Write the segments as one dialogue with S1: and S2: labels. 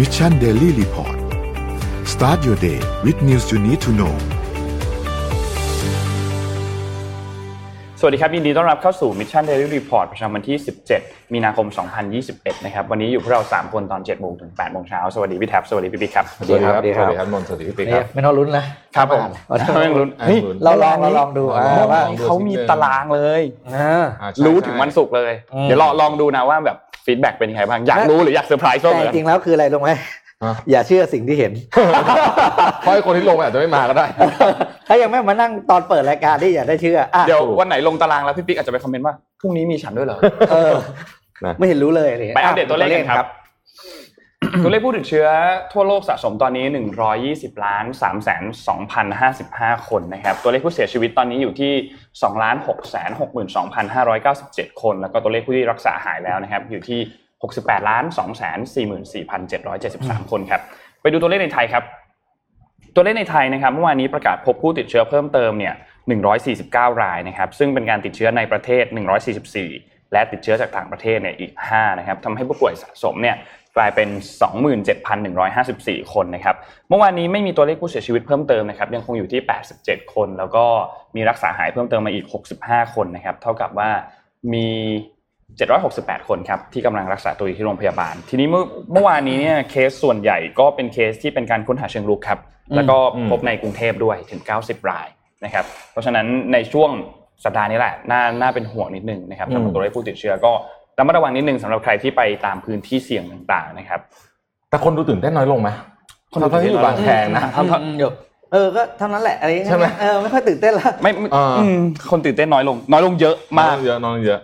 S1: Mission Daily Report start your day with news you need to know
S2: สวัสดีครับ ยินดีต้อนรับเข้าสู่ Mission Daily Report ประจำวันที่ 17 มีนาคม 2021 นะครับ วันนี้อยู่พวกเรา 3 คนตอน 7 โมงถึง 8 โมงเช้า สวัสดีพี่แท็บ สวัสดีพี่บิ๊กครับ
S3: สวัสดีครับ
S4: สวัสดีครับนนท์สวัสดีพี่ปิ๊กครับ
S3: ไม่ต้องลุ้นนะครับ
S2: ผม
S3: อ่าน
S2: ไม่ต้องลุ้นเฮ้ย
S3: เราลองเราลองดูอ่า
S4: เออ
S3: ว่า
S2: เฮ้ยเขามีตารางเลย
S3: อ่า
S4: อ่าใช่
S2: รู้ถึงวันศุกร์เลย
S3: อืม
S2: เดี๋ยวลองลองดูนะว่าแบบฟีดแบ็กเป็นยังไงบ้าง อยาก
S3: และ
S2: รู้หรืออยากเซอร์ไพรส์บ้าง
S3: แต่
S2: เหมื
S3: จ
S2: อน
S3: ริงๆแล้วคืออะไรลงไหม
S4: ฮะ
S3: อย่าเชื่อสิ่งที่เห็น
S4: เพราะไอ้คนที่ลงไปอาจจะไม่มาก็ได้
S3: ถ้ายังไม่มานั่งตอนเปิดรายการนี่อย่าได้เชื่ออ่ะ
S2: เดี๋ยววันไหนลงตารางแล้วพี่ปิ๊กอาจจะไปคอมเมนต์ว่า พรุ่งนี้มีฉันด้วยเหรอ
S3: เออ
S4: นะ
S3: ไม่เห็นรู้เลยะรงี้ย
S2: ไปอัปเดตตัวเลขกันครับ ตัวเลขผู้ติดเชื้อทั่วโลกสะสมตอนนี้ 120 ล้าน3แสน2พัน55 คนนะครับ ตัวเลขผู้เสียชีวิตตอนนี้อยู่ที่ 2 ล้าน6แสน62,597 คน แล้วก็ตัวเลขผู้ที่รักษาหายแล้วนะครับ อยู่ที่ 68 ล้าน2แสน44,773 คนครับ ไปดูตัวเลขในไทยครับ ตัวเลขในไทยนะครับเมื่อวานนี้ประกาศพบผู้ติดเชื้อเพิ่มเติมเนี่ย 149 รายนะครับ ซึ่งเป็นการติดเชื้อในประเทศ 144 และติดเชื้อจากต่างประเทศเนี่ยอีก 5 นะครับทำให้ผู้ป่วยสะสมเนี่ยกลายเป็น 27,154 คนนะครับ เมื่อวานนี้ไม่มีตัวเลขผู้เสียชีวิตเพิ่มเติมนะครับ ยังคงอยู่ที่ 87 คน แล้วก็มีรักษาหายเพิ่มเติมมาอีก 65 คนนะครับ เท่ากับว่ามี 768 คนครับที่กำลังรักษาตัวอยู่ที่โรงพยาบาล ทีนี้เมื่อเมื่อวานนี้เนี่ยเคสส่วนใหญ่ก็เป็นเคสที่เป็นการค้นหาเชิงรุกครับ แล้วก็
S4: อืม
S2: พบในกรุงเทพด้วยถึง 90 รายนะครับ เพราะฉะนั้นในช่วงสัปดาห์นี้แหละน่าน่าเป็นห่วงนิดนึงนะครับสำหรับตัวเลขผู้ติดเชื้อก็ระมัดระวังนิดนึงสำหรับใครที่ไปตามพื้นที่เสี่ยงต่างๆนะครับ
S4: แต่คนดูตื่นเต้นน้อยลงไหมคนดูที่อยู่บางแคนะ
S3: อืมอืมเดี๋ยวเออก็เท่านั้นแหละอะไรเงี้ย
S4: ใช่ไหม
S3: เออไม่ค่อยตื่นเต้นละ
S2: ไม่ไม่
S4: เอออื
S2: มคนตื่นเต้นน้อยลง น้อยลงเยอะมาก
S4: น้อยลงเยอะน้อยลงเยอะ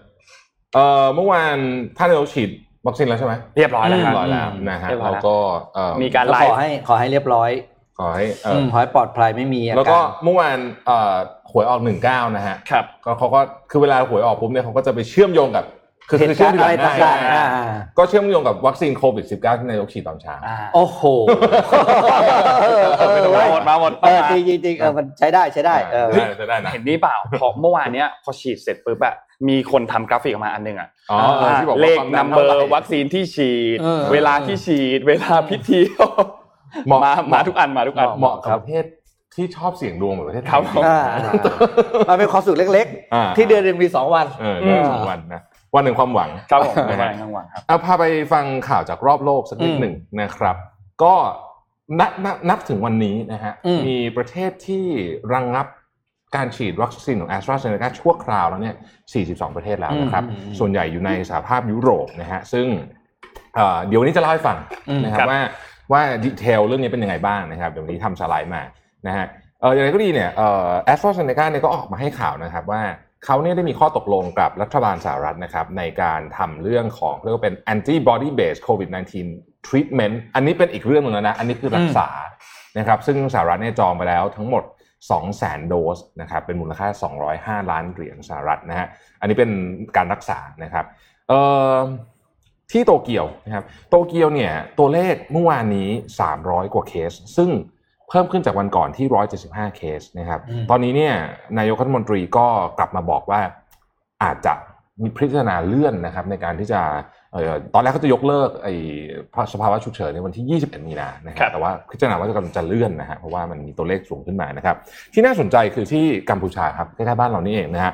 S4: เออเมื่อวานท่านเราฉีดวัคซีนแล้วใช่ไหม
S2: เรียบร้อยแล้วค
S4: เรี
S2: รับ
S4: ยบร้อยแล้ว
S3: อืม
S4: นะฮะ
S2: เรียบร้อย
S4: เรา
S2: แล้ว
S4: ก็เอ่อ
S2: มีการไล
S3: ขอ
S2: ฟ์
S3: ให้ขอให้เรียบร้อย
S4: ขอให้เอ่ออ
S3: มขอให้ปลอดภัยไม่มีอาาร
S4: แล้วก็เมื่อวานเอ่อหวยออกหนึ่งเก้านะฮะ
S2: ครับ
S4: ก็เขาก็คือเวลาหวยออกปุ๊บเนี่ยเขาก็จะไปเชื่อมโยงกับ คือ
S3: เห
S4: คื
S3: ตุ
S4: เชื่อ
S3: การ
S4: ม
S3: ณ์
S4: โย
S3: อะไร
S4: ง
S3: ต
S4: ได้
S3: ่างๆอ่าอ่า
S4: ก็เชื่อมโยงกับวัคซีนโควิด -19 ที่นายกฉีดตอนเช้า
S2: อ่า
S3: โอ้โห
S2: ไม่ต้องมาหมดมาหมด
S3: เออจริงๆจริงๆเออมันใช้ได้ใช้ได้เออ
S4: ใช้ได้ใช้ได้นะ
S2: เห็นนี่เปล่าพอเมื่อวานเนี้ยพอฉีดเสร็จปุ๊บอะมีคนทำกราฟิกออกมาอันหนึงอะ
S4: อ๋อเออที่บอกว่า
S2: เลข
S4: ความดั
S2: นั
S4: น
S2: มเบ
S4: เท่า
S2: อ
S4: ไหร่
S2: ร์วัคซีนที่ฉีด
S3: เออ
S2: เวลาที่ฉีด เวลาพิธี
S4: เหมาะ
S2: มามาทุกอันมาทุกอัน
S4: เหมาะกับประเทศที่ชอบเสี่ยงดวงแบบประเทศไท
S2: ครับ
S4: ย
S2: ผม
S3: อ่ามันเป็นความสุขเล็ก
S4: อ่า
S3: ๆ ที่เดือนหนึ่งมีสองวัน
S4: เออได้สองวันนะวันหนึ่งความหวัง
S2: ครับผมไม่
S4: นะ
S2: ไหว
S4: ฮะ
S2: ข้างหวังครับ
S4: เอาพาไปฟังข่าวจากรอบโลกสักนิด
S3: อืม
S4: หนึ่งนะครับ ก็นับนับนับถึงวันนี้นะฮะ
S3: อืม
S4: มีประเทศที่ระงงับการฉีดวัคซีนของ a s t r a z e ซ e c a ชั่วคราวแล้วเนี่ย 42 ประเทศแล้วนะครับ ส่วนใหญ่อยู่ในสหภาพยุโรปนะฮะซึ่งเอ่อเดี๋ยววันนี้จะเล่าให้ฟังนะครั
S2: ครับ บ
S4: ว่าว่าดีเทลเรื่องนี้เป็นยังไงบ้างนะครับ เดี๋ยววันนี้ทำสไลด์มานะฮะเอออย่างไรก็ดีเนี่ยแอสตราเซเนกาเนี่ยก็ออกมาให้ข่าวนะครับว่าเขาเนี่ยได้มีข้อตกลงกับรัฐบาลสหรัฐนะครับ ในการทำเรื่องของเรียกว่าเป็น antibody based covid 19 treatment อันนี้เป็นอีกเรื่องหนึงแล้วนะ อันนี้คือรักษานะครับซึ่งสหรัฐเนี่ยจองไปแล้วทั้งหมด 2 0 0 0 0 0 โดสนะครับเป็นมูลค่า 205 ล้านเหรียญสหรัฐนะฮะอันนี้เป็นการรักษานะครับ เอ่อที่โตเกียวนะครับโตเกียวเนี่ยตัวเลขเมื่อวานนี้ 300 กว่าเคส ซึ่งเพิ่มขึ้นจากวันก่อนที่ 175 เคสนะครับ
S3: อืม
S4: ตอนนี้เนี่ยนายกรัฐมนตรีก็กลับมาบอกว่าอาจจะมีพิจารณาเลื่อนนะครับในการที่จะเอ่อตอนแรกเขาจะยกเลิกไอ้สภาวะฉุกเฉินในวันที่ 21 มีนานะค
S2: ครั
S4: รับบ แต่ว่าพิจารณาว่าจะกำลังจะเลื่อนนะฮะเพราะว่ามันมีตัวเลขสูงขึ้นมานะครับ ที่น่าสนใจคือที่กัมพูชาครับใกล้ๆบ้านเรานี่เองนะฮะ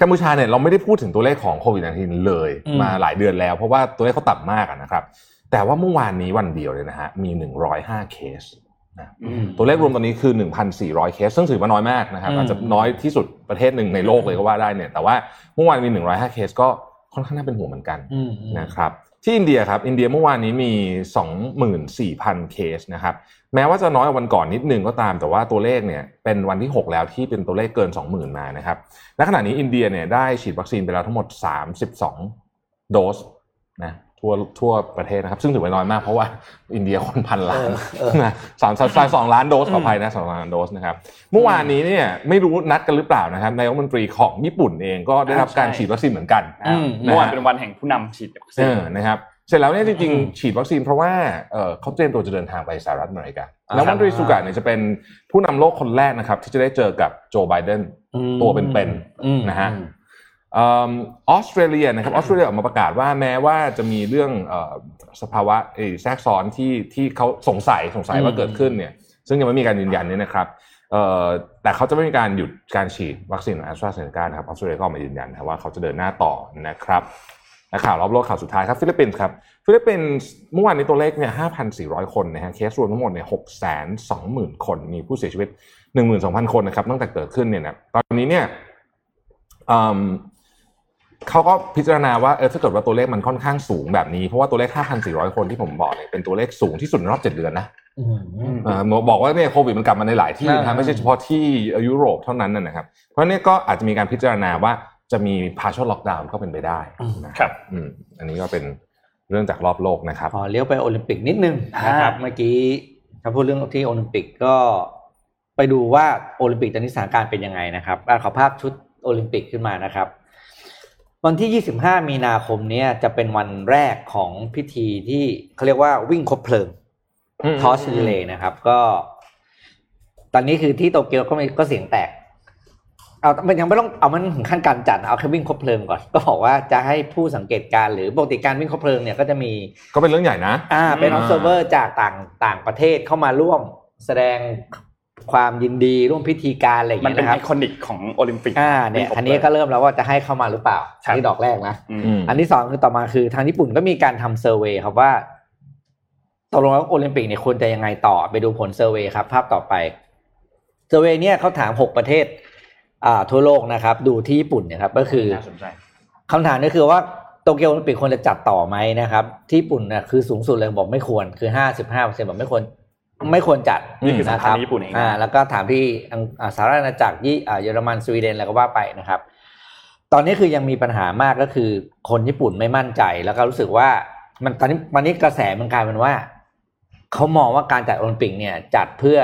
S4: กัมพูชาเนี่ยเราไม่ได้พูดถึงตัวเลขของโควิด -19 เลย
S3: อืม
S4: มาหลายเดือนแล้ว เพราะว่าตัวเลขเขาต่ำมากอะนะครับ แต่ว่าเมื่อวานนี้วันเดียวเลยนะฮะมี 105 เคสนะ
S2: อืม
S4: ตัวเลขรวมตอนนี้คือ 1,400 เคส ซึ่งถือว่าน้อยมากนะครับ
S3: อืม
S4: อาจจะน้อยที่สุดประเทศหนึ่งในโลกเลยก็ว่าได้เนี่ยแต่ว่าเมื่อวานมี 105 เคสก็ค่อนข้างน่าเป็นห่วงเหมือนกัน
S3: อืมอืม
S4: นะครับที่อินเดียครับอินเดียเมื่อวานนี้มี 24,000 เคสนะครับแม้ว่าจะน้อยกว่าวันก่อนนิดนึงก็ตามแต่ว่าตัวเลขเนี่ยเป็นวันที่ 6 แล้วที่เป็นตัวเลขเกิน 20,000 มานะครับและขณะนี้อินเดียเนี่ยได้ฉีดวัคซีนไปแล้วทั้งหมด 32 โดสนะทั่วทั่วประเทศนะครับซึ่งถือว่าน้อยมากเพราะว่าอินเดียคนพันล้าน
S3: เออ
S4: นะสามสามสามสองล้านโดสขออภัยนะสองล้านโดสนะครับเมื่อวานนี้เนี่ยไม่รู้นัดกันหรือเปล่านะครับนายกรัฐมนตรีของญี่ปุ่นเองก็ได้รับการฉีดวัคซีนเหมือนกัน
S3: อืม
S2: เมื่อวานเป็นวันแห่งผู้นำฉีดวัคซี
S4: เอน อนะครับ เสร็จแล้วเนี่ยจริง
S3: อืม
S4: ๆ ฉีดวัคซีนเพราะว่าเอ่อเขาเตรียมตัวจะเดินทางไปสหรัฐอเมริกา
S3: อ่า
S4: แล้วมันรีสุกะเนี่ยจะเป็นผู้นำโลกคนแรกนะครับ ที่จะได้เจอกับโจไบเดน ตัวเป็นๆ
S3: อืม
S4: นะฮะ เอมออสเตรเลียนะครับออสเตรเลียออกมาประกาศว่าแม้ว่าจะมีเรื่องเอ่อสภาวะเอ่อแทรกซ้อนที่ที่เขาสงสัยสงสัยว่าเกิดขึ้นเนี่ยซึ่งยังไม่มีการยืนยันเนี่ยนะครับเอ่อแต่เขาจะไม่มีการหยุดการฉีดวัคซีนแอสตราเซเนกานะครับออสเตรเลียก็ออกมายืนยันนะครับว่าเขาจะเดินหน้าต่อนะครับและข่าวรอบโลกข่าวสุดท้ายครับฟิลิปปินส์ครับ ฟิลิปปินส์เมื่อวานในตัวเลขเนี่ย 5,400 คนนะฮะ เคสรวมทั้งหมดเนี่ย620,000 คน มีผู้เสียชีวิต 12,000 คนนะครับ ตั้งแต่เกิดขึ้นเนี่ยนะตอนนี้เนี่ยอืมเขาก็พิจารณาว่าเออถ้าเกิดว่าตัวเลขมันค่อนข้างสูงแบบนี้ เพราะว่าตัวเลข 5,400 คนที่ผมบอกเนี่ยเป็นตัวเลขสูงที่สุดในรอบ 7 เดือนนะ เอ่อบอกว่าเนี่ยโควิดมันกลับมาในหลายที่นะ
S2: อ่า
S4: ฮะไม่ใช่เฉพาะที่ยุโรปเท่านั้นนะนะครับ เพราะเนี่ยก็อาจจะมีการพิจารณาว่าจะมี partial lockdown ก็เป็นไปได้นะครับ อืมอันนี้ก็เป็นเรื่องจากรอบโลกนะครับ
S3: ขอเลี้ยวไปโอลิมปิกนิดนึงนะครับ
S2: อ่า
S3: เมื่อกี้ถ้าพูดเรื่องที่โอลิมปิกก็ไปดูว่าโอลิมปิกตอนนี้สถานการณ์เป็นยังไงนะครับอ่ะขอภาพชุดโอลิมปิกขึ้นมานะครับ วันที่ 25 มีนาคมเนี้ยจะเป็นวันแรกของพิธีที่เขาเรียกว่าวิ่งคบเพลิง
S4: อืม
S3: ทอสริเลนะครับ ก็ ตอนนี้คือที่โตเกียวก็มีก็เสียงแตก เอามันยังไม่ต้องเอามันถึงขั้นการจัดเอาแค่วิ่งคบเพลิงก่อน ก็บอกว่าจะให้ผู้สังเกตการณ์หรือปกติการวิ่งคบเพลิงเนี่ยก็จะมี
S4: ก็เป็นเรื่องใหญ่นะ
S3: อ่าเป็น
S4: อ่า
S3: observer จากต่างต่างประเทศเข้ามาร่วมแสดงความยินดีร่วมพิธีการอะไรอย่าง
S2: มันเป็
S3: เงี้ย
S2: น
S3: นะค
S2: ไอ
S3: รับ
S2: คอนิกของโอลิมปิก
S3: อ่าเนี่ยอันนี้ก็เริ่มแล้วว่าจะให้เข้ามาหรือเปล่า
S2: ครับ
S3: นี่ดอกแรกนะ
S2: อืม
S4: ม
S3: อันที่สองคือต่อมาคือทางญี่ปุ่นก็มีการทำเซอร์เวยครับว่าตกลงแล้วโอลิมปิกเนี่ยควรจะยังไงต่อไปดูผลเซอร์เวยครับ ภาพต่อไปเซอร์เวยเนี่ยเขาถามหกประเทศ อ่าทั่วโลกนะครับ ดูที่ญี่ปุ่นเนะครับ ก็คือ
S2: น่าสนใจ
S3: คำถามก็คือว่าโตเกียวโอลิมปิกควรจะจัดต่อไหมนะครับ ที่ญี่ปุ่นนะคือสูงสุดเลยบอกไม่ควรคือห้าสิบห้าเปอร์เซ็นต์บอกไม่ควรไม่ควรจัด
S4: นี่คือ
S3: ะรับ
S2: สำคัญในญี่ปุ่นเองนะ
S3: อ่าแล้วก็ถามที่อังอ่าสหรัฐอาณาจักรยี่อ่าเยอรมันสวีเดนอะไรก็ว่าไปนะครับ ตอนนี้คือยังมีปัญหามากก็คือคนญี่ปุ่นไม่มั่นใจแล้วก็รู้สึกว่ามันตอนนี้วันนี้กระแสมันกลายเป็นว่าเขามองว่าการจัดโอลิมปิกเนี่ย จัดเพื่อ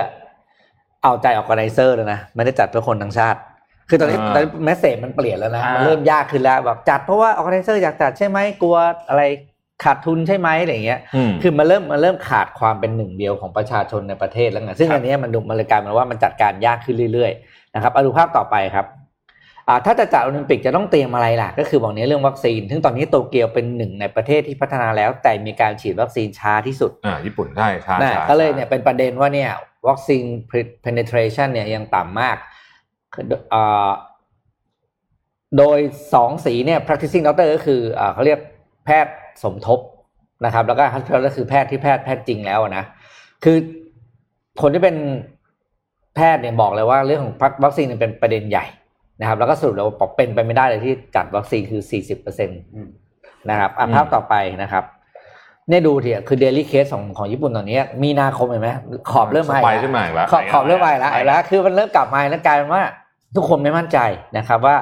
S3: เอาใจออกกไนเซอร์แล้วนะไม่ได้จัดเพื่อคนทั้งชาติ คือตอนนี้
S4: อ่า
S3: ตอนนี้แมสเซจมันเปลี่ยนแล้วนะ นะ
S2: อ่ามั
S3: มันเริ่มยากขึ้นแล้วแบบจัดเพราะว่าออ g a ไนเซอร์อยากจัดใช่ไหมกลัวอะไรขาดทุนใช่ไหมอะไรอย่างเงี้ย
S4: อืม
S3: คือมันเริ่มมันเริ่มขาดความเป็นหนึ่งเดียวของประชาชนในประเทศแล้วไงซึ่ง
S2: ครับ
S3: อันเนี้ยมันดูมันเลยกลายเป็นว่ามันจัดการยากขึ้นเรื่อยๆนะครับเอาดูภาพต่อไปครับอ่าถ้าจะจัดโอลิมปิกจะต้องเตรียมอะไรล่ะ ก็คือบอกเนี้ยเรื่องวัคซีนซึ่งตอนนี้โตเกียวเป็นหนึ่งในประเทศที่พัฒนาแล้ว แต่มีการฉีดวัคซีนช้าที่สุด
S4: อ่าญี่ปุ่นใช่ใช่
S3: นะ
S4: ใช่
S3: ก็เลยเนี่ยเป็นประเด็นว่าเนี่ยวัคซีน pre- penetration เนี่ยยังต่ำมากคือเอ่อโดยสองสีเนี่ย practicing doctor ก็คือเอ่อเขาเรียกแพทย์สมทบนะครับ แล้วก็ hospital ก็คือแพทย์ที่แพทย์แพทย์จริงแล้วอะนะ คือคนที่เป็นแพทย์เนี่ยบอกเลยว่าเรื่องของวัคซีนเนี่ยเป็นประเด็นใหญ่นะครับ แล้วก็สรุปแล้วว่าเป็นไปไม่ได้เลยที่จัดวัคซีนคือ 40%นะครับอ่ะภาพต่อไปนะครับ เนี่ยดูเถอะคือเดลี่เคสของของญี่ปุ่นตอนเนี้ยมีนาคมเห็นไหมขอบเริ่ม
S4: ส
S3: มาอีก
S4: ไป
S3: แล้ว
S4: ขึ้นมาอีกแล้ว
S3: ขอบขอบเริ่มไปแล้วไอ้ละคือมันเริ่มกลับมาแล้วกลายเป็นว่า ทุกคนไม่มั่นใจนะครับ ว่า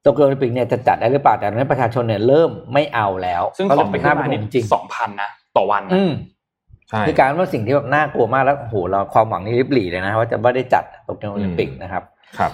S3: โตเกียวโอลิมปิกเนี่ยจะจัดได้หรือเปล่าแต่ตอนนี้ประชาชนเนี่ยเริ่มไม่เอาแล้ว
S2: ซึ่ง
S3: ก็
S2: ขอไปขึ้นมา
S3: เป็
S2: นี่
S3: นจริง
S2: สองพันนะต่อวันนะ
S3: อืม
S4: ใช่
S3: คือการว่าสิ่งที่แบบน่ากลัวมากแล้วโอ้โหเราความหวังนี่ริบหรี่เลยนะว่าจะไม่ได้จัดโตเกียวโอลิมปิกนะครับ
S4: ครับ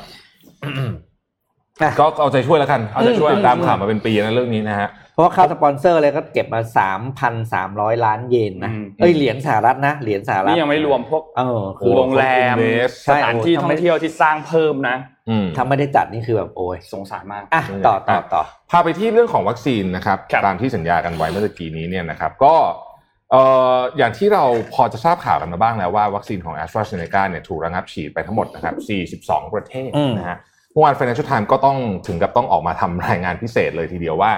S3: อ่ะ
S4: ก็เอาใจช่วยแล้วกัน เอาใจช่วย
S2: อืม
S4: ตามข่าวมาเป็นปีนะเรื่องนี้นะฮะ
S3: เพราะว่าค่าสปอนเซอร์อะไรก็เก็บมาสามพันสามร้อยล้านเยนนะ
S2: อืม
S3: เอ้ยเหรียญสหรัฐนะเหรียญสหรัฐ
S2: นี่ยังไม่รวมพวก
S3: เออคือ
S2: โรงแรม
S4: Invest
S2: สถานที่ท่องเที่ยวที่สร้างเพิ่มนะ
S4: อืม
S3: ถ้าไม่ได้จัดนี่คือแบบโอ้ย
S2: สงสารมาก
S3: อ่ะต่อต่อต่อ
S4: พาไปที่เรื่องของวัคซีนนะครับ
S2: ครับ
S4: ตามที่สัญญากันไว้เมื่อตะกี้นี้เนี่ยนะครับก็เอ่ออย่างที่เราพอจะทราบข่าวกันมาบ้างแล้วว่าวัคซีนของ a s t r a z e ซ e c a เนี่ยถูกระงับฉีดไปทั้งหมดนะครับ 42 ประเทศ
S3: อืม
S4: นะฮะเมื่อวาน Financial Times ก็ต้องถึงกับต้องออกมาทำรายงานพิเศษเลยทีเดียวว่า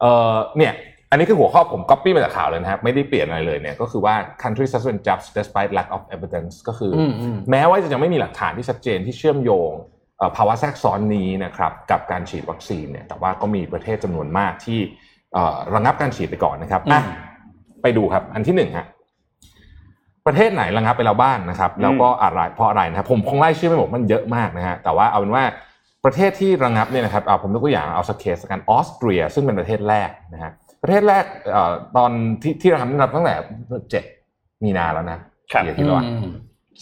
S4: เอ่อเนี่ยอันนี้คือหัวข้อผม copy มาจากข่าวเลยนะครับไม่ได้เปลี่ยนอะไรเลยเนี่ยก็คือว่า country suspend jobs despite lack of evidence ก็คืออ
S3: อืมอืม
S4: แม้ว่าจะยังไม่มีหลักฐานที่ชัดเจนที่เชื่อมโยงเอ่อภาวะแทรกซ้อนนี้นะครับกับการฉีดวัคซีนเนี่ยแต่ว่าก็มีประเทศจำนวนมากที่เอ่อระงับการฉีดไปก่อนนะครับอ่ะ
S3: อืม
S4: ไปดูครับอันที่หนึ่งฮะประเทศไหนระงับไปแล้วบ้างนะครับ แล้วก็อะไรเพราะอะไรนะครับผมคงไล่ชื่อไม่หมดมันเยอะมากนะฮะแต่ว่าเอาเป็นว่าประเทศที่ระงับเนี่ยนะครับเอาผมยกตัวอย่างเอาสักเคสละกันออสเตรีย ซึ่งเป็นประเทศแรกนะฮะประเทศแรกเอ่อตอนที่ที่ระงับนับตั้งแต่เจ็ดมีนาแล้วนะครับ เดือนที่แล้วอะ
S3: อืม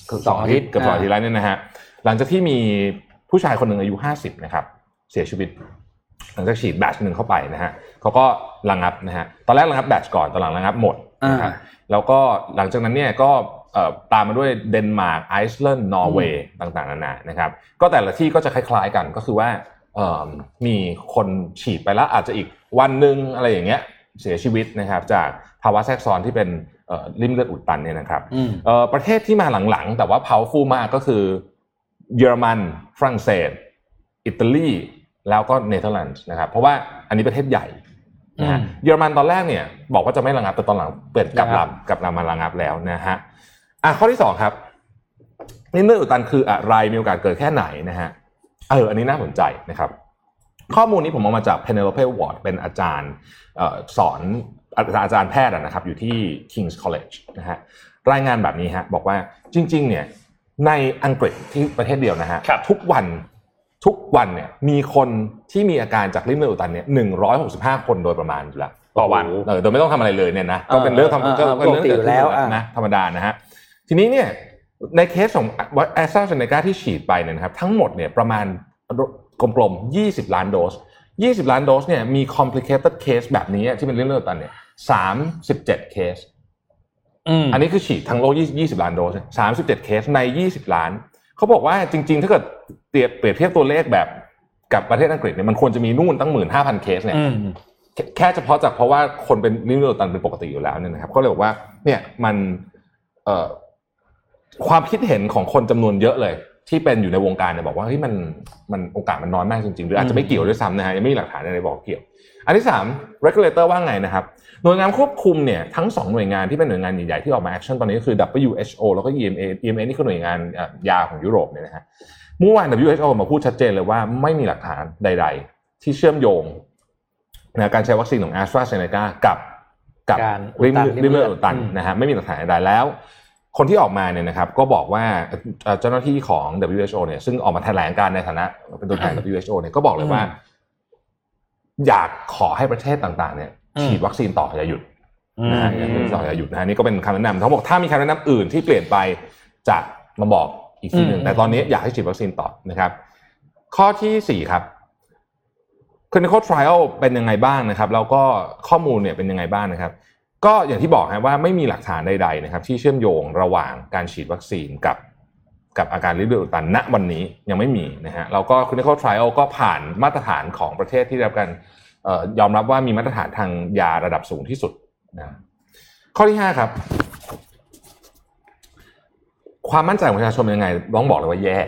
S4: คือสองอาทิตย์เกับสองอาทิตย์แล้วเนี่ยนะฮะหลังจากที่มีผู้ชายคนหนึ่งอายุห้าสิบนะครับ เสียชีวิต หลังจากฉีดแบตชหนึ่งเข้าไปนะฮะเขาก็ระงับนะฮะตอนแรกระงับแบตชก่อนตอนหลังระงับหมดนะฮะ
S3: อ่า
S4: แล้วก็หลังจากนั้นเนี่ยก็เอ่อตามมาด้วยเดนมาร์กไอซ์แลนด์นอร์เวย์ต่างๆนานานะครับ ก็แต่ละที่ก็จะคล้ายๆกันก็คือว่า เอ่อมีคนฉีดไปแล้วอาจจะอีกวันหนึ่งอะไรอย่างเงี้ยเสียชีวิตนะครับจากภาวะแทรกซ้อนที่เป็นเอ่อริ่มเลือดอุดตันเนี่ยนะครับ
S3: อืม
S4: เอ่อประเทศที่มาหลังๆ แต่ว่าเผาฟูมากก็คือเยอรมัน ฝรั่งเศส อิตาลีแล้วก็เนเธอร์แลนด์นะครับ เพราะว่าอันนี้ประเทศใหญ่นะฮะ
S3: อืม
S4: เยอรมันตอนแรกเนี่ย บอกว่าจะไม่ระงับแต่ตอนหลังเปลี่ยนกลับ
S3: ระงับ
S4: ลำกลับลำมาระงับแล้วนะฮะอ่ะข้อที่สองครับนี่เลือดอุดตันคืออะไรมีโอกาสเกิดแค่ไหนนะฮะเอออันนี้น่าสนใจนะครับ ข้อมูลนี้ผมเอามาจาก Penelope Ward เป็นอาจารย์เอ่อสอนอาอาจารย์แพทย์อะนะครับ อยู่ที่ King's College นะฮะ รายงานแบบนี้ฮะบอกว่าจริง ๆ เนี่ยในอังกฤษที่ประเทศเดียวนะฮะ
S2: ครับ
S4: ทุกวันทุกวันเนี่ยมีคนที่มีอาการจากริมเลือดอุดตันเนี่ยหนึ่งร้อยหกสิบห้าคนโดยประมาณอยู่แล้ว
S2: ต่อวัน
S4: เออโดยไม่ต้องทำอะไรเลยเนี่ยนะก็เป็น
S3: เออ
S4: เรื่องทำ
S3: เออ
S4: ก็
S3: เออ
S4: เป็นเรื่อง
S3: ปกติอยู่แล้ว
S4: เกิดขึ้นอยู่
S3: อ่ะ
S4: นะธรรมดานะฮะทีนี้เนี่ยในเคสของแอสตราเซเนกาที่ฉีดไปเนี่ยนะครับทั้งหมดเนี่ยประมาณกลมๆ20 ล้านโดส 20 ล้านโดสเนี่ยมี complicated case แบบนี้ที่เป็นเรื่องเลือดอุดตันเนี่ย37เคส
S3: อืม
S4: อันนี้คือฉีดทั้งโลก20 20 ล้านโดสสามสิบเจ็ดเคสใน 20 ล้าน เขาบอกว่าจริง ๆ ถ้าเกิดเปรียบเปรียบเทียบตัวเลขแบบกับประเทศอังกฤษเนี่ยมันควรจะมีนู่นตั้งหมื่นห้าพันเคสเนี่ย
S3: อืม
S4: แค่แค่เฉพาะจากเพราะว่าคนเป็นนิวโรตันเป็นปกติอยู่แล้วเนี่ยนะครับ ก็เลยบอกว่าเนี่ยมันเอ่อความคิดเห็นของคนจำนวนเยอะเลย ที่เป็นอยู่ในวงการเนี่ยบอกว่าเฮ้ยมันมันโอกาสมันน้อยมากจริงๆ หรืออาจจะไม่เกี่ยวด้วยซ้ำนะฮะยังไม่มีหลักฐานอะไรบอกเกี่ยว อันที่ 3 regulator ว่าไงนะครับ หน่วยงานควบคุมเนี่ยทั้ง 2 หน่วยงานที่เป็นหน่วยงานใหญ่ๆที่ออกมาแอคชั่นตอนนี้ก็คือ WHO แล้วก็ EMA EMA นี่คือหน่วยงานเอ่อยาของยุโรปเนี่ยนะฮะเมื่อวาน WHO ออกมาพูดชัดเจนเลยว่าไม่มีหลักฐานใดๆ ที่เชื่อมโยงนะการใช้วัคซีนของ a s t r a z e ซ e c a กับกับ
S3: การอุ
S4: ริ
S3: ด
S4: ม
S3: ตัน
S4: ริมเลือด
S3: ริมเลือด
S4: อุดตัน
S3: อืม
S4: นะฮะไม่มีหลักฐานใดๆแล้ว คนที่ออกมาเนี่ยนะครับก็บอกว่าเอ่อเจ้าหน้าที่ของ WHO เนี่ยซึ่งออกมาแถลงการในฐานะเป็นตัวแทน WHO เนี่ยก็บอกเลยว่า อยากขอให้ประเทศต่างๆเนี่ย
S3: อืม
S4: ฉีดวัคซีนต่ออย่าหยุด
S3: อืม
S4: นะฮะอย่าหยุดต่ออย่าหยุดนะฮะนี่ก็เป็นคำแนะนำเขาบอกถ้ามีคำแนะนำอื่นที่เปลี่ยนไปจะมาบอกอีกทีหนึ่งแต่ตอนนี้อยากให้ฉีดวัคซีนต่อนะครับ ข้อที่สี่ครับ clinical trial เป็นยังไงบ้างนะครับ แล้วก็ข้อมูลเนี่ยเป็นยังไงบ้างนะครับ ก็อย่างที่บอกฮะว่าไม่มีหลักฐานใดๆนะครับ ที่เชื่อมโยงระหว่างการฉีดวัคซีนกับ กับอาการริ้วเดือดอุดตันณวันนี้ยังไม่มีนะฮะแล้วก็ clinical trial ก็ผ่านมาตรฐานของประเทศที่ได้รับการเอ่อยอมรับว่ามีมาตรฐานทางยาระดับสูงที่สุดนะข้อที่ 5 ครับ ความมั่นใจของประชาชนเป็นยังไงต้องบอกเลยว่าแย่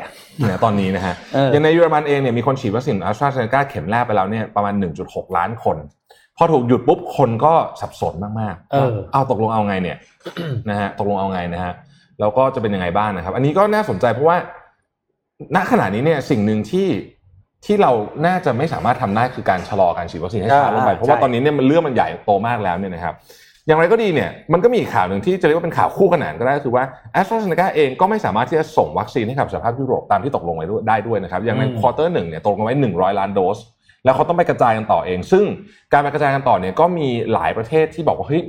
S4: นะตอนนี้นะฮะ
S3: เออ
S4: อย่างในเยอรมันเองเนี่ยมีคนฉีดวัคซีนอัสตราเซเนกาเข็มแรกไปแล้วเนี่ยประมาณ 1.6 ล้านคน พอถูกหยุดปุ๊บคนก็สับสนมากๆ
S3: เออ
S4: เอาตกลงเอาไง เนี่ย นะฮะตกลงเอาไงนะฮะแล้วก็จะเป็นยังไงบ้างนะครับ อันนี้ก็น่าสนใจเพราะว่า ณขณะนี้เนี่ยสิ่งหนึ่งที่ที่เราน่าจะไม่สามารถทำได้คือการชะลอการฉีดวัคซีนให้ช้าลงไป
S3: อ่า
S4: เพราะว่า
S3: ใช่
S4: ตอนนี้เนี่ยมันเรื่องมันใหญ่โตมากแล้วเนี่ยนะครับ อย่างไรก็ดีเนี่ยมันก็มีอีกข่าวหนึ่งที่จะเรียกว่าเป็นข่าวคู่ขนานก็ได้ก็คือว่าแอสตราเซเนกาเองก็ไม่สามารถที่จะส่งวัคซีนให้กับสหภาพยุโรปตามที่ตกลงไว้ด้วยได้ด้วยนะครับ อย่างใน
S3: อืม
S4: ควอเตอร์หนึ่งเนี่ยตกลงไว้ 100 ล้านโดส แล้วเขาต้องไปกระจายกันต่อเอง ซึ่งการไปกระจายกันต่อเนี่ยก็มีหลายประเทศที่บอกว่าเฮ้ย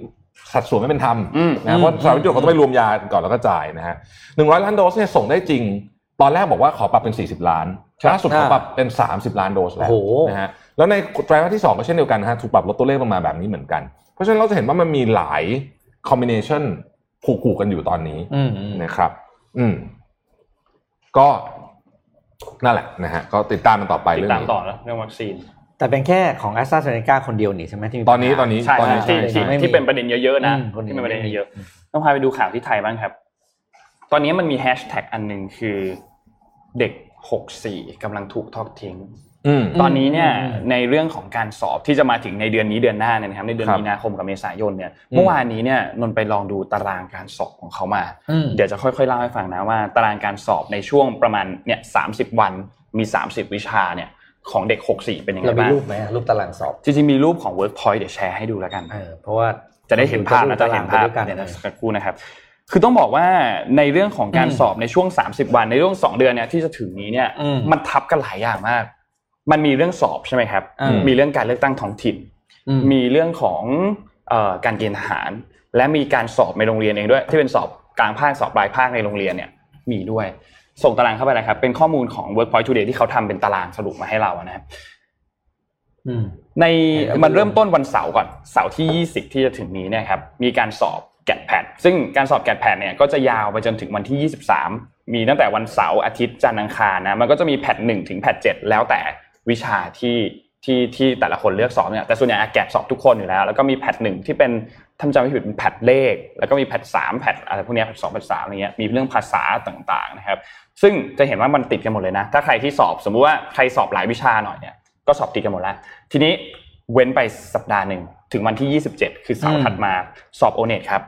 S4: สัดส่วนไม่เป็นธรรม
S2: อืม
S4: นะเพราะสหรัฐยุโรปเขาต้องไปรวมยาก่อนแล้วก็จ่ายนะฮะหนึ่งร้อยล้านโดสเนี่ยส่งได้จริง ตอนแรกบอกว่าขอปรับเป็น 40 ล้านล่าสุดขอปรับเป็น 30 ล้านโดสแล้ว
S3: โอ้โห
S4: นะฮะแล้วในไตรมาสที่ 2 ก็เช่นเดียวกันนะฮะถูกปรับลดตัวเลขลงมาแบบนี้เหมือนกัน เพราะฉะนั้นเราจะเห็นว่ามันมีหลายคอมบิเนชันผูกๆกันอยู่ตอนนี้
S3: อืมอืม
S4: นะครับ อืม ก็นั่นแหละนะฮะก็ติดตามมันต่อไป
S2: ติ
S4: เรื่
S2: ด
S4: อง
S2: ตาม
S4: นี้
S2: ต่อนะเรื่องวัคซีน
S3: แต่เป็นแค่ของ a s t r a z e ซ e c a คนเดียวนี่ใช่ไหมที่มี
S4: ตอนนี้ตอนนี้
S2: ใช่
S4: ตอนนี้
S2: ใช่ที่ที่
S4: ใช่
S2: ที่เป็นประเด็นเยอะๆนะ
S3: อืมคน
S2: ที่
S3: นี้
S2: เป็นประเด็นเยอะ
S3: อืม
S2: ๆต้องพาไปดูข่าวที่ไทยบ้างครับ ตอนนี้มันมีแฮชแท็กอันหนึ่งคือเด็กหกสี่กำลังถูกทอดทิ้ง
S4: อืม
S2: ตอนนี้เนี่ยในเรื่องของการสอบที่จะมาถึงในเดือนนี้เดือนหน้าเนี่ยนะครับในเดือน
S4: ครับ
S2: มีนาคมกับเมษายนเนี่ย
S4: อืม
S2: เมื่อวานนี้เนี่ยนนท์ไปลองดูตารางการสอบของเขามา
S3: อืม
S2: เดี๋ยวจะค่อยๆเล่าให้ฟังนะว่า ตารางการสอบในช่วงประมาณเนี่ยสาวันมี 30 วิชาเนี่ยของเด็ก 64 เป็นยังไง
S3: เรามี
S2: บ้าง
S3: รูปไหมอะรูปตารางสอบ
S2: จริงๆมีรูปของ Workpoint เดี๋ยวแชร์ให้ดูแล้วกัน
S3: เออ เพราะว่า
S2: จะได้เห็นภาพนะจะเห็นภาพ
S3: รูปตรางไป
S2: เดี๋ยว
S3: ด้ว
S2: นะ
S3: ย
S2: สั
S3: กัน
S2: กครู่นะครับ คือต้องบอกว่าในเรื่องของการ
S3: อืม
S2: สอบในช่วง 30 วันในเรื่องสองเดือนเนี่ยที่จะถึงนี้เนี่ย
S3: อืม
S2: มันทับกันหลายอย่างมาก มันมีเรื่องสอบใช่ไหมครับ
S3: อืม
S2: มีเรื่องการเลือกตั้งท้องถิ่น
S3: อื
S2: มีเรื่องของเออการเกณฑ์ทหาร และมีการสอบในโรงเรียนเองด้วย ที่เป็นสอบกลางภาคสอบปลายภาคในโรงเรียนเนี่ยมีด้วย ส่งตารางเข้าไปเลยครับเป็นข้อมูลของ Workpoint Today ที่เขาทำเป็นตารางสรุปมาให้เรานะครับ
S3: อืม
S2: ใน
S3: ไหนเอามั
S2: มันเริ่มต้นวันเสาร์ก่อนเสาร์ที่ 20 ที่จะถึงนี้เนะครับมีการสอบแกดแพดซึ่งการสอบแกดแพดเนี่ยก็จะยาวไปจนถึงวันที่ 23 มีตั้งแต่วันเสาร์อาทิตย์จันทร์อังคารนะมันก็จะมีแพดหนึ่งถึงแพดเจ็ดแล้วแต่ วิชาที่ที่ที่แต่ละคนเลือกสอบเนี่ยแต่ส่วนใหญ่อะแกะสอบทุกคนอยู่แล้ว แล้วก็มีแพทหนึ่งที่เป็นถ้าจำไม่ผิดเป็นแพทเลข แล้วก็มีแพทสามแพทอะไรพวกเนี้ยแพทสองแพทสามอะไรเงี้ยมีเรื่องภาษาต่างๆนะครับ ซึ่งจะเห็นว่ามันติดกันหมดเลยนะ ถ้าใครที่สอบสมมุติว่าใครสอบหลายวิชาหน่อยเนี่ยก็สอบติดกันหมดแล้ว ทีนี้เว้นไปสัปดาห์หนึ่งถึงวันที่ 27 คือเสาร์ถัดมาสอบโอเน็ตครับ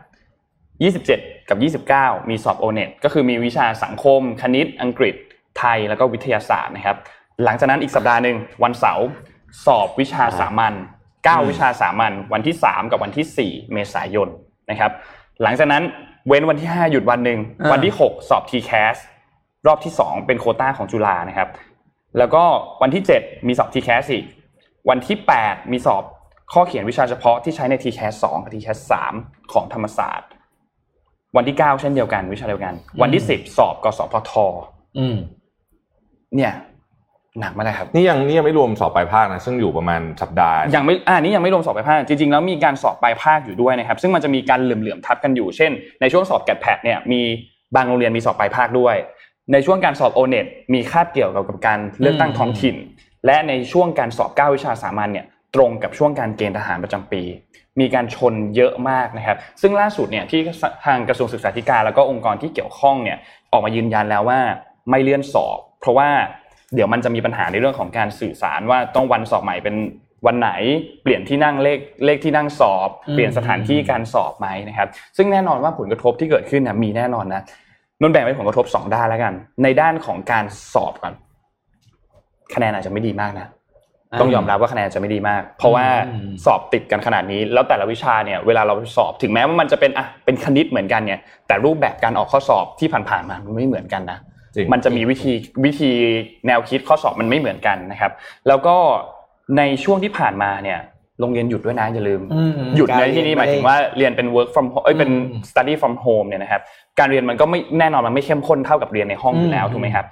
S2: 27 กับ 29 มีสอบโอเน็ตก็คือมีวิชาสังคม คณิต อังกฤษ ไทยแล้วก็วิทยาศาสตร์นะครับ หลังจากนั้นอีกสัปดาห์หนึ่งวันเสาร์สอบวิชาสามัญ9วิชาสามัญวันที่ 3 กับวันทีสี่ 4 เมษายนนะครับ หลังจากนั้นเว้นวันที่ 5 หยุดวันหนึ่ง
S3: อ่า
S2: วันที่ 6 สอบ t c a s รอบที่ 2 เป็นโควต้าของจุฬานะครับ แล้วก็วันที่ 7 มีสอบ t c a s อีก วันที่ 8 มีสอบข้อเขียนวิชาเฉพาะที่ใช้ใน t c a s 2กับ t c a s 3ของธรรมศาสตร์ วันที่ 9 เช่นเดียวกันวิชาเดียวกัน วันที่ 10 สอบกสพท
S3: อืม
S2: เนี่ยหนักมากเลยครับ
S4: นี่ยังนี่ยังไม่รวมสอบปลายภาคนะซึ่งอยู่ประมาณสัปดาห์
S2: ยังไม่อ่านี่ยังไม่รวมสอบปลายภาคจริงๆแล้วมีการสอบปลายภาคอยู่ด้วยนะครับ ซึ่งมันจะมีการเหลื่อมๆทับกันอยู่ เช่น ในช่วงสอบแกดแพดเนี่ยมีบางโรงเรียนมีสอบปลายภาคด้วย ในช่วงการสอบโอเน็ตมีคาบเกี่ยวกับการเลือกตั้งท้องถิ่น และในช่วงการสอบ 9 วิชาสามัญเนี่ยตรงกับช่วงการเกณฑ์ทหารประจำปี มีการชนเยอะมากนะครับ ซึ่งล่าสุดเนี่ยที่ทางกระทรวงศึกษาธิการแล้วก็องค์กรที่เกี่ยวข้องเนี่ยออกมายืนยันแล้วว่าไม่เลื่อนสอบ เพราะว่าเดี๋ยวมันจะมีปัญหาในเรื่องของการสื่อสารว่าต้องวันสอบใหม่เป็นวันไหน เปลี่ยนที่นั่งเลขเลขที่นั่งสอบ
S3: อืม
S2: เปลี่ยนสถานที่การสอบไหมนะครับ ซึ่งแน่นอนว่าผลกระทบที่เกิดขึ้นนะมีแน่นอนนะนนท์แบ่งเป็นผลกระทบสองด้านแล้วกัน ในด้านของการสอบก่อน คะแนนอาจจะไม่ดีมากนะ ต้องยอมรับว่าคะแนนจะไม่ดีมาก เพราะว่า
S3: อืม
S2: สอบติดกันขนาดนี้ แล้วแต่ละวิชาเนี่ยเวลาเราสอบถึงแม้ว่ามันจะเป็นอ่ะเป็นคณิตเหมือนกันเนี่ย แต่รูปแบบการออกข้อสอบที่ผ่านๆมามันไม่เหมือนกันนะ
S4: จริง
S2: มันจะมีวิธีวิธีแนวคิดข้อสอบมันไม่เหมือนกันนะครับ แล้วก็ในช่วงที่ผ่านมาเนี่ยโรงเรียนหยุดด้วยนะอย่าลืม
S3: อืม
S2: หยุดในที่นี้หมายถึงว่าเรียนเป็น work from home เอ้ยเป็น
S3: อืม
S2: study from home เนี่ยนะครับ การเรียนมันก็ไม่แน่นอนมันไม่เข้มข้นเท่ากับเรียนในห้องอยู่แล้ว
S3: อืม
S2: ถูกไหมครับ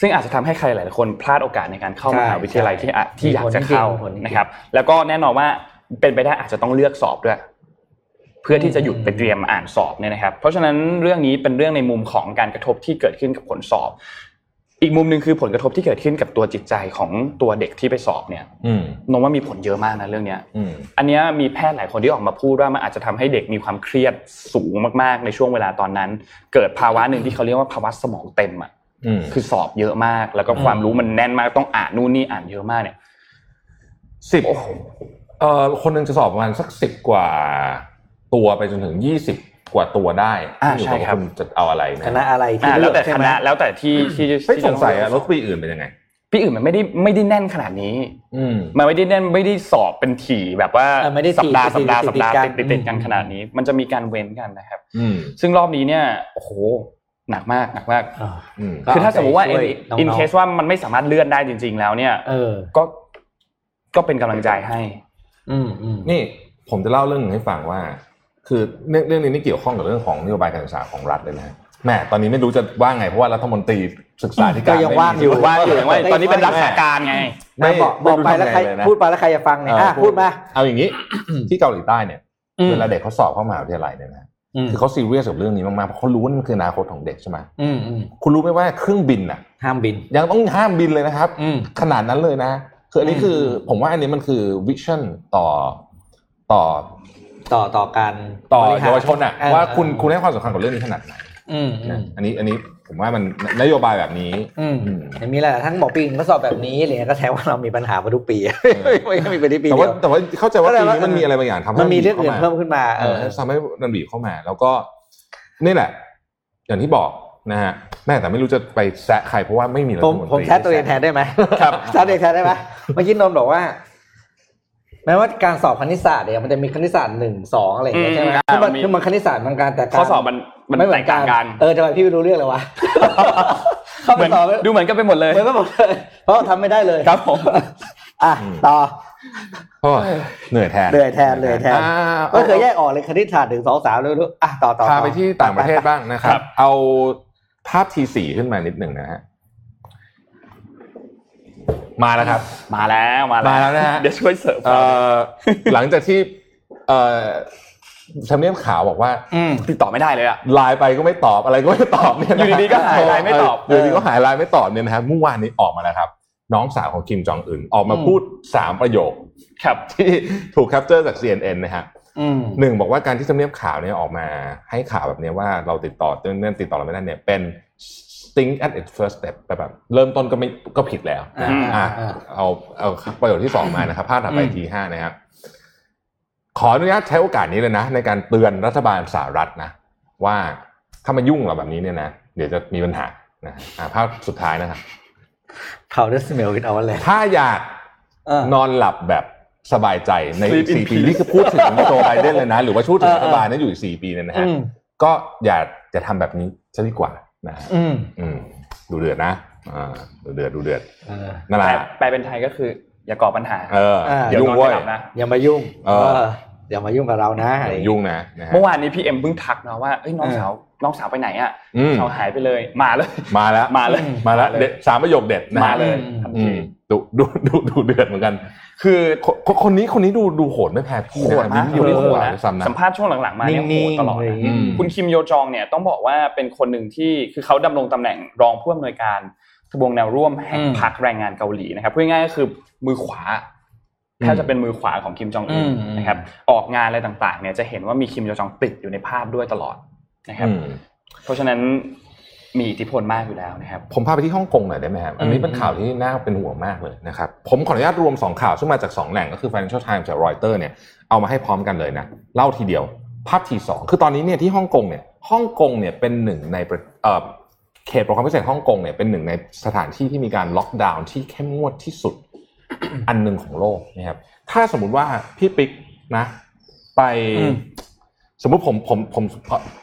S2: ซึ่งอาจจะทำให้ใครหลายๆคนพลาดโอกาสในการเข้า
S3: ใช่
S2: มหาวิทยาลัยที่อะที่อยากจะเข้า
S3: ผลจริงๆ
S2: นะครับ แล้วก็แน่นอนว่าเป็นไปได้อาจจะต้องเลือกสอบด้วย เพื่อที่จะหยุด
S3: อืม
S2: ไปเตรียมอ่านสอบเนี่ยนะครับ เพราะฉะนั้นเรื่องนี้เป็นเรื่องในมุมของการกระทบที่เกิดขึ้นกับผลสอบ อีกมุมหนึ่งคือผลกระทบที่เกิดขึ้นกับตัวจิตใจของตัวเด็กที่ไปสอบเนี่ย
S4: อืม
S2: นงว่ามีผลเยอะมากนะเรื่องเนี้ย
S4: อืม
S2: อันเนี้ยมีแพทย์หลายคนที่ออกมาพูดว่ามันอาจจะทำให้เด็กมีความเครียดสูงมากๆ ในช่วงเวลาตอนนั้น เกิดภาวะหนึ่งที่เขาเรียกว่าภาวะสมองเต็มอ่ะ
S4: อืม
S2: คือสอบเยอะมาก แล้วก็ความรู้มันแน่นมากต้องอ่านนู่นนี่อ่านเยอะมากเนี่ย
S4: สิบเอ่อคนหนึ่งจะสอบประมาณสักสิบกว่าตัวไปจนถึงยี่สิบกว่าตัวได้
S2: อ่า
S4: ขึ้นยู่กั
S2: ใช่ครับ
S4: ณจะเอาอะไร
S3: ค
S4: นะ
S3: ณะอะไรที่
S2: อ่า
S3: เลื
S2: แล้
S3: อ
S2: ว
S3: ก
S2: แต่
S3: ใช่
S2: ค
S3: ไหม
S2: ณะแล้วแต่ที่ที่ที่
S4: เฮ้ย
S2: ที่
S4: สงสัยอะร
S2: จะ
S4: ถปีอื่นเป็นยังไง
S2: พี่อื่นมันไม่ได้ไม่ได้แน่นขนาดนี้
S4: อืม
S2: มันไม่ได้แน่นไม่ได้สอบเป็นถี่แบบว่า
S3: เออไม่ได้
S2: สัป
S3: ถี่
S2: ดาห์
S3: ติ
S2: สัป
S3: ดๆ
S2: ดาห์สัปดา
S3: ติดๆ
S2: ห์
S3: กัน
S2: ติดติดๆกัน
S3: อืม
S2: ขนาดนี้ มันจะมีการเว้นกันนะครับ
S4: อืม
S2: ซึ่งรอบนี้เนี่ยโอ้โหหนักมากหนักมาก
S3: อ่า
S4: อืม
S3: ก็
S2: คือถ้าสมมติว่า
S3: เอาใจช่วย
S2: in-
S3: น้องๆ
S2: in case ว่ามันไม่สามารถเลื่อนได้จริง ๆ แล้วเนี่ย
S3: เออ
S2: ก็ก็เป็นกำลังใจให้
S3: อืมอืม
S4: นี่ผมจะเล่าเรื่องหนึ่งให้ฟังว่า คือเรื่องเรื่องนี้นี่เกี่ยวข้องกับเรื่องของนโยบายการศึกษาของรัฐเลยนะฮะแหม่ตอนนี้ไม่รู้จะว่าไงเพราะว่ารัฐมนตรีศึกษาธิการ
S3: ก็ยัง
S4: ไม่มี
S3: ว่างอยู่
S4: สิทธิ์
S2: ว่าอยู่อย่างว่าตอนนี้เป็นรักษาการไง
S4: ไม่
S3: บอก
S4: ไม่
S3: บอกไปแล้วใคร
S4: รู้ทำไงเลยนะ
S3: พูดไปแล้วใครจะฟังเนี่ยอ่ะ
S4: เออ
S3: พูดมา
S4: เอาอย่างนี้ ที่เกาหลีใต้เนี่ย
S3: อืม
S4: เวลาเด็กเขาสอบเข้ามหาวิทยาลัยเนี่ยนะฮะ
S3: อืม
S4: คือเขาซีเรียสกับเรื่องนี้มากๆเพราะเขารู้ว่ามันคืออนาคตของเด็กใช่ไหม
S3: อืมอืม
S4: คุณรู้ไหมว่าเครื่องบินอ่ะ
S3: ห้ามบิน
S4: ยังต้องห้ามบินเลยนะครับ
S3: อืม
S4: ขนาดนั้นเลยนะ คืออันนี้คืออผมว่าอันนี้มันคือวิชั่นต่อต่อ
S3: ต่อต่อการ
S4: ต่อบ
S3: ริหร
S4: เยาวชนอ่ะ
S3: เออ
S4: ว่าคุณ
S3: เออ
S4: คุณให้ความสำคัญกับเรื่องนี้ขนาดไหน
S3: อืมอื
S4: นะ
S3: ม
S4: อันนี้อันนี้ผมว่ามันนโยบายแบบนี้
S3: อืม
S4: อืม
S3: เห็นมีหลายๆท่านบอกปีนก็สอบแบบนี้อะไรเงี้ยก็แท้ว่าเรามีปัญหามาทุกปีไม่ไม่มีไปที่ปี
S4: แต่
S3: เดี
S4: ว่า
S3: ยว
S4: แต่ว่าเข้าใจว่า
S3: เข้าใจ
S4: ปี
S3: ว่า
S4: นี้มัน
S3: เออ
S4: มีอะไรบางอย่างทำให้
S3: มันมีเรื่องอื่น
S4: บีบข้าา
S3: เพิ่มขึ้นมา
S4: เอ
S3: เอ
S4: อ
S3: อ
S4: ทำให้มันบีบเข้ามา แล้วก็นี่แหละ อย่างที่บอกนะฮะแม่แต่ไม่รู้จะไปแซะใครเพราะว่าไม่มีรัฐ
S3: ผ
S4: น
S3: ม
S4: ตรี
S3: ผมแซดตัวเองแทนได้ไหม
S4: ครับ
S3: แซดตัวเองแทนได้ไหมเมื่อกี้นนท์บอกว่า แม้ว่าการสอบคณิตศาสตร์เนี่ยมันจะมีคณิตศาสตร์หนึ่งสองอะไรอย่างเงี้ยใช่ไหม
S2: อืม
S3: คือมัน
S2: มี
S3: คือมันคณิตศาสตร์บางการแต่การ
S2: ข้อสอบมันมัน
S3: ไม่เห
S2: แต
S3: มือก น
S2: ต่าง
S3: กั
S2: กัน น
S3: เออทำไมพี่ไม่รู้เรื่องเลยวะ เข้า
S2: เห
S3: ไป
S2: มือน
S3: สอบไม่
S2: ดูเหมือนกันไปหมดเลย
S3: เหมือนก็หมดเลยเพราะว่าทำไม่ได้เลย
S2: ครับผม
S3: อ่ะ
S4: อืม
S3: ต่อ
S4: โอ้ยเหนื่อยแทน
S3: เหนื่อยแทนเหนื่อยแทน
S4: อ่า
S3: ก็เคยแยกออกเลยคณิตศาสตร์หนึ่งสองสามเลยรู้อ่ะต่อต่อ
S4: พาไปที่ต่างประเทศบ้างนะครับ เอาภาพทีสี่ขึ้นมานิดหนึ่งนะฮะมาแล้วครับ
S2: มาแล้วมา
S4: มาแล้วนะฮะ
S2: เดี๋ยวช่วยเสิร์ฟ
S4: เอ่อหลังจากที่เอ่อทำเนียบขาวบอกว่า
S3: อืม
S2: ติดต่อไม่ได้เลยอ่ะ
S4: ไลน์ไปก็ไม่ตอบอะไรก็ไม่ตอบเนี่ยนะ
S2: อยู่ดีๆก็หายไลน์ไม่ตอบ
S4: เยู่ดีๆก็หายไลน์ไม่ตอบเนี่ยนะฮะเมื่อวานนี้ออกมาแล้วครับ น้องสาวของคิมจองอึนออกมาพูดสามประโยค
S2: ครับ
S4: ที่ถูกแคปเจอร์จาก CNN นะฮะ
S2: อืม
S4: หนึ่งบอกว่าการที่ทำเนียบข่าวเนี่ยออกมาให้ข่าวแบบเนี้ยว่าเราติดต่อเนี่ยติดต่อเราไม่ได้เนี่ยเป็น think at its first step แปลแบบเริ่มต้นก็ไม่ก็ผิดแล้วนะ
S2: อืม
S4: อ่ะ
S3: อ่า
S4: เอาเอาประโยชน์ที่สองมานะครับพาดถัดไปทีห้านะครับขออนุญาตใช้โอกาสนี้เลยนะ ในการเตือนรัฐบาลสหรัฐนะ ว่าถ้ามายุ่งเราแบบนี้เนี่ยนะเดี๋ยวจะมีปัญหานะอ่ะภาพสุดท้ายนะครับ
S3: powder smell with our land
S4: ถ้าอยาก
S3: เออน
S4: อนหลับแบบสบายใจใน
S2: Sleep in
S4: สี่ปี
S2: peace
S4: นี่คือพูดถึงโจไบเดนเลยนะ หรือว่าพูดถึง
S3: เออ
S4: รั
S3: เอ
S4: ฐ
S3: อ
S4: บาลนั้นอยู่อีกสี่ปีเนั่นนะฮะ
S3: อืม
S4: ก็อย่าจะทำแบบนี้ซะดีกว่านะฮะ
S3: อืม
S4: อืมดูเดือดนะอ่าดูเดือดดูเดือด
S3: เออ
S4: นั่นแห
S2: แปล
S4: ละ
S2: แปลเป็นไทยก็คือ อย่าก่อปัญหา
S4: เออ
S3: เออ
S4: อ
S2: เดี๋ย
S4: ย่า
S2: วน
S4: ยุ่ง
S2: อนไม่
S4: เว้ย
S2: หลับนะ
S3: อย่ามายุ่ง
S4: เออ
S3: อย่ามายุ่งกับเรานะ
S4: อย่ายุ่งนะนะฮะ
S2: เมื่อวานนี้พี่เอ็มเพิ่งทักนะว่าเอ้ยน้องสาวน้องสาวไปไหนอ่ะ
S4: อืม
S2: สาวหายไปเลยมาเลย
S4: มาแล้ว
S2: มาเลย
S4: มาแล้วเด็ดสามประโยคเด็ดนะฮะ
S2: มาเลยทัน
S4: อื
S2: ที
S4: มดูดูดูดูเดือดเหมือนกัน
S2: คือ
S4: คนคนคนนี้คนนี้ดูดูโหดไม่แพ้พี่
S2: โห
S4: นะ
S2: ดมาก
S4: อยู่ที่โหด
S2: นะ
S4: ด้วยซ้ำนะ
S2: สัมภาษณ์ช่วงหลังๆมาเนี่ยโห
S3: นิ่ง
S2: ด
S3: ๆ
S2: ตลอด
S3: อะไรอย่าง
S2: นะ
S3: เงี้ย
S4: อืม
S2: คุณคิมโยจองเนี่ยต้องบอกว่าเป็นคนหนึ่งที่คือเขาดำรงตำแหน่งรองผู้อำนวยการทบวงแนวร่วมแห่ง
S3: อืม
S2: พรรคแรงงานเกาหลีนะครับพูดง่ายๆก็คือมือขวาแทบจะเป็นมือขวาของคิมจองอึน
S3: อืม
S2: นะครับออกงานอะไรต่างๆ เนี่ยจะเห็นว่ามีคิมโยจองติดอยู่ในภาพด้วยตลอดนะครับ
S4: อืม
S2: เพราะฉะนั้นมีอิทธิพลมากอยู่แล้วนะครับ
S4: ผมพาไปที่ฮ่องกงหน่อยได้ไหมครับอันนี้เป็นข่าวที่น่าเป็นห่วงมากเลยนะครับ ผมขออนุญาตรวม 2 ข่าว ซึ่งมาจาก 2 แหล่งก็คือ Financial Times กับ Reuters เนี่ยเอามาให้พร้อมกันเลยนะเล่าทีเดียวภาพที่ 2 คือตอนนี้เนี่ยที่ฮ่องกงเนี่ยฮ่องกงเนี่ยเป็นหนึ่งในประเอ่อเขตปกครองพิเศษฮ่องกงเนี่ยเป็นหนึ่งในสถานที่ที่มีการล็อกดาวน์ที่เข้มงวดที่สุด อันหนึ่งของโลกนะครับถ้าสมมุติว่าพี่ปิ๊กนะ ไป
S3: อืม
S4: สมมุติผมผมผม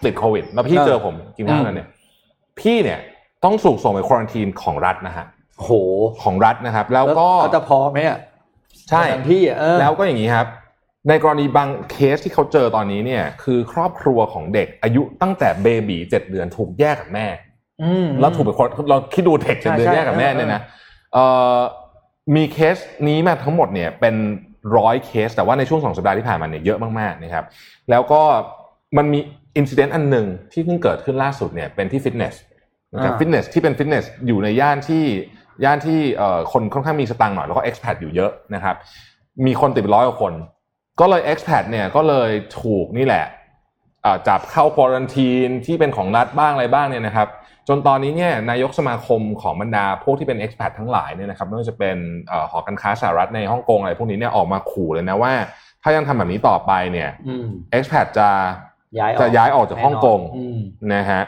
S4: ติดโควิด แล้วพี่
S3: เออ
S4: เจอผมกินข้าวกันเนี่ย พี่เนี่ยต้องสูกส่งไปควอนตีนของรัฐนะฮะ
S3: โห
S4: ของรัฐนะครับ แล้วก็
S3: เขาจะพอไหมอ่ะ
S4: ใช่
S3: สถานที่อ่ะเออ
S4: แล้วก็อย่างนี้ครับ ในกรณีบางเคสที่เขาเจอตอนนี้เนี่ย คือครอบครัวของเด็กอายุตั้งแต่เบบีเจ็ดเดือนถูกแยกกับแม่
S3: อืม
S4: แล้วถูกไปคนเราคิดดูเด็กเจ็ดเดือน
S3: ใช่
S4: แยกกับแม่
S3: เออ
S4: เนี่ยนะเอ่อมีเคสนี้มาทั้งหมดเนี่ยเป็นร้อยเคสแต่ว่าในช่วงสองสัปดาห์ที่ผ่านมาเนี่ยเยอะมากๆนะครับ แล้วก็มันมีอินซิเดนต์อันหนึ่งที่เพิ่งเกิดขึ้นล่าสุดเนี่ยเป็นที่ฟิตเนสนะครับ
S3: อ่า
S4: ฟิตเนสที่เป็นฟิตเนสอยู่ในย่านที่ย่านที่เอ่อคนค่อนข้างมีสตังค์หน่อยแล้วก็เอ็กซ์แพดอยู่เยอะนะครับ มีคนติดไปร้อยกว่าคน ก็เลย expat เนี่ยก็เลยถูกนี่แหละอ่าจับเข้าควอรันทีนที่เป็นของรัฐบ้างอะไรบ้างเนี่ยนะครับ จนตอนนี้เนี่ยนายกสมาคมของบรรดาพวกที่เป็น expat ทั้งหลายเนี่ยนะครับไม่ว่าจะเป็นเอ่อหอการค้าสหรัฐในฮ่องกงอะไรพวกนี้เนี่ยออกมาขู่เลยนะว่า ถ้ายังทำแบบนี้ต่อไปเนี่ย
S3: อืม
S4: expat จะ
S3: ย้ายออก
S4: จะย้ายออกจากฮ่องกง
S3: แน่นอนอืม
S4: นะฮะ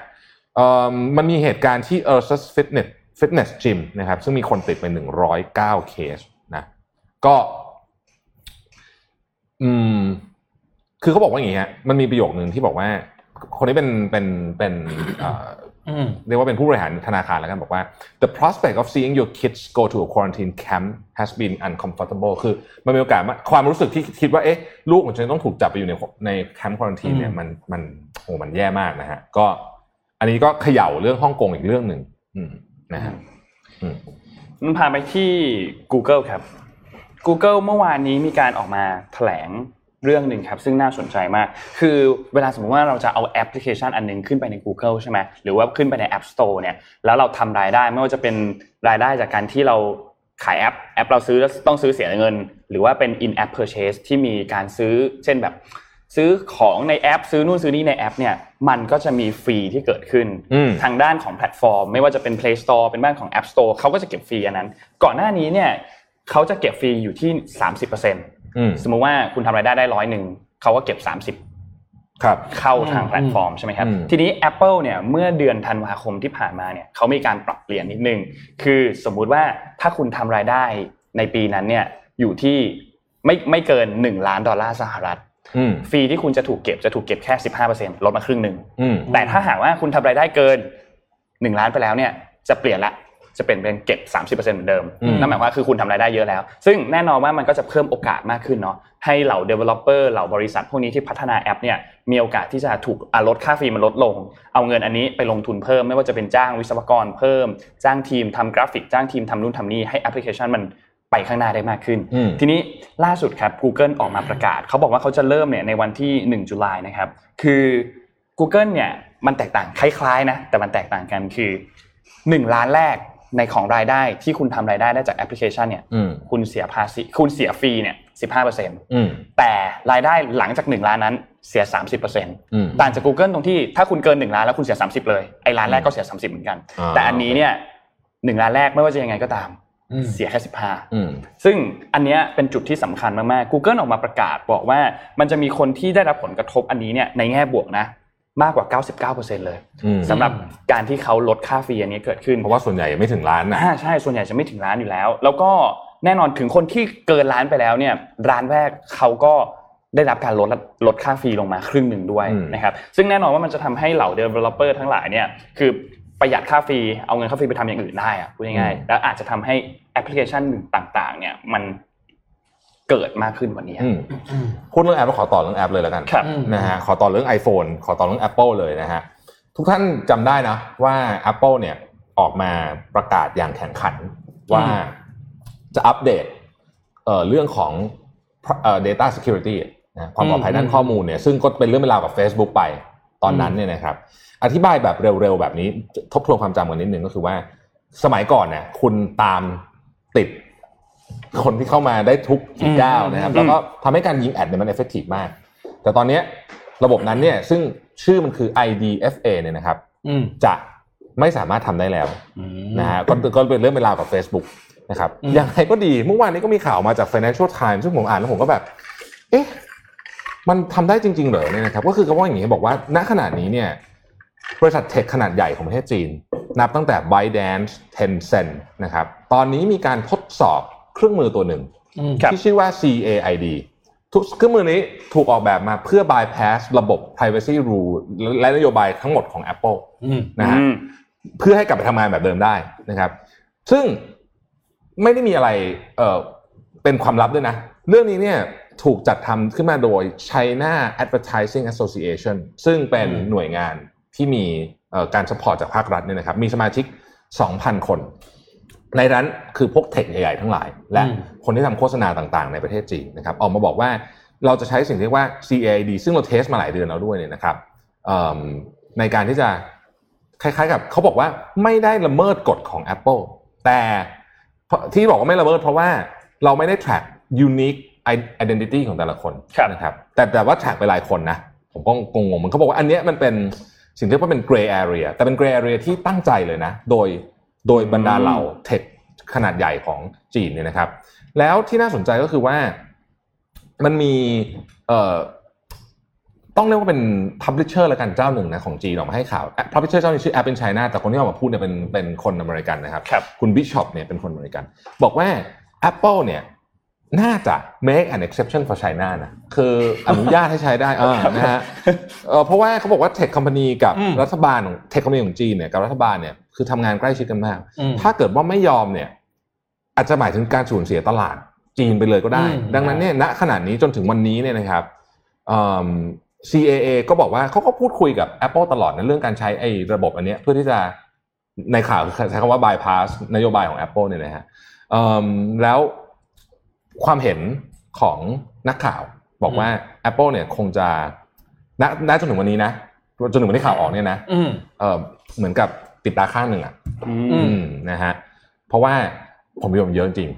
S4: เอิ่มมันมีเหตุการณ์ที่ Ursus Fitness Fitness Gym นะครับ ซึ่งมีคนติดไป 109 เคสนะ ก็ อืม คือเขาบอกว่าอย่างนี้ฮะ มันมีประโยคหนึ่งที่บอกว่า คนนี้เป็นเป็นเป็นเอ่อ
S3: อืม
S4: เรียกว่าเป็นผู้บริหารธนาคารแล้วกันบอกว่า the prospect of seeing your kids go to a quarantine camp has been uncomfortable คือมันมีโอกาสมากความรู้สึกที่คิดว่าเอ๊ะลูกของฉันต้องถูกจับไปอยู่ในในแคมป์ควอนตีนเนี่ย
S3: อืม
S4: มันมันโอ้มันแย่มากนะฮะ ก็ อันนี้ก็เขย่าเรื่องฮ่องกงอีกเรื่องหนึ่งอืมนะฮะ
S2: มันพาไปที่ Google ครับ Google เมื่อวานนี้มีการออกมาแถลงเรื่องหนึ่งครับ ซึ่งน่าสนใจมาก คือเวลาสมมติว่าเราจะเอาแอปพลิเคชันอันหนึงขึ้นไปใน Google ใช่ไหมหรือว่าขึ้นไปใน App Store เนี่ยแล้วเราทำรายได้ไม่ว่าจะเป็นรายได้จากการที่เราขายแอปแอปเราซื้อแล้วต้องซื้อเสียเงิน หรือว่าเป็น in app purchase ที่มีการซื้อ เช่นแบบ ซื้อของในแอป ซื้อนู่นซื้อนี่ในแอปเนี่ยมันก็จะมีฟรีที่เกิดขึ้น
S4: อืม
S2: ทางด้านของแพลตฟอร์ม ไม่ว่าจะเป็น Play Store เป็นบ้านของ App Store เขาก็จะเก็บฟรีอันนั้น ก่อนหน้านี้เนี่ยเขาจะเก็บฟรีอยู่ที่ 30%
S4: อืม
S2: สมมุติว่าคุณทำรายได้ได้ร้อยหนึ่งเขาก็เก็บ
S4: ครับ
S2: 30 เข้าทางแพลตฟอร์มใช่ไหมครับ
S4: อืม
S2: ทีนี้ Apple เนี่ยเมื่อเดือนธันวาคมที่ผ่านมาเนี่ยเขามีการปรับเปลี่ยนนิดนึง คือสมมุติว่าถ้าคุณทำรายได้ในปีนั้นเนี่ยอยู่ที่ไม่ไม่เกิน 1 ล้านดอลลาร์สหรัฐ
S4: อืม
S2: ฟรีที่คุณจะถูกเก็บจะถูกเก็บแค่ 15%ลดมาครึ่งหนึ่ง
S4: อืม
S2: แต่ถ้าหากว่าคุณทำรายได้เกินหนึ่งล้านไปแล้วเนี่ยจะเปลี่ยนละจะเปลี่ยนเป็นเก็บ 30%เหมือนเดิม
S4: อืม
S2: นั่นหมายความว่าคือคุณทำรายได้เยอะแล้ว ซึ่งแน่นอนว่ามันก็จะเพิ่มโอกาสมากขึ้นเนาะให้เหล่า developer เหล่าบริษัทพวกนี้ที่พัฒนาแอปเนี่ยมีโอกาสที่จะถูกอ่ะลดค่าฟรีมันลดลง เอาเงินอันนี้ไปลงทุนเพิ่ม ไม่ว่าจะเป็นจ้างวิศวกรเพิ่ม จ้างทีมทำกราฟิก จ้างทีมทำนู่นทำนี่ให้แอปพลิเคชันมันไปข้างหน้าได้มากขึ้น
S4: อืม
S2: ทีนี้ล่าสุดครับ Google ออกมาประกาศ เขาบอกว่าเขาจะเริ่มเนี่ยในวันที่ 1 จุลายนะครับ คือ Google เนี่ยมันแตกต่างคล้ายๆนะ แต่มันแตกต่างกันคือ 1 ล้านแรก ในของรายได้ที่คุณทำรายได้ได้จากแอปพลิเคชันเนี่ย
S4: อืม
S2: คุณเสียภาษีคุณเสียฟรีเนี่ยสิบห้าเปอร์เซ็นต์
S4: อืม
S2: แต่รายได้หลังจากหนึ่งล้านนั้นเสียสามสิบเปอร์เซ็นต์
S4: อืม
S2: ต่างจาก Google ตรงที่ถ้าคุณเกินหนึ่งล้านแล้วคุณเสียสามสิบเลยไอ้ล้านแรกก็เสียสามสิบเหมือนกัน
S4: า
S2: แต่อันนี้เนี่ยหนึ่งล้านแรกไม่ว่าจะยังไงก็ตาม
S3: อืม
S2: เสียแค่สิบห้า
S4: อืม
S2: ซึ่งอันเนี้ยเป็นจุดที่สำคัญมากๆ Google ออกมาประกาศบอกว่ามันจะมีคนที่ได้รับผลกระทบอันนี้เนี่ยในแง่บวกนะ มากกว่า 99%เลย
S4: อืม
S2: สำหรับการที่เขาลดค่าฟรีอันนี้เกิดขึ้น
S4: เพราะว่าส่วนใหญ่ไม่ถึงล้านนะ
S2: อ่าใช่ส่วนใหญ่จะไม่ถึงร้านอยู่แล้ว แล้วก็แน่นอนถึงคนที่เกินร้านไปแล้วเนี่ยร้านแรกเขาก็ได้รับการลดลดค่าฟรีลงมาครึ่งหนึ่งด้วยนะครับซึ่งแน่นอนว่ามันจะทำให้เหล่า developer ทั้งหลายเนี่ยคือประหยัดค่าฟรีเอาเงินค่าฟรีไปทำอย่างอื่นได้อะพูดง่ายๆแล้วอาจจะทำให้แอปพลิเคชันต่างๆ เนี่ยมันเกิดมากขึ้นกวันนี้
S4: อืมพูดเรื่องแอปแล้วขอต่อเรื่องแอปเลยแล้วกัน
S2: ครับ
S4: นะฮะขอต่อเรื่อง iPhone ขอต่อเรื่อง Apple เลยนะฮะทุกท่านจำได้นะว่า Apple เนี่ยออกมาประกาศอย่างแข่งขันว่าจะอัปเดตเอ่อเรื่องของเอ่อ data security นะความปลอดภัยด้านข้อมูลเนี่ยซึ่งก็เป็นเรื่องเป็นราวกับ Facebook ไปตอนนั้นเนี่ยนะครับ อธิบายแบบเร็วๆ แบบนี้ทบทวนความจำกันนิดนึงก็คือว่า สมัยก่อนเนี่ยคุณตามติดคนที่เข้ามาได้ทุก
S2: อืม
S4: เจ้านะครับ
S2: อืม
S4: แล้วก็ทำให้การยิงแอดเนี่ยมันเอฟเฟกตีฟมาก แต่ตอนเนี้ยระบบนั้นเนี่ยซึ่งชื่อมันคือ IDFA เนี่ยนะครับ
S3: อืม
S4: จะไม่สามารถทำได้แล้วนะฮะก็ก็เป็นเรื่องเป็นราวกับ Facebook นะครับ
S3: อืม
S4: อย่างไรก็ดีเมื่อวานนี้ก็มีข่าวมาจาก Financial Times ซึ่งผมอ่านแล้วผมก็แบบ เอ๊ะ มันทำได้จริง ๆ เหรอเนี่ยนะครับก็คือก็ว่าอย่างนี้บอกว่าณขณะนี้เนี่ยบริษัทเทคขนาดใหญ่ของประเทศจีน นับตั้งแต่ ByteDance Tencent นะครับตอนนี้มีการทดสอบเครื่องมือตัวหนึ่ง
S3: อืม
S2: ครับ
S4: ที่ชื่อว่า CAID ทุกเครื่องมือนี้ถูกออกแบบมาเพื่อ bypass ระบบ privacy rule และนโยบายทั้งหมดของ Apple
S3: อืม
S4: นะฮะ
S2: อืม
S4: เพื่อให้กลับไปทำงานแบบเดิมได้นะครับ ซึ่งไม่ได้มีอะไรเอ่อเป็นความลับด้วยนะ เรื่องนี้เนี่ยถูกจัดทำขึ้นมาโดย China Advertising Association ซึ่งเป็น
S3: อืม
S4: หน่วยงานที่มีเอ่อการสปอร์ตจากภาครัฐเนี่ยนะครับ มีสมาชิก 2,000 คน ในนั้นคือพวกเทคใหญ่ๆทั้งหลาย และคนที่ทำโฆษณาต่างๆ ในประเทศจีนนะครับ ออกมาบอกว่าเราจะใช้สิ่งที่เรียกว่า CAID ซึ่งเราเทสมาหลายเดือนแล้วด้วยเนี่ยนะครับ เอิ่มในการที่จะคล้ายๆกับเขาบอกว่าไม่ได้ละเมิดกฎของ Apple แต่เพราะที่บอกว่าไม่ละเมิดเพราะว่าเราไม่ได้ track unique identity ของแต่ละคน
S2: ครับ
S4: นะครับแต่แต่ว่า track ไปหลายคนนะ ผมก็งงๆมันเขาบอกว่าอันเนี้ยมันเป็นสิ่งที่เรียกว่าเป็น gray area แต่เป็น gray area ที่ตั้งใจเลยนะ โดยโดยบรรดาเหล่าเทคขนาดใหญ่ของจีนเนี่ยนะครับ แล้วที่น่าสนใจก็คือว่ามันมีเอ่อ ต้องเรียกว่าเป็นพับลิเชอร์ละกันเจ้าหนึ่งนะของจีนออกมาให้ข่าวพับลิเชอร์เจ้านี้ชื่อแอปเป็นไชน่าแต่คนที่ออกมาพูดเนี่ยเป็นเป็นคนอเมริกันนะครับ
S2: ครับ
S4: คุณบิชอปเนี่ยเป็นคนอเมริกัน บอกว่า Apple เนี่ยน่าจะ make an exception for China นะคืออนุญาตให้ใช้ได้เออนะฮะเออเพราะว่าเขาบอกว่าเทคคอมพานีกับ
S3: อืม
S4: รัฐบาลของเทคคอมพานีของจีนเนี่ยกับรัฐบาลเนี่ยคือทำงานใกล้ชิดกันมาก
S3: อืม
S4: ถ้าเกิดว่าไม่ยอมเนี่ย อาจจะหมายถึงการสูญเสียตลาดจีนไปเลยก็ได้
S3: อืม
S4: ดังนั้นเนี่ยณขณะนี้จนถึงวันนี้เนี่ยนะครับเอิ่ม CAA ก็บอกว่าเขาก็พูดคุยกับ Apple ตลอดในะเรื่องการใช้ไอ้ระบบอันเนี้ยเพื่อที่จะในข่าวใช้คำว่า bypass นโยบายของ Apple เนี่ยนะฮะเอิ่มแล้วความเห็นของนักข่าวบอกว่า Apple เนี่ยคงจะณณจนถึงวันนี้นะจนถึงวันที่ข่าวออกเนี่ยนะ
S3: อืม
S4: เอิ่มเหมือนกับติดตาข้างหนึ่งอะ
S2: อืม
S3: อื
S4: อืมนะฮะเพราะว่าผมโยมเยอะจริง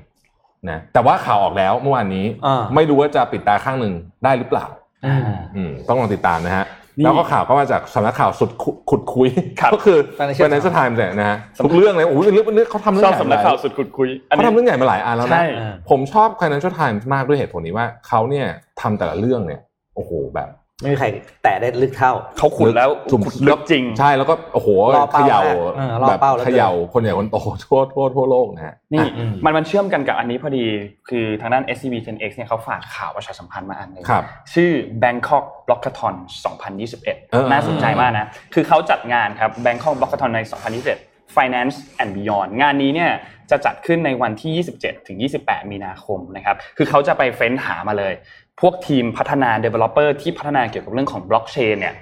S4: นะแต่ว่าข่าวออกแล้วเมื่อวานนี้
S3: อ่า
S4: ไม่รู้ว่าจะปิดตาข้างหนึ่งได้หรือเปล่า
S3: อืม
S4: อืมต้องลองติดตามนะฮะ
S2: นี่
S4: แล้วก็ข่าวก็มาจากสำนักข่าวสุดขุขุดคุย
S2: ครับ
S4: ก็คือ
S3: Financial
S4: Financial Times เนี่ยนะฮะ
S2: สำนัก
S4: ทุกเรื่องเลยโอ้ยเรื่องเรื่องเขาทำเรื่
S2: ช
S4: อ
S2: อบ
S4: งใหญ่
S2: สำนักข่าว
S4: หลาย
S2: สุดขุดคุยอัน
S4: เขา
S2: นี้
S4: ทำเรื่องใหญ่มาหลายอันแล้ว
S2: ใช่
S4: นะ
S3: อ่า
S4: ผมชอบ Financial Times มากด้วยเหตุผลนี้ว่าเขาเนี่ยทำแต่ละเรื่องเนี่ยโอ้โหแบบ
S3: ไม่มีใครแตะได้ลึกเท่า
S2: เขาขุดแล้ว
S4: จุ่ม
S2: ขุดลึกจริง
S4: ใช่แล้วก็โอ้โห
S3: รอ
S4: เข
S3: เป้า
S4: ย่า
S3: แรกเออรอ
S4: แบบ
S3: เป้าแล้วเกิน
S4: เขย่าคนใหญ่คนโต ทั่วทั่วทั่วโลกนะฮะ
S2: นี่
S3: อืม
S2: มันมันเชื่อมกันกับอันนี้พอดีคือทางด้าน SCB 10X เนี่ยเขาฝากข่าวประชาสัมพันธ์มาอันหนึง
S4: ครับ
S2: ชื่อ Bangkok Blockathon
S4: เออ
S2: 2021 น่าสนใจมากนะ คือเขาจัดงานครับ Bangkok Blockathon ใน 2021 Finance and Beyond งานนี้เนี่ยจะจัดขึ้นในวันที่ 27 ถึง 28 มีนาคมนะครับ คือเขาจะไปเฟ้นหามาเลย พวกทีมพัฒนา Developer ที่พัฒนาเกี่ยวกับเรื่องของบล็อกเชนเนี่ย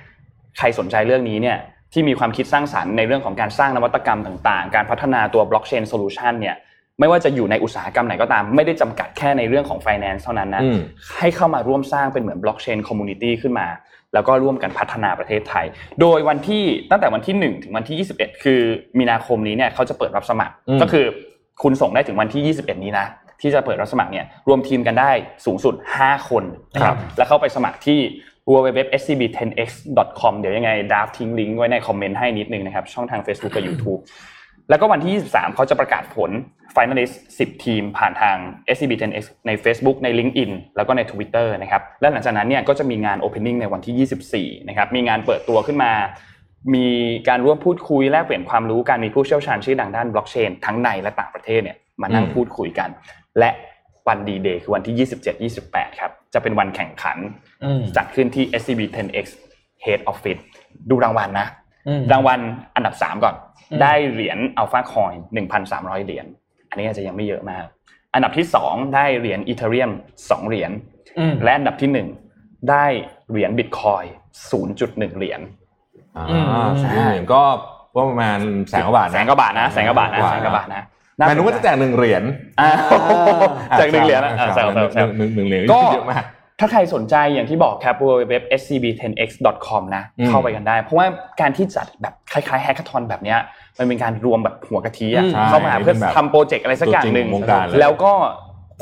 S2: ใครสนใจเรื่องนี้เนี่ยที่มีความคิดสร้างสรรค์ในเรื่องของการสร้างนวัตกรรมต่างๆ การพัฒนาตัวบล็อกเชนโซลูชันเนี่ย ไม่ว่าจะอยู่ในอุตสาหกรรมไหนก็ตาม ไม่ได้จำกัดแค่ในเรื่องของ finance เท่านั้นนะ
S4: อืม
S2: ให้เข้ามาร่วมสร้างเป็นเหมือนบล็อกเชนคอมมูนิตี้ขึ้นมา แล้วก็ร่วมกันพัฒนาประเทศไทย โดยวันที่ตั้งแต่วันที่ 1 ถึงวันที่ 21 คือมีนาคมนี้เนี่ยเขาจะเปิดรับสมัคร
S4: อืม
S2: ก็คือคุณส่งได้ถึงวันที่ 21 นี้นะ ที่จะเปิดรับสมัครเนี่ยรวมทีมกันได้สูงสุด 5 คนนะครับแล้วเข้าไปสมัครที่ www.scb10x.com เดี๋ยวยังไงดาฟทิ้งลิงก์ไว้ในคอมเมนต์ให้นิดนึงนะครับ ช่องทาง Facebook กับ YouTube แล้วก็วันที่ 23 เขาจะประกาศผล Finalist 10 ทีมผ่านทาง SCB 10X ใน Facebook ใน LinkedIn แล้วก็ใน Twitter นะครับ และหลังจากนั้นเนี่ยก็จะมีงาน Opening ในวันที่ 24 นะครับ มีงานเปิดตัวขึ้นมา มีการร่วมพูดคุยแลกเปลี่ยนความรู้การมีผู้เชี่ยวชาญชื่อดังด้านบล็อกเชนทั้งในและต่างประเทศเนี่ยมานั่ง
S4: อืม
S2: พูดคุยกัน และวันดีเดย์คือวันที่ 27 28 ครับ จะเป็นวันแข่งขัน
S3: อืม
S2: จัดขึ้นที่ SCB 10X Head Office ดูรางวัลนะ
S3: อืม
S2: รางวัลอันดับ 3 ก่อน
S3: อืม
S2: ได้เหรียญอัลฟาคอย1,300 เหรียญอันนี้อาจจะยังไม่เยอะมาก อันดับที่ 2 ได้เหรียญอีเทเรียม2เหรียญ
S3: อืม
S2: และอันดับที่ 1 ได้เหรียญบิตคอย0.1 เหรียญ
S4: อ่า
S3: อืม
S4: สามเหรียญก็ประมาณแสนกว่าบาทนะ
S2: แสนกว่าบาทนะแสนกว่าบาทนะแสนกว่าบาทนะ
S4: หมายถึงว่าจะแจกหนึ่งเหรียญ
S2: อ่าแจกหนึ่งเหรียญนะ
S4: อ่า
S2: อ่าแสนกว่าบาท
S4: หนึ่งหนึ่งหนึ่งเหรียญ
S2: ก็
S4: เยอะมาก
S2: ถ้าใครสนใจอย่างที่บอกครับ www.scb10x.com นะ
S4: อืม
S2: เข้าไปกันได้ เพราะว่าการที่จัดแบบคล้ายๆแฮกเกอร์ทอนแบบเนี้ยมันเป็นการรวมแบบหัวกะทิอะ
S3: อืม
S2: เข้ามา
S4: ใช่
S2: เพื่อ
S4: เป็นแบบ
S2: ทำโปรเจกต์อะไรสักอย่างหนึ่ง
S4: ตัวจริงของวงการเลย
S2: แล้วก็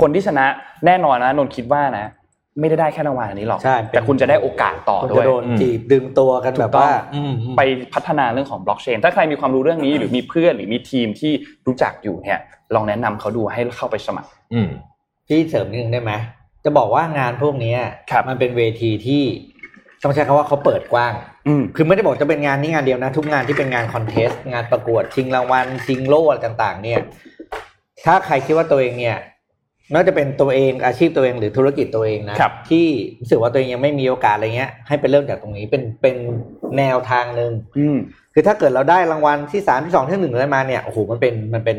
S2: คนที่ชนะแน่นอนนะนนท์คิดว่านะ ไม่ได้ได้แค่รางวัลอันนี้หรอก
S3: ใช่เป็น
S2: แต่คุณจะได้โอกาสต่อ
S3: คุณ
S2: ด้วย
S3: จะโดน
S4: อืม
S3: จีบดึงตัวกันแบบว่าอืมอืม
S2: ไปพัฒนาเรื่องของบล็อกเชน ถ้าใครมีความรู้เรื่องนี้หรือมีเพื่อนหรือมีทีมที่รู้จักอยู่เนี่ยลองแนะนำเขาดูให้เข้าไปสมัคร
S4: อืม
S3: พี่เสริมนิดนึงได้ไหม จะบอกว่างานพวกเนี้ย
S2: ครับ
S3: มันเป็นเวทีที่ต้องใช้คำว่าเขาเปิดกว้าง
S2: อืม
S3: คือไม่ได้บอกจะเป็นงานนี้งานเดียวนะ ทุกงานที่เป็นงานคอนเทสต์งานประกวดชิงรางวัลชิงโล่อะไรต่าง ๆ เนี่ย ถ้าใครคิดว่าตัวเองเนี่ยนอกจากเป็นตัวเองอาชีพตัวเองหรือธุรกิจตัวเองนะครับ ที่รู้สึกว่าตัวเองยังไม่มีโอกาสอะไรเงี้ย ให้ไปเริ่มจากตรงนี้เป็นเป็นแนวทางหนึ่ง
S2: อืม
S3: คือถ้าเกิดเราได้รางวัลที่สามที่สองที่หนึ่งอะไรมาเนี่ยโอ้โหมันเป็นมันเป็น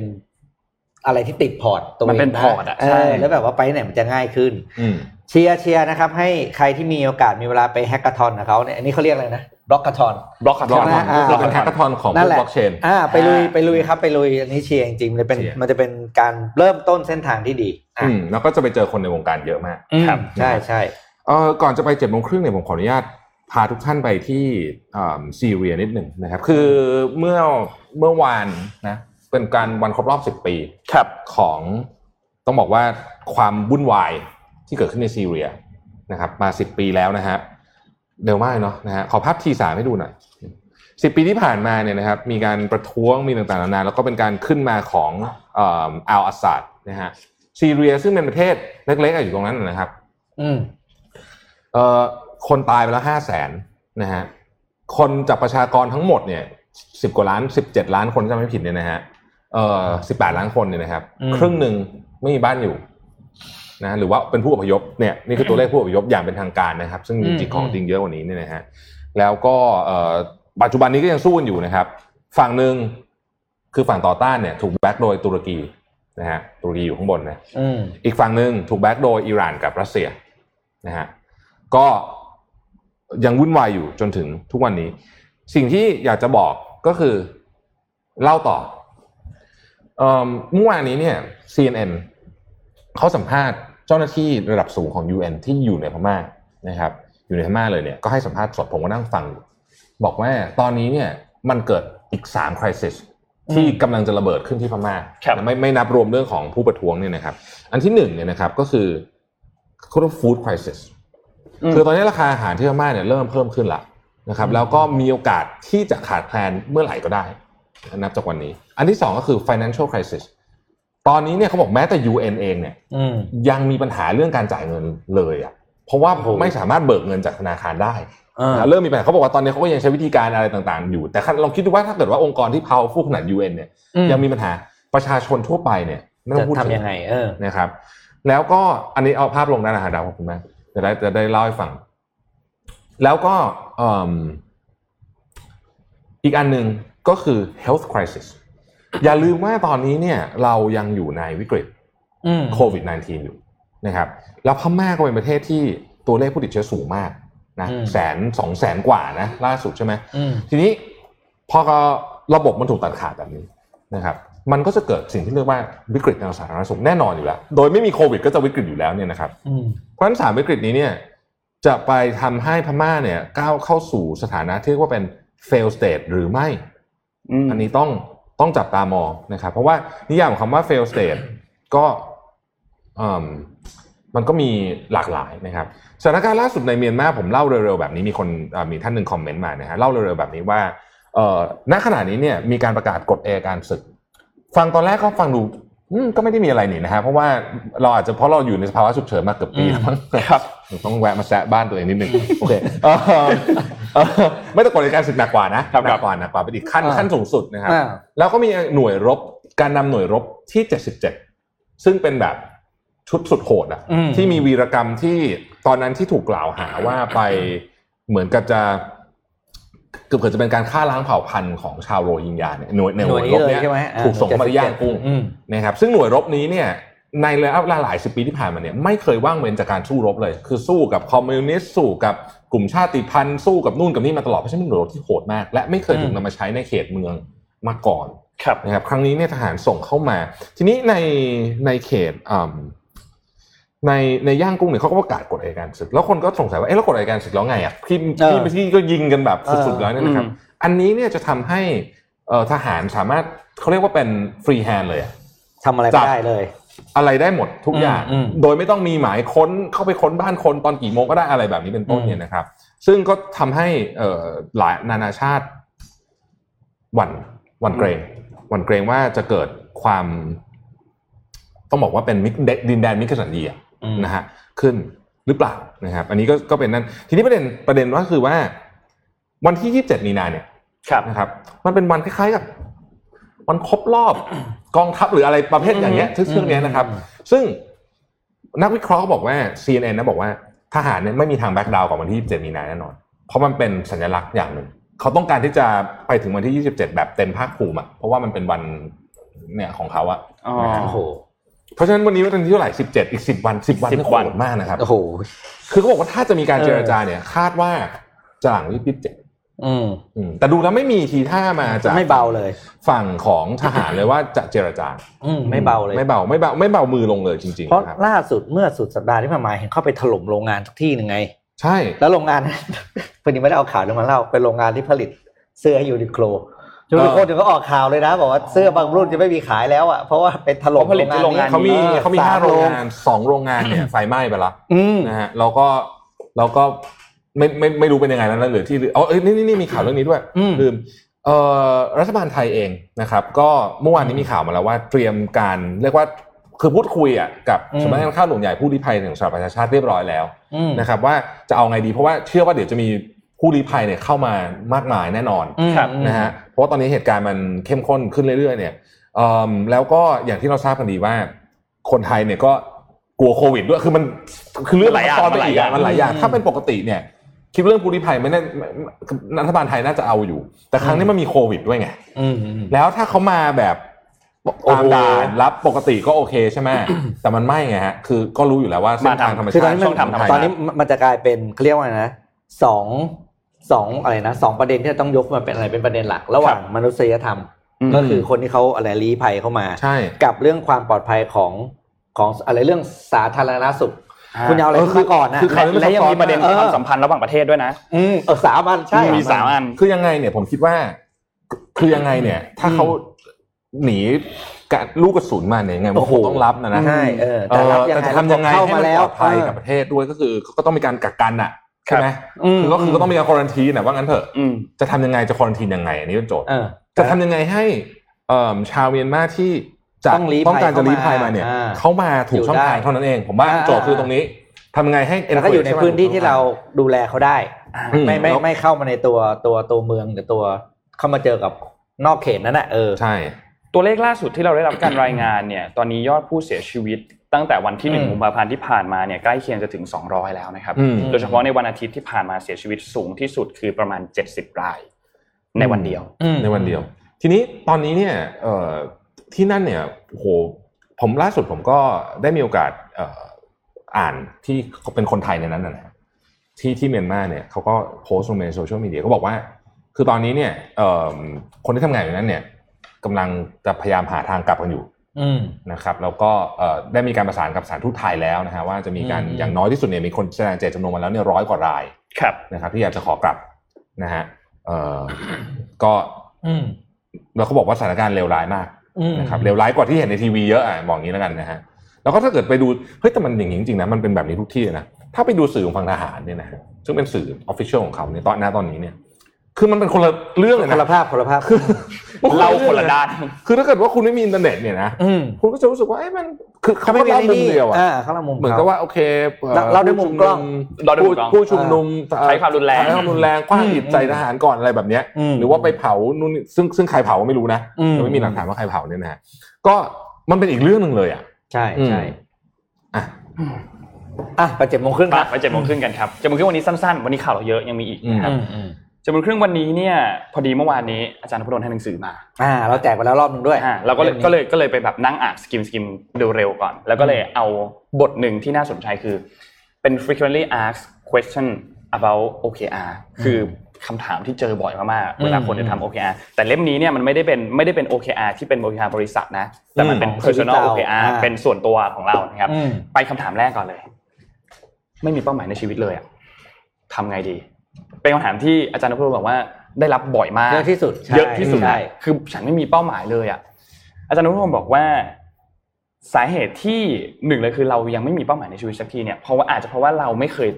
S3: อะไรที่ติดพอร์ตตัวเอง
S2: มันเป็นพอร์ตอะ
S3: เอ
S2: ใช่
S3: อแล้วแบบว่าไปไหนมันจะง่ายขึ้น
S4: อืม
S3: เชียร์เชียร์นะครับ ให้ใครที่มีโอกาสมีเวลาไปแฮกเกอร์ทอนกับเขาเนี่ยอันนี้เขาเรียกอะไรนะบล็อกเกอร์ทอน
S2: บล็อกเกอร์ทอน
S3: ใช่ไหมอ่า
S2: บล็อก
S4: เรา
S2: เกอน ร์
S4: เป็แฮ
S2: ทอก น
S4: เกอร์ทอนของ
S3: นั่
S4: พ
S3: น
S4: วก
S3: แหละ
S4: บล็อกเชน
S3: อ่าไปลุย
S2: อ่า
S3: ไปลุยครับไปลุยอันนี้เชียร์จริงๆมันจะเป็น
S4: เชียร์
S3: มันจะเป็นการเริ่มต้นเส้นทางที่ดีอ่ะ
S4: อืมแล้วก็จะไปเจอคนในวงการเยอะมาก
S3: อืม
S4: ครับ
S3: ใช่ใช่
S4: เออก่อนจะไปเจ็ดโมงครึ่งเนี่ยผมขออนุญาตพาทุกท่านไปที่อ่าซีเรียนิดหนึ่งนะครับ คือเมื่อเมื่อวานนะเป็นการวันครบรอบ 10 ปี
S2: ครับ
S4: ของต้องบอกว่าความวุ่นวายที่เกิดขึ้นในซีเรียนะครับมา 10 ปีแล้วนะฮะเร็วมากเลยเนาะนะฮะขอภาพทีสามให้ดูหน่อยสิปีที่ผ่านมาเนี่ยนะครับมีการประท้วงมีต่างๆนานาแล้วก็เป็นการขึ้นมาของอัลอาซาดนะฮะซีเรียซึ่งเป็นประเทศเล็กๆอ่ะอยู่ตรงนั้นนะนะครับ
S3: อืม
S4: เอ่อคนตายไปแล้วห้าแสนนะฮะ คนจากประชากรทั้งหมดเนี่ยสิบกว่าล้านสิบเจ็ดล้านคนจำไม่ผิดเนี่ยนะฮะเอ่อสิบแปดล้านคนเนี่ยนะครับ ครึ่งหนึ่งไม่มีบ้านอยู่นะหรือว่าเป็นผู้อพยพเนี่ยนี่คือตัวเลขผู้อพยพอย่างเป็นทางการนะครับ ซึ่งจริงๆของจริงเยอะกว่านี้เนี่ยนะฮะแล้วก็เอ่อปัจจุบันนี้ก็ยังสู้กันอยู่นะครับ ฝั่งหนึ่งคือฝั่งต่อต้านเนี่ยถูกแบ็กโดยตุรกีนะฮะตุรกีอยู่ข้างบนนะ
S3: อืม
S4: อีกฝั่งหนึ่งถูกแบ็กโดยอิหร่านกับรัสเซียนะฮะก็ยังวุ่นวายอยู่จนถึงทุกวันนี้ สิ่งที่อยากจะบอกก็คือเล่าต่อเอิ่มเมื่อวานนี้เนี่ย CNN เขาสัมภาษณ์เจ้าหน้าที่ระดับสูงของ UN ที่อยู่ในพม่านะครับ อยู่ในพม่าเลยเนี่ยก็ให้สัมภาษณ์สดผมก็นั่งฟังอยู่บอกว่าตอนนี้เนี่ยมันเกิดอีกสามคริสิสที่กำลังจะระเบิดขึ้นที่พม่า
S2: ครับ
S4: ไม่ไม่นับรวมเรื่องของผู้ประท้วงเนี่ยนะครับ อันที่หนึ่งเนี่ยนะครับก็คือเขาเรียกฟู้ดคริสิส
S2: อืม
S4: คือตอนนี้ราคาอาหารที่พม่าเนี่ยเริ่มเพิ่มขึ้นละนะครับ แล้วก็มีโอกาสที่จะขาดแคลนเมื่อไหร่ก็ได้ นับจากวันนี้ อันที่สองก็คือ financial crisis ตอนนี้เนี่ยเขาบอกแม้แต่ UN เองเนี่ย
S3: อืม
S4: ยังมีปัญหาเรื่องการจ่ายเงินเลยอ่ะ เพราะว่าไม่สามารถเบิกเงินจากธนาคารได้
S3: อ่า
S4: นะเริ่มมีปัญหาเขาบอกว่าตอนนี้เขาก็ยังใช้วิธีการอะไรต่างๆ อยู่ แต่ลองคิดดูว่าถ้าเกิดว่าองค์กรที่ powerful ขนาด UN เนี่ย ยังมีปัญหาประชาชนทั่วไปเนี่ยไม่ต้อ
S3: จะ
S4: งพูดถึ
S3: ทำยังไง เออ
S4: นะครับ แล้วก็อันนี้เอาภาพลงได้นะฮะดาวขอบคุณมากจะได้จะได้เล่าให้ฟัง แล้วก็เอิ่มอีกอันหนึ่งก็คือ health crisis อย่าลืมว่าตอนนี้เนี่ยเรายังอยู่ในวิกฤต
S3: อืม
S4: โควิด -19 อยู่นะครับ แล้วพม่าก็เป็นประเทศที่ตัวเลขผู้ติดเชื้อสูงมากนะแสนสองแสนกว่านะล่าสุดใช่ไหม
S3: อืม
S4: ทีนี้พอระบบมันถูกตัดขาดแบบนี้นะครับ มันก็จะเกิดสิ่งที่เรียกว่าวิกฤตทางสาธารณสุขแน่นอนอยู่แล้ว โดยไม่มีโควิดก็จะวิกฤตอยู่แล้วเนี่ยนะครับ
S3: อืม
S4: เพราะฉะนั้นสามวิกฤตนี้เนี่ยจะไปทำให้พม่าเนี่ยก้าวเข้าสู่สถานะที่เรียกว่าเป็น fail state หรือไม่
S2: ม
S4: อันนี้ต้องต้องจับตามองนะครับเพราะว่านิยามของคำว่า fail state ก็เอิ่มมันก็มีหลากหลายนะครับสถานการณ์ล่าสุดในเมียนมาผมเล่าเร็วๆแบบนี้มีคนเอ่อมีท่านหนึ่งคอมเมนต์มานะฮะเล่าเร็วๆแบบนี้ว่าเอ่อณขณะนี้เนี่ยมีการประกาศกฎเอการศึก ฟังตอนแรกก็ฟังดูอืมก็ไม่ได้มีอะไรนี่นะฮะเพราะว่าเราอาจจะเพราะเราอยู่ในสภาวะฉุกเฉินมาเกือบปีแล้วมั้งครับต้องแวะมาแซะบ้านตัวเองนิดนึงโอเคเอ่อเอ่อไม่แต่กฎเอการศึกหนักกว่านะหนักกว่าหนักกว่าไปอีกขั้น
S3: อ่า
S4: ขั้นสูงสุดนะครับ
S3: อ่า
S4: แล้วก็มีหน่วยรบการนำหน่วยรบที่ 77 ซึ่งเป็นแบบชุดสุดโหดอะ
S3: อืม
S4: ที่มีวีรกรรมที่ตอนนั้นที่ถูกกล่าวหาว่าไปเหมือนกับจะเกือบๆจะเป็นการฆ่าล้างเผ่าพันธุ์ของชาวโรฮิงญาเนี่ยหน่วย
S3: หน่วยนี้
S4: รบ
S3: เลย
S4: เนี้ย
S3: ใช่ไหมอ่
S4: ถูกส่งเข้ามาที่ย่างกุ้ง
S3: อืม
S4: นะครับ ซึ่งหน่วยรบนี้เนี่ยในระยะเวลาหลายสิบปีที่ผ่านมาเนี่ยไม่เคยว่างเว้นจากการสู้รบเลย คือสู้กับคอมมิวนิสต์สู้กับกลุ่มชาติพันธุ์สู้กับนู่นกับนี่มาตลอดเพราะฉะนั้นเป็นหน่วยรบที่โหดมาก และไม่เคยถูก
S3: อืม
S4: นำมาใช้ในเขตเมืองมาก่อน
S2: ครับ
S4: นะครับครั้งนี้เนี่ยทหารส่งเข้ามา ทีนี้ในในเขตอ่ำในในย่างกุ้งเนี่ยเขาก็ประกาศกฎอัยการศึก แล้วคนก็สงสัยว่าเอ๊ะแล้วกฎอัยการศึกแล้วไงอ่ะที่
S3: เออ
S4: ที่ที่ก็ยิงกันแบบสุด
S3: เอ
S4: ๆ
S3: อ
S4: แล้วเนี่ยนะครับ
S2: อืม
S4: อันนี้เนี่ยจะทำให้เอ่อทหารสามารถเขาเรียกว่าเป็นฟรีแฮนด์เลยอะ
S3: ทำอะไรไม่ได้เลย
S4: อะไรได้หมดทุกอย่าง
S3: อืมอืม
S4: โดยไม่ต้องมีหมายค้นเข้าไปค้นบ้านคนตอนกี่โมงก็ได้อะไรแบบนี้เป็นต้น
S3: อืม
S4: เนี่ยนะครับ ซึ่งก็ทำให้เอ่อหลายนานาชาติ หวั่นหวั่นเกรงหวั่นเกรงว่าจะเกิดความ ต้องบอกว่าเป็นมิตรดินแดนมิตรสันดีอะ
S3: อืม
S4: นะฮะขึ้นหรือเปล่านะครับ อันนี้ก็ก็เป็นนั่นทีนี้ประเด็นประเด็นว่าคือว่า วันที่ 27 มีนาเนี่ย
S2: ครับ
S4: นะครับ มันเป็นวันคล้ายๆกับวันครบร อบ กองทัพหรืออะไรประเภทอย่างเงี้ย
S3: อืม
S4: ทึ่งๆเนี้ยนะครับ
S3: อืม
S4: ซึ่งนักวิเคราะห์บอกว่า CNN นะบอกว่าทหารเนี่ยไม่มีทางแบ็กดาวน์กับวันที่ 27 มีนาแน่นอน เพราะมันเป็นสัญลักษณ์อย่างหนึ่ง เขาต้องการที่จะไปถึงวันที่ 27 แบบเต็มภาคภูมิอะเพราะว่ามันเป็นวันเนี่ยของเขาอะ
S2: อ๋อ
S3: โอ้โห
S4: เพราะฉะนั้นวันนี้วันที่เท่าไหร่ 17 อีก 10 วัน 10 วัน
S2: 10
S4: นี่โห
S2: วัน
S4: ดมากนะครับ
S3: โอ้โห
S4: คือเขาบอกว่าถ้าจะมีการ
S3: เออ
S4: เจรจาเนี่ย คาดว่าจะหลังวันที่27
S3: อืม
S4: อืมแต่ดูแล้วไม่มีทีท่ามาจาก
S3: ไม่เบาเลย
S4: ฝั่งของทหารเลยว่าจะเจรจา
S3: อืมไม่เบาเลย
S4: ไม่เบาไม่เบาไม่เบามือลงเลยจริง
S3: เพราะ
S4: ๆครับ
S3: ล่าสุดเมื่อสุดสัปดาห์ที่ผ่านมาเห็นเข้าไปถล่มโรงงานสักที่หนึ่งไง
S4: ใช่
S3: แล้วโรงงาน พอดีไม่ได้เอาข่าวนี้มาเล่าเป็นโรงงานที่ผลิตเสื้อให้ยูนิโคลยูนิโคลเดี๋ยวก็ออกข่าวเลยนะ บอกว่าเสื้อบางรุ่นจะไม่มีขายแล้วอ่ะเพราะว่าเป็นถล่ม
S2: เขาผลิตที่โรงงาน
S3: นี้
S4: เขามี
S3: ออ
S4: เขามี
S3: ส
S4: ห้าโรงงาน นสองโรงงานเนี่ยไฟไหม้ไปละ
S3: อืม
S4: นะฮะเราก็เราก็ไม่ไม่ไม่รู้เป็นยังไงแล้วนะหรือที่อ๋อเอ้ยนี่นี่นี่มีข่าวเรื่องนี้ด้วย
S3: อืม
S4: ลืมเอ่อรัฐบาลไทยเองนะครับ ก็เมื่อวานนี้มีข่าวมาแล้วว่าเตรียมการเรียกว่าคือพูดคุยอ่ะกับ
S3: อืม
S4: สำนักงานข้าวหลวงใหญ่ผู้ลี้ภัยแห่งสหประชาชาติเรียบร้อยแล้ว
S3: อืม
S4: นะครับ ว่าจะเอาไงดีเพราะว่าเชื่อว่าเดี๋ยวจะมีผู้ลี้ภัยเนี่ยเข้ามามากมายแน่นอน
S3: อืม
S2: ครับ
S4: นะฮะเพราะว่าตอนนี้เหตุการณ์มันเข้มข้นขึ้นเรื่อย ๆ เนี่ยเอิ่มแล้วก็อย่างที่เราทราบกันดีว่า คนไทยเนี่ยก็กลัวโควิดด้วยคือมันคือเรื่องมันซับซ้อนไปอีกอะมันหลายอย่างถ้าเป็นปกติเนี่ย คิดเรื่องภูริภัยไม่แน่ไม่ไม่รัฐบาลไทยน่าจะเอาอยู่ แต่ครั้งนี้มันมีโควิดด้วยไง
S3: อืมอืม
S4: แล้วถ้าเขามาแบบ
S3: โอ้
S4: ตาม
S3: โห
S4: ด่านรับปกติก็โอเคใช่ไหม แต่มันไม่ไงฮะ คือก็รู้อยู่แล้วว่าเส้นทางธรรม
S3: คือ
S4: ชาติ
S3: ตอนนี้
S4: ช่
S3: มั
S4: อง
S3: น
S4: ทางธรรม
S3: ต
S4: ชา
S3: อน
S4: ติ
S3: นี้มันจะกลายเป็นเขาเรียกว่าไงนะสองสองอะไรนะสองประเด็นที่เราต้องยกมาเป็นอะไรเป็นประเด็นหลัก ระหว่างมนุษยธรรม
S2: อืม
S3: ก็คือคนที่เขาอะไรลี้ภัยเข้ามา
S4: ใช่
S3: กับเรื่องความปลอดภัยของของอะไรเรื่องสาธารณสุข คุณเอาอะไรขึ้นมาก่อนนะ
S4: คือเขาวนี้น
S2: และยัง
S4: ซับซ้อ
S2: มี
S4: น
S2: ประเด็น
S4: าก
S2: ความสัมพันธ์ระหว่างประเทศด้วยนะ
S3: อืมเออสามอันใช่
S2: มีสามอัน
S4: คือยังไงเนี่ยผมคิดว่า คือยังไงเนี่ย ถ้าเขาหนีการลูกกระสุนมาเนี่ยยังไงมัน
S3: โอ้โห
S4: คงต้องรับนะนะ
S3: ใช่เออแต่รับยัง
S4: แต่
S3: ไง
S4: จะทำยังไง
S3: เข้า
S4: ให้
S3: มา
S4: มัน
S3: แล้ว
S4: ปลอดภัย
S3: เออ
S4: กับประเทศด้วยก็คือก็ต้องมีการกักกันอ่ะใช่ไหม
S3: อืม
S4: คือก็คือก็ต้องมีการควอรันทีนอ่ะว่างั้นเถอะ
S2: อืม
S4: จะทำยังไงจะควอนทีนยังไงอันนี้เป็นโจทย์
S3: เออ
S4: จะทำยังไงให้เอิ่มชาวเมียนมาที่จะ
S3: ต้องลี้ภัย
S4: การจะลี้ภัยมาเนี่ย
S3: อ่า
S4: เขามาถูกช่อง
S3: อยู่ได้
S4: ทางเท่านั้นเอง ผมว่า
S3: อ่า
S4: โจทย์คือตรงนี้ทำยังไงให้
S3: แล้วก็อยู่ใน
S4: encourage
S3: พื้นที่ที่เราดูแลเขาได้
S4: อืม
S3: ไม่ไม่
S4: แล้ว
S3: ไม่เข้ามาในตัวตัวตัวเมืองหรือตัวเข้ามาเจอกับนอกเขตนั่นแหละเออ
S4: ใช่
S2: ตัวเลขล่าสุดที่เราได้รับการรายงานเนี่ย ตอนนี้ยอดผู้เสียชีวิตตั้งแต่วันที่หนึ่ง
S3: อืม
S2: กุมภาพันธ์ที่ผ่านมาเนี่ยใกล้เคียงจะถึง 200 แล้วนะครับ
S4: อืม
S2: โดยเฉพาะในวันอาทิตย์ที่ผ่านมาเสียชีวิตสูงที่สุดคือประมาณ 70 ราย ในวันเดียว
S4: ในวันเดียว ทีนี้ตอนนี้เนี่ยเอ่อที่นั่นเนี่ยโอ้โหผมล่าสุดผมก็ได้มีโอกาสเอ่ออ่านที่เขาเป็นคนไทยในนั้นนะนะที่ที่เมียนมาเนี่ยเขาก็โพสต์ลงในโซเชียลมีเดียเขาบอกว่า คือตอนนี้เนี่ยเอิ่มคนที่ทำงานอยู่นั้นเนี่ย กำลังจะพยายามหาทางกลับกันอยู่
S3: อืม
S4: นะครับแล้วก็เอ่อได้มีการประสานกับสถารทูตไทยแล้วนะฮะว่าจะมีการ
S3: อืม
S4: อย่างน้อยที่สุดเนี่ยมีคนแสดงเจตจำนงมาแล้วเนี่ยร้อยกว่าราย
S2: ครับ
S4: นะครับที่อยากจะขอกลับนะฮะเอ่อก็
S3: อืม
S4: เราก็บอกว่าสถานการณ์เลวร้ายมาก
S3: อืม
S4: นะครับเลวร้ายกว่าที่เห็นในทีวีเยอะอ่ะบอกอย่างนี้แล้วกันนะฮะแล้วก็ถ้าเกิดไปดูเฮ้ยแต่มันอย่างนี้จริงๆนะมันเป็นแบบนี้ทุกที่นะถ้าไปดูสื่อของฝั่งทหารเนี่ยนะฮะซึ่งเป็นสื่อออฟฟิเชียลของเขาเนี่ยตอนหน้าตอนนี้เนี่ยคือมันเป็นคนละเรื่องเลย
S3: คน
S4: นะ
S3: ละภาพคนละภาพ
S2: เราคนละด้าน
S4: คือถ้าเกิดว่าคุณไม่มีอินเทอร์เน็ตเนี่ยนะ
S3: อืม
S4: คุณก็จะรู้สึกว่าเอ้ยมันคือเขา
S3: เขา
S4: ไม่
S3: ไม่
S4: เล่า
S3: มีไอ้
S4: มุม
S3: นี่
S4: เดียวอะ
S3: อ่าเขาละมุม
S4: เหมือน
S3: ข
S4: กับว่าโอเคอ่อ
S3: เราเราได้มุมกล้อง
S2: เราได้มุม
S4: ผู้
S2: กล้อง
S4: ผู้ชุมนุมเอ่อ
S2: ใช้ความรุนแรง
S4: ใช้ความรุนแรงคว้าง
S3: อืม
S4: หิบใส่ทหารก่อนอะไรแบบเนี้ย
S3: อืม
S4: หรือว่าไปเผานู่นนี่ซึ่งซึ่งใครเผาก็ไม่รู้นะ
S3: อืม
S4: ยังไม่มีหลักฐานว่าใครเผาเนี่ยนะฮะก็มันเป็นอีกเรื่องหนึ่งเลยอ่ะ
S3: ใช่ใช่
S4: อืมอ่ะ
S3: อ่ะไปเจ็ดโมงครึ่งค
S2: มา
S3: รับ
S2: ไปเจ็ดโมงครึ่งกันครับเจ็ดโมงครึ่งวันนี้สั้นๆ วันนี้ข่าวเราเยอะยังมีอีกนะครับ
S3: อืมอืม
S2: เจ็ดโมงครึ่งวันนี้เนี่ยพอดีเมื่อวานนี้อาจารย์นพดลให้หนังสือมา
S3: อ่า เราแจกไปแล้วรอบหนึ่งด้วย
S2: อ่าเราก็เลยก็เลยก็เลยไปแบบนั่งอ่านสกิมสกิมเร็วๆก่อน แล้วก็เลยเอาบทหนึ่งที่น่าสนใจคือ เป็น frequently asked question about OKR คือคำถามที่เจอบ่อยมากๆเวลาคนจะทำ OKR แต่เล่มนี้เนี่ยมันไม่ได้เป็นไม่ได้เป็น OKR ที่เป็น OKR บริษัทนะ แต่มันเป็น
S3: อืม
S2: personal
S3: ของ
S2: OKR
S3: อ่า
S2: เป็นส่วนตัวของเรานะครับ
S3: อืม
S2: ไปคำถามแรกก่อนเลย ไม่มีเป้าหมายในชีวิตเลยอะทำไงดี เป็นคำถามที่อาจารย์นพดลบอกว่าได้รับบ่อยมาก
S3: เยอะที่สุดใช่
S2: เยอะที่สุด
S3: ใช่
S2: คือฉันไม่มีเป้าหมายเลยอ่ะ อาจารย์นุพงศ์บอกว่า สาเหตุที่หนึ่งเลยคือเรายังไม่มีเป้าหมายในชีวิตสักทีเนี่ยเพราะว่าอาจจะเพราะว่าเราไม่เคย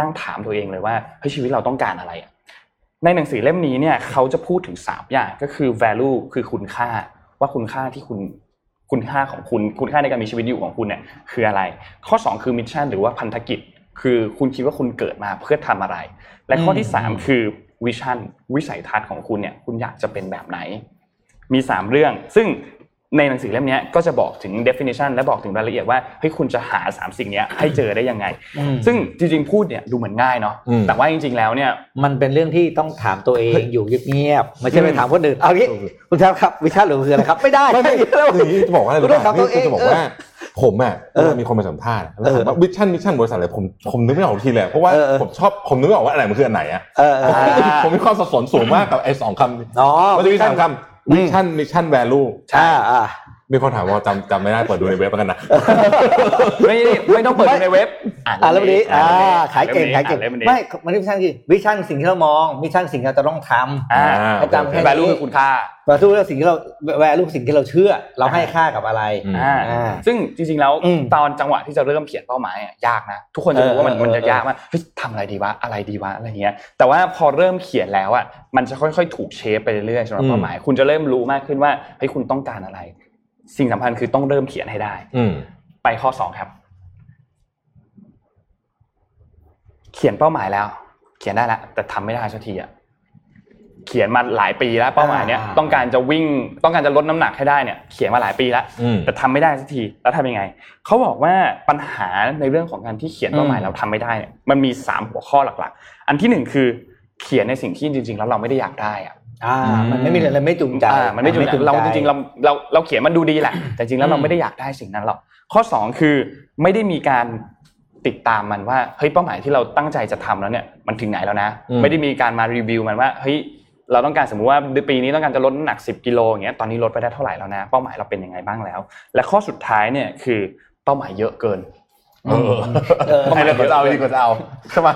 S2: นั่งถามตัวเองเลยว่าเฮ้ยชีวิตเราต้องการอะไรอะในหนังสือเล่มนี้เนี่ยเขาจะพูดถึงสามอย่างก็คือ value คือคุณค่า ว่าคุณค่าที่คุณคุณค่าของคุณคุณค่าในการมีชีวิตอยู่ของคุณเนี่ยคืออะไร ข้อสองคือ mission หรือว่าพันธกิจ คือคุณคิดว่าคุณเกิดมาเพื่อทำอะไร และข้อที่
S3: อืม
S2: 3 คือวิชั่นวิสัยทัศน์ของคุณเนี่ยคุณอยากจะเป็นแบบไหน มี 3 เรื่อง ซึ่งในหนังสือเล่มเนี้ยก็จะบอกถึง definition และบอกถึงรายละเอียดว่าเฮ้ยคุณจะหา 3 สิ่งเนี้ยให้เจอได้ยังไง
S3: อืม
S2: ซึ่งจริงๆพูดเนี่ยดูเหมือนง่ายเนาะ
S4: อืม
S2: แต่ว่าจริงๆแล้วเนี่ย
S3: มันเป็นเรื่องที่ต้องถามตัวเองอยู่เงียบๆไม่ใช่ไป
S2: อืม
S3: ถามคนอื่นเอางี้คุณแทบครับวิชาหรือคืออะไรครับ ไม่ได้
S4: ไม่ไม่
S3: เร็ว
S4: คือจะบอกว่าอะไรรู้
S3: คุณ
S4: ป่ะ
S3: ต้องถามตัวเอ
S4: นี่
S3: ง
S4: จะบอกว่า ผมอ่ะ
S3: เออ
S4: เวลามีคนมาสัมภาษณ์อะแล้วถามว่า
S3: เออ
S4: วิชั่นวิชั่นบริษัทอะไรผมผมนึกไม่ออกทีเลยเพราะว่า
S3: เออเออ
S4: ผมชอบผมนึกไม่ออกว่าอะไรมันคืออันไหนอ่ะ
S3: เออเออ
S4: ผมมีความสับสนสูงมากกับไอ้สองคำนี้
S3: อ๋อ
S4: มันจะมีสามคำวิชั่นวิชั่นแวลู
S3: ใช่อ่า
S4: มีคนถามว่าจำจำไม่ได้เปิดดูในเว็บแล้วกันนะ
S2: ไม่ไม่ต้องเปิ ดดูในเว็บ
S3: อ่าแล้ววันนี้อ่าขายเก่ง
S2: ล่
S3: ขาม ยเก่ง
S2: นี้อ่นล่มนี้
S3: ไม่มันไม่ใช่คือวิชั่นสิ่งที่เรามองวิชั่นสิ่งที่เราจะต้องทำ
S2: อ่า
S4: อ่า
S3: ให้จำแค่
S2: แวลูคือคุณค่า
S3: แวลูคือสิ่งที่เราแวลูสิ่งที่เราเชื่อ เราให้ค่ากับอะไร
S4: อืม
S2: อ่า
S3: อ่า
S2: ซึ่งจริงๆแล้ว
S3: อืม
S2: ตอนจังหวะที่จะเริ่มเขียนเป้าหมายอะยากนะ ทุกคนจะรู้ว่ามัน
S3: เออเออ
S2: มันจะ
S3: เออ
S2: ยากมากเฮ้ยทำอะไรดีวะอะไรดีวะอะไรเงี้ย แต่ว่าพอเริ่มเขียนแล้วอ่ะมันจะค่อยๆ ถูกเชฟไปเรื่อยๆสำหรับเป้าหมาย คุณจะเริ่มรู้มากขึ้นว่าเฮ้ยคุณต้องการอะไร สิ่งสำคัญคือต้องเริ่มเขียนให้ได้
S4: อืม
S2: ไปข้อสองครับ เขียนเป้าหมายแล้ว เขียนได้แล้วแต่ทำไม่ได้สักทีอะเขียนมาหลายปีแล้วเป้าหมายเนี้ย
S3: อ่า
S2: ต้องการจะวิ่งต้องการจะลดน้ำหนักให้ได้เนี่ยเขียนมาหลายปีแล้ว
S4: อืม
S2: แต่ทำไม่ได้สักทีแล้วทำยังไง เขาบอกว่าปัญหาในเรื่องของการที่เขียนเป้าหมาย
S3: อืม
S2: เราทำไม่ได้เนี่ยมันมีสามหัวข้อหลักๆ อันที่หนึ่งคือเขียนในสิ่งที่จริง ๆ แล้วเราไม่ได้อยากได้อะ
S3: อ่า มันไม่มีอะไรไม่จูงใจ
S2: อ่ามันไม่จริงเราจริงๆเราเราเราเขียนมันดูดีแหละ แต่จริงแล้วเรา
S3: อืม
S2: ไม่ได้อยากได้สิ่งนั้นหรอกข้อสองคือไม่ได้มีการติดตามมันว่าเฮ้ยเป้าหมายที่เราตั้งใจจะทำแล้วเนี่ยมันถึงไหนแล้วนะ ไม่ได้มีการมารีวิวมันว่าเฮ้ยเราต้องการสมมุติว่าปีนี้ต้องการจะลดน้ำหนัก 10กิโลอย่างเงี้ยตอนนี้ลดไปได้เท่าไหร่แล้วนะ เป้าหมายเราเป็นยังไงบ้างแล้ว และข้อสุดท้ายเนี่ยคือเป้าหมายเยอะเกิน
S4: เออ
S3: เออ
S4: ให้เราก็จะเอาดีกว่าจะเอาใช่ไหม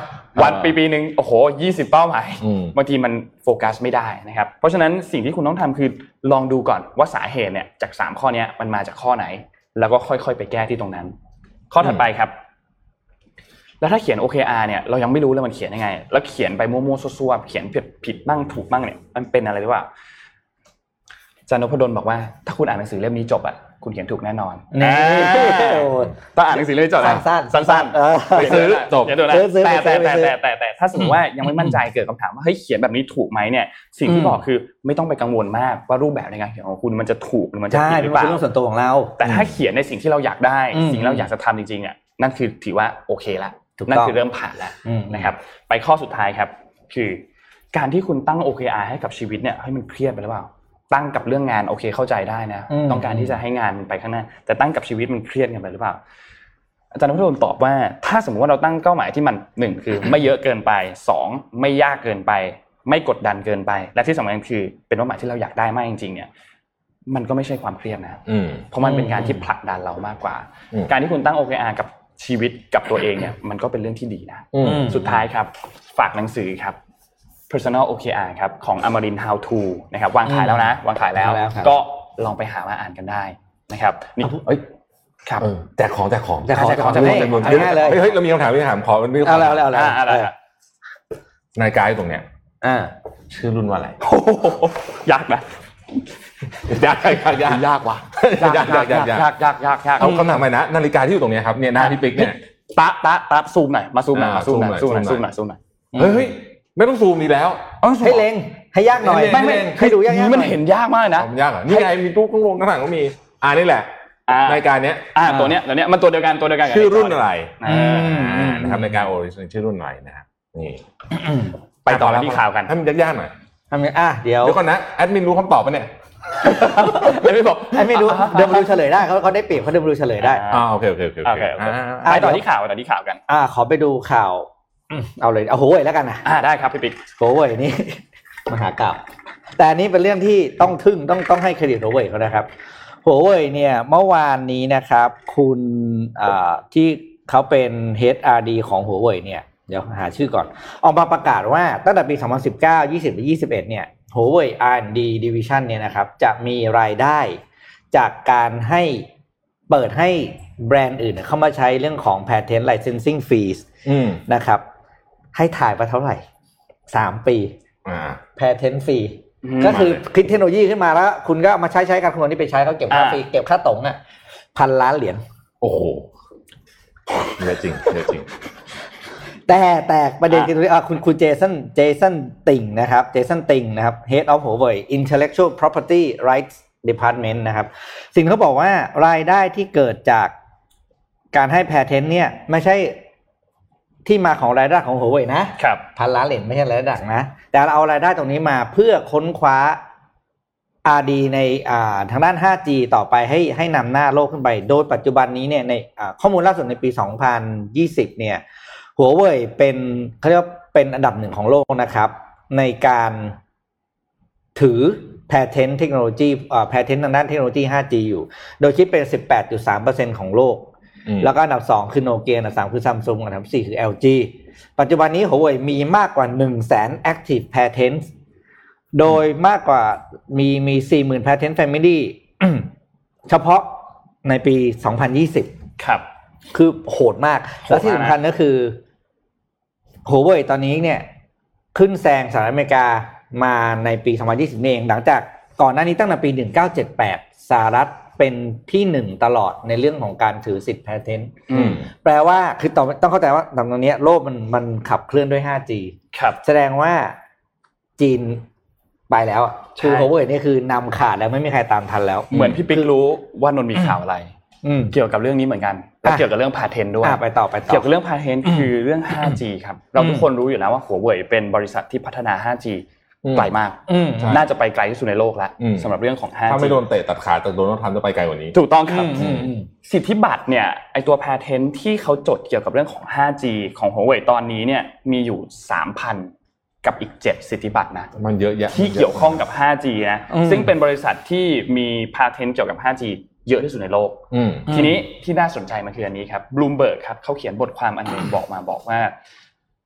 S2: วันปีปีหนึ่งโอ้โห20 เป้าหมาย
S4: อืม
S2: บางทีมันโฟกัสไม่ได้นะครับ เพราะฉะนั้นสิ่งที่คุณต้องทำคือลองดูก่อนว่าสาเหตุเนี่ยจาก 3 ข้อเนี้ยมันมาจากข้อไหน แล้วก็ค่อยๆ ไปแก้ที่ตรงนั้น ข้อถัดไปครับ แล้วถ้าเขียน OKR เนี่ยเรายังไม่รู้เลยมันเขียนยังไง แล้วเขียนไปมั่วๆซั่วๆเขียนผิดผิดบ้างถูกบ้างเนี่ยมันเป็นอะไรหรือเปล่าอาจารย์นพดลบอกว่า ถ้าคุณอ่านหนังสือเล่มนี้จบอ่ะคุณเขียนถูกแน่นอน
S3: นี่
S2: อ่าต้องอ่านหนังสือเล่มนี้จบนะ
S3: สั้นๆ
S2: สั้นๆ
S3: เออ
S4: ไปซื้อจบ
S2: เดี๋ยวดูนะ
S3: ซื้อซื้อ
S2: แต่
S3: ไปซื้
S2: แต่
S3: อ
S2: แต่แต่
S3: ไปซื้อ
S2: แต่แต่ถ้าสมมติว่ายังไม่มั่นใจเกิดคำถามว่าเฮ้ยเขียนแบบนี้ถูกไหมเนี่ยสิ่งที่
S3: อืม
S2: บอกคือไม่ต้องไปกังวลมากว่ารูปแบบในการเขียนของคุณมันจะถูกหรือมันจะ
S3: ใช่
S2: ผิดห
S3: มั
S2: รือ
S3: น
S2: เปล่า
S3: เป็นเรื่องส่วนตัวของเรา
S2: แต่ถ้าเขียนในสิ่งที่เราอยากได้
S3: อืม
S2: สิ่งที่เราอยากจะทำจริงๆอ่ะนั่นคือถือว่าโอเคละ
S3: ถูกต้อง
S2: นั่นคือเริ่มผ่านแล้ว
S3: อืม
S2: นะครับ ไปข้อสุดท้ายครับ คือ การที่คุณตั้ง OKR ให้กับชีวิตเนี่ยให้ยมันเครียดไปหรือเปล่า ตั้งกับเรื่องงานโอเคเข้าใจได้นะ
S3: อืม
S2: ต้องการที่จะให้งานมันไปข้างหน้า แต่ตั้งกับชีวิตมันเครียดกันไปหรือเปล่า อาจารย์นพดลตอบว่า ถ้าสมมติว่าเราตั้งเป้าหมายที่มันหนึ่งคือ ไม่เยอะเกินไปสองไม่ยากเกินไป ไม่กดดันเกินไป และที่สำคัญคือเป็นเป้าหมายที่เราอยากได้มากจริงๆเนี่ย มันก็ไม่ใช่ความเครียดนะ
S4: อืม
S2: เพราะมันเป็นการที่ผลักดันเรามากกว่า
S4: อืม
S2: การที่คุณตั้ง OKR กับชีวิตกับตัวเองเนี่ยมันก็เป็นเรื่องที่ดีนะ
S4: อืม
S3: อืม
S2: สุดท้ายครับ ฝากหนังสือครับ Personal OKR ครับของ Amarin How To นะครับวางขายแล้วนะ วางขายแล้ว
S3: วางแล้วครับ
S2: ก็ลองไปหามาอ่านกันได้นะครับนี่
S3: เอา
S2: เอ้ยครับ
S4: เออแจกของแจกของ
S3: แจกของแจกของ
S4: แจกของ
S3: แจกของ
S4: ดี๋ว
S3: ง่ายเลย
S4: ฮ้เฮ้ยเรามีคำถามมีคำถามขอมีคำถาม
S3: เอาแล้วแล้วแล้ว
S2: อ่าอะไรครับ
S4: นายกายตรงเนี้ย
S3: อ่า
S4: ชื่อรุ่นว่าอะไร
S2: โอ้โหยากนะ
S4: ยากยากยากยากว่ะยากยากยากยาก
S2: ยากยากยาก
S4: เอาคำถามไปนะนาฬิกาที่อยู่ตรงเนี้ยครับเนี่ยหน้าพี่ปิ๊กเนี่ย
S2: ตะตะตะซูมหน่อยมาซูมหน่อย
S4: อ่า
S2: มาซูมหน่อย
S4: ซู
S2: ซูม
S4: มห
S2: ห
S4: น่
S2: น่อย ย
S4: อ
S2: ซูมหน่อยซูมหน่อย
S4: เฮ้ยเฮ้ยไม่ต้องซูมดีกแล้วเอ้า
S3: ให้เล็งให้ยากหน่อย
S2: ไม่ไม่
S3: ให้ดูยากๆหอย
S2: มันเห็นยากมากเลยนะ
S4: ผมยากเหรอนี่ไงมีตู้ข้างลงข้างหลังก็มีอ่านี่แหละ
S2: อ่า
S4: นายการเนี้ย
S2: อ่าตัวเนี้ยตัวเนี้ยมันตัวเดียวกันตัวเดียวกันกับ
S4: ชื่อรุ่นอะไร
S2: อ่า
S4: อ่านะครับนายการโอริจินชื่อรุ่นอะไรนะครับนี่
S2: ไปต่อแล้วที่ข่าวกัน
S4: ให้มันยากๆหน่อย
S3: ทำไงอ่ะเดี๋ยว
S4: เดี๋ยวก่อนนะแอดมินรู้คำตอบปะเนี่ย
S2: เดี๋ยวไม่บอก
S3: ไอ้ไม่รู้เดินมาดูเฉลยได้เขาเขาได้เปรียบเขาเดินมาดูเฉลยได้
S2: อ่า
S4: อ่าโอเคโอเคโอเค
S2: โอเคโอเค
S4: อ่า
S2: ไปต่อที่ข่าวไปต่อที่ข่าวกัน
S3: อ่า ขอไปดูข่าวอืมเอาเลยเอาโหยแล้วกันนะ
S2: อ่าได้ครับพี่ปิ๊ก
S3: โหยนี่ มหากราบแต่อันนี้เป็นเรื่องที่ต้องทึ่งต้องต้องให้เครดิตโหเว่ยเขานะครับโหเว่ยเนี่ยเมื่อวานนี้นะครับ คุณอ่าที่เขาเป็น HRD ของโหเว่ยเนี่ยเดี๋ยวหาชื่อก่อน ออกมาประกาศว่าตั้งแต่ปี 2019 20และ21 เนี่ย Huawei R&D Division เนี่ยนะครับ จะมีรายได้จากการให้เปิดให้แบรนด์อื่นเข้ามาใช้เรื่องของ Patent Licensing Fees
S4: อืม
S3: นะครับ ให้ถ่ายไปเท่าไหร่ 3 ปี
S4: อ่า
S3: Patent Fee
S2: อืม
S3: ก็คือคิดเทคโนโลยีขึ้นมาแล้ว คุณก็เอามาใช้ใช้กันคุณเอานี่ไปใช้เขาเก็บค่าฟรีเก็บค่าตรงอ่ะพันล้านเหรียญ
S4: โอ้โหเยอะจริงเยอะจริง
S3: แต่แต่ประเด็น
S2: อ่ะ
S3: คือตรงนี้อ่ะคุณคุณเจสันเจสันติงนะครับเจสันติงนะครับ Head of Huawei Intellectual Property Rights Department นะครับ สิ่งที่เขาบอกว่ารายได้ที่เกิดจากการให้แพเทนเนี่ย ไม่ใช่ที่มาของรายได้ของ Huawei นะ
S2: ครับ
S3: พันล้านเหรียญไม่ใช่รายได้หลักนะ แต่เราเอารายได้ตรงนี้มาเพื่อค้นคว้า R&D ในอ่าทางด้าน 5G ต่อไปให้ให้นำหน้าโลกขึ้นไป โดยปัจจุบันนี้เนี่ยในอ่าข้อมูลล่าสุดในปี 2020 เนี่ยหัวเว่ยเป็นเขาเรียกว่าเป็นอันดับหนึ่งของโลกนะครับ ในการถือ Patent เทคโนโลยีอ่า Patent ทางด้านเทคโนโลยี 5G อยู่ โดยคิดเป็น 18.3%ของโลก แล้วก็อันดับ 2 คือโนเกียอันดับ3คือซัมซุงอันดับ 4 คือ LG ปัจจุบันนี้ Huawei มีมากกว่า 1 0 0 0 0 0 active patents โดยมากกว่ามีมี 40,000 patent family เฉพาะในปี 2020
S2: ครับ
S3: คือโหดมาก
S2: โหดมาก
S3: แล้วที่สำคัญก็คือ Huawei ตอนนี้เนี่ย ขึ้นแซงสหรัฐอเมริกามาในปี 2020นี่เอง หลังจากก่อนหน้านี้ตั้งแต่ปี 1978สหรัฐเป็นที่หนึ่งตลอดในเรื่องของการถือสิทธิ์ patent
S2: อืม
S3: แปลว่าคือต้องต้องเข้าใจว่าตอนนี้โลกมันมันขับเคลื่อนด้วย 5G
S2: ครับ
S3: แสดงว่าจีนไปแล้วอะ
S2: ใช่
S3: คือ Huawei นี่คือนำขาดแล้วไม่มีใครตามทันแล้ว
S2: เหมือนพี่ปิ๊กรู้ว่านนท์มีข่าวอะไร
S3: อืม
S2: เกี่ยวกับเรื่องนี้เหมือนกันและ
S3: อ่ะ
S2: เกี่ยวกับเรื่องพาเทนด้วย
S3: อ่ะไปต่อไปต่อ
S2: เกี่ยวกับเรื่องพาเทนคือเรื่อง 5G ครับ เราทุกคนรู้อยู่แล้วว่าหัวเว่ยเป็นบริษัทที่พัฒนา 5G
S4: อืม
S2: ไกลมาก
S3: อืม
S4: ใช่
S2: น่าจะไปไกลที่สุดในโลกแล้ว
S4: อืม
S2: สำหรับเรื่องของ 5G
S4: ถ้าไม่โดนเตะตัดขาแต่โดนต้องทำจะไปไกลกว่านี้
S2: ถูกต้องครับ
S3: อืมอืม
S2: สิทธิบัตรเนี่ยไอตัวพาเทนที่เขาจดเกี่ยวกับเรื่องของ 5G ของหัวเว่ยตอนนี้เนี่ยมีอยู่ 3,000 กับอีก 7 สิทธิบัตรนะ
S4: มันเยอะแยะ
S2: ที่เกี่ยวข้องกับ 5G นะ
S3: อืม
S2: ซึ่งเป็นบริษัทที่มีพาเทนต์เกี่ยวกับ 5G เยอะที่สุดในโลก
S4: อืม
S2: ทีนี้ที่น่าสนใจมันคืออันนี้ครับ Bloomberg ครับเขาเขียนบทความอันหนึงบอกมาบอกว่า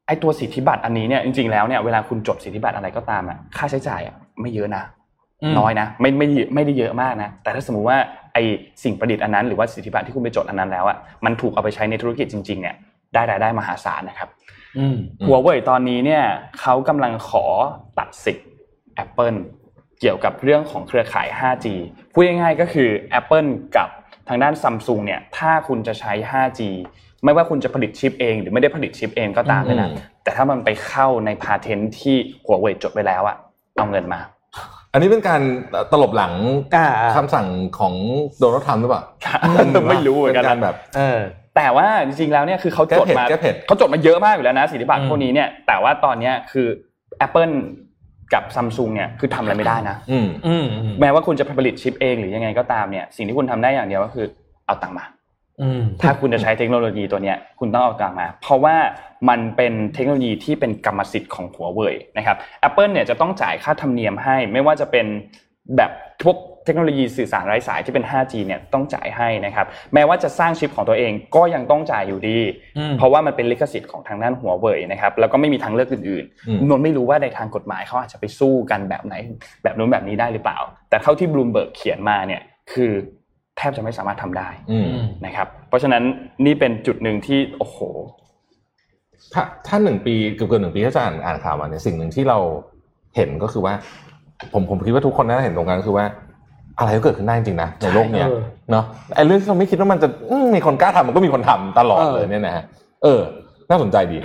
S2: ไอ้ตัวสิทธิบัตรอันนี้เนี่ยจริงๆแล้วเนี่ยเวลาคุณจดสิทธิบัตรอะไรก็ตามอ่ะค่าใช้จ่ายอะไม่เยอะนะ น้อยนะไม่ไม่ได้ไม่ได้เยอะมากนะ แต่ถ้าสมมุติว่าไอสิ่งประดิษฐ์อันนั้นหรือว่าสิทธิบัตรที่คุณไปจดอันนั้นแล้วอ่ะมันถูกเอาไปใช้ในธุรกิจจริงๆเนี่ยได้รายได้มหาศาลนะครับ
S3: อืม
S4: อืม
S2: หัวเว่ยตอนนี้เนี่ยเขากำลังขอตัดสิทธิ์ Apple เกี่ยวกับเรื่องของเครือข่าย 5G พูดง่ายๆก็คือ Apple กับทางด้าน Samsung เนี่ยถ้าคุณจะใช้ 5G ไม่ว่าคุณจะผลิตชิปเอง หรือไม่ได้ผลิตชิปเองก็ตามเลยนะ
S4: อืม
S2: แต่ถ้ามันไปเข้าในพาเทนต์ที่หัวเว่ยจดไว้แล้วอะเอาเงินมา
S4: อันนี้เป็นการตลบหลัง
S3: อ่าอ่า
S4: คำสั่งของโดนัลด์ทรัมป์หรือเปล่า
S2: ไม่รู้เหมือนกัน
S4: เป็นการ
S2: นะ
S4: แบบ
S3: เออ
S2: แต่ว่าจริงๆแล้วเนี่ยคือเขาจดมา
S4: แก้เผ็ด
S2: เขาจดมาเยอะมากอยู่แล้วนะสิทธิบัตรพวกนี้เนี่ยแต่ว่าตอนเนี้ยคือ Apple กับ Samsung เนี่ยคือทำอะไรไม่ได้นะ
S4: อืม
S3: อืม
S2: แม้ว่าคุณจะผลิตชิปเองหรือยังไงก็ตามเนี่ยสิ่งที่คุณทำได้อย่างเดียวก็คือเอาตังค์มา
S3: อืม
S2: ถ้าคุณจะใช้เทคโนโลยีตัวเนี้ยคุณต้องเอาตังค์มา เพราะว่ามันเป็นเทคโนโลยีที่เป็นกรรมสิทธิ์ของหัวเว่ยนะครับ Apple เนี่ยจะต้องจ่ายค่าธรรมเนียมให้ไม่ว่าจะเป็น แบบพวกเทคโนโลยีสื่อสารไร้สายที่เป็น 5G เนี่ยต้องจ่ายให้นะครับ แม้ว่าจะสร้างชิปของตัวเองก็ยังต้องจ่ายอยู่ดี
S3: อืม
S2: เพราะว่ามันเป็นลิขสิทธิ์ของทางด้านหัวเว่ยนะครับ แล้วก็ไม่มีทางเลือกอื่น
S4: อืม
S2: ๆนนท์ไม่รู้ว่าในทางกฎหมายเขาอาจจะไปสู้กันแบบไหน แบบนู้นแบบนี้ได้หรือเปล่า แต่เท่าที่บลูมเบิร์กเขียนมาเนี่ยคือแทบจะไม่สามารถทำได้
S4: อืม
S2: นะครับ เพราะฉะนั้นนี่เป็นจุดหนึ่งที่โอ้โห
S4: ถ้าถ้าหนึ่งปีเกือบเกือบหนึ่งปีถ้าจะอ่านอ่านข่าวมาเนี่ยสิ่งหนึ่งที่เราเห็นก็คือว่า ผมผมคิดว่าทุกคนน่าจะเห็นตรงกันก็คือว่า อะไรก็เกิดขึ้นได้จริงๆนะในโลกเนี้ย
S3: เออ
S4: เนาะไอ้เรื่องที่เราไม่คิดว่ามันจะอื้อมีคนกล้าทำมันก็มีคนทำตลอด
S3: เออ
S4: เลยเนี่ยนะฮะเออ น่าสนใจดี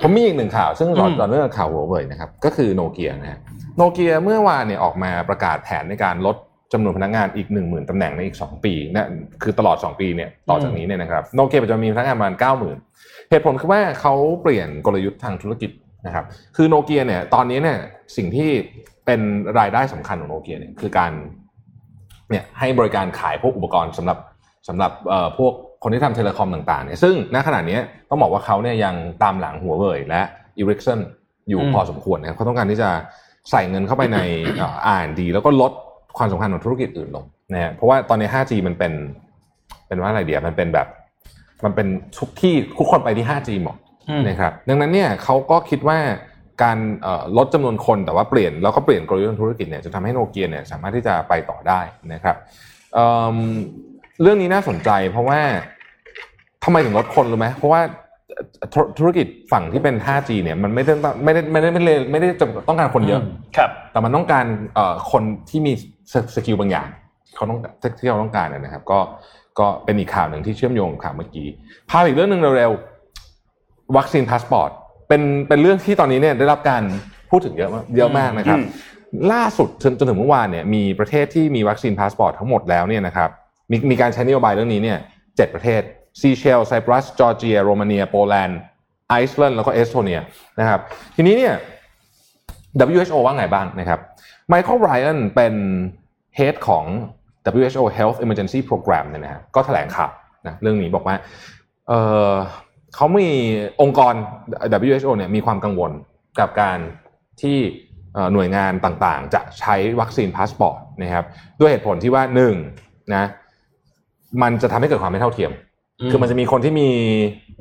S4: ผมมีอีกหนึ่งข่าว ซึ่งตอน
S3: อืม
S4: ตอนเรื่องข่าวหัวเว่ยนะครับ ก็คือโนเกียนะฮะโนเกียเมื่อวานเนี่ยออกมาประกาศแผนในการลดจำนวนพนักงานอีก 1 0,000ตำแหน่งในอีก 2 ปีนะคือตลอด 2 ปีเนี่ยต่อจากนี้เนี่ยนะครับโนเกียปัจจุบันมีพนักงานประมาณ90,000 เหตุผลคือว่าเขาเปลี่ยนกลยุทธ์ทางธุรกิจนะครับ คือโนเกียเนี่ยตอนนี้เนี่ยสิ่งที่เป็นรายได้สำคัญของโนเกียเนี่ยคือการเนี่ยให้บริการขายพวกอุปกรณ์สำหรับสำหรับเอ่อพวกคนที่ทำเทเลคอมต่างๆเนี่ยซึ่งณขณะเนี้ยต้องบอกว่าเขาเนี่ยยังตามหลังหัวเว่ยและ e r i c s s o n อยู่
S3: อืม
S4: พอสมควรนะครับเขาต้องการที่จะใส่เงินเข้าไปในเอ่อ R&D แล้วก็ลดความสำคัญของธุรกิจอื่นลงนะฮะเพราะว่าตอนนี้ 5G มันเป็น เป็นว่าอะไรเดียวมันเป็นแบบ มันเป็นทุกที่ทุกคนไปที่ 5G หมด
S3: อืม
S4: นะครับดังนั้นเนี่ยเขาก็คิดว่าการเอ่อลดจำนวนคนแต่ว่าเปลี่ยนแล้วก็เปลี่ยนกลยุทธ์ทางธุรกิจเนี่ยจะทำให้โนเกียเนี่ยสามารถที่จะไปต่อได้นะครับเอิ่มเรื่องนี้น่าสนใจเพราะว่าทำไมถึงลดคนรู้ไหมเพราะว่าธุธุรกิจฝั่งที่เป็น 5G เนี่ยมันไม่ได้ต้องไม่ได้ไม่ได้ไม่ได้ไม่ได้จำต้องการคนเยอะ
S3: อืม
S2: ครับ
S4: แต่มันต้องการเอ่อคนที่มีสสกิลบางอย่างเขาต้องที่เราต้องการนะครับ ก็ก็เป็นอีกข่าวหนึ่งที่เชื่อมโยงกับข่าวเมื่อกี้พาไปอีกเรื่องหนึ่งเร็วๆวัคซีนพาสปอร์ตเป็นเป็นเรื่องที่ตอนนี้เนี่ยได้รับการพูดถึงเยอะมากเยอะมากนะครับ
S2: อืม
S4: ล่าสุดจนจนถึงเมื่อวานเนี่ยมีประเทศที่มีวัคซีนพาสปอร์ตทั้งหมดแล้วเนี่ยนะครับมีมีการใช้นโยบายเรื่องนี้เนี่ยเจ็ดประเทศซีเชลไซปรัสจอร์เจียโรมาเนียโปแลนด์ไอซ์แลนด์แล้วก็เอสโตเนียนะครับทีนี้เนี่ย WHO ว่าไงบ้างนะครับ ไมเคิลไรอันเป็น head ของ WHO Health Emergency Program เนี่ยนะฮะก็แถลงข่าวนะเรื่องนี้บอกว่าเออเขามีองค์กร WHO เนี่ยมีความกังวลกับการที่เอ่อหน่วยงานต่างๆ จะใช้วัคซีนพาสปอร์ตนะครับด้วยเหตุผลที่ว่าหนึ่งนะมันจะทำให้เกิดความไม่เท่าเทียม คือมันจะมีคนที่มี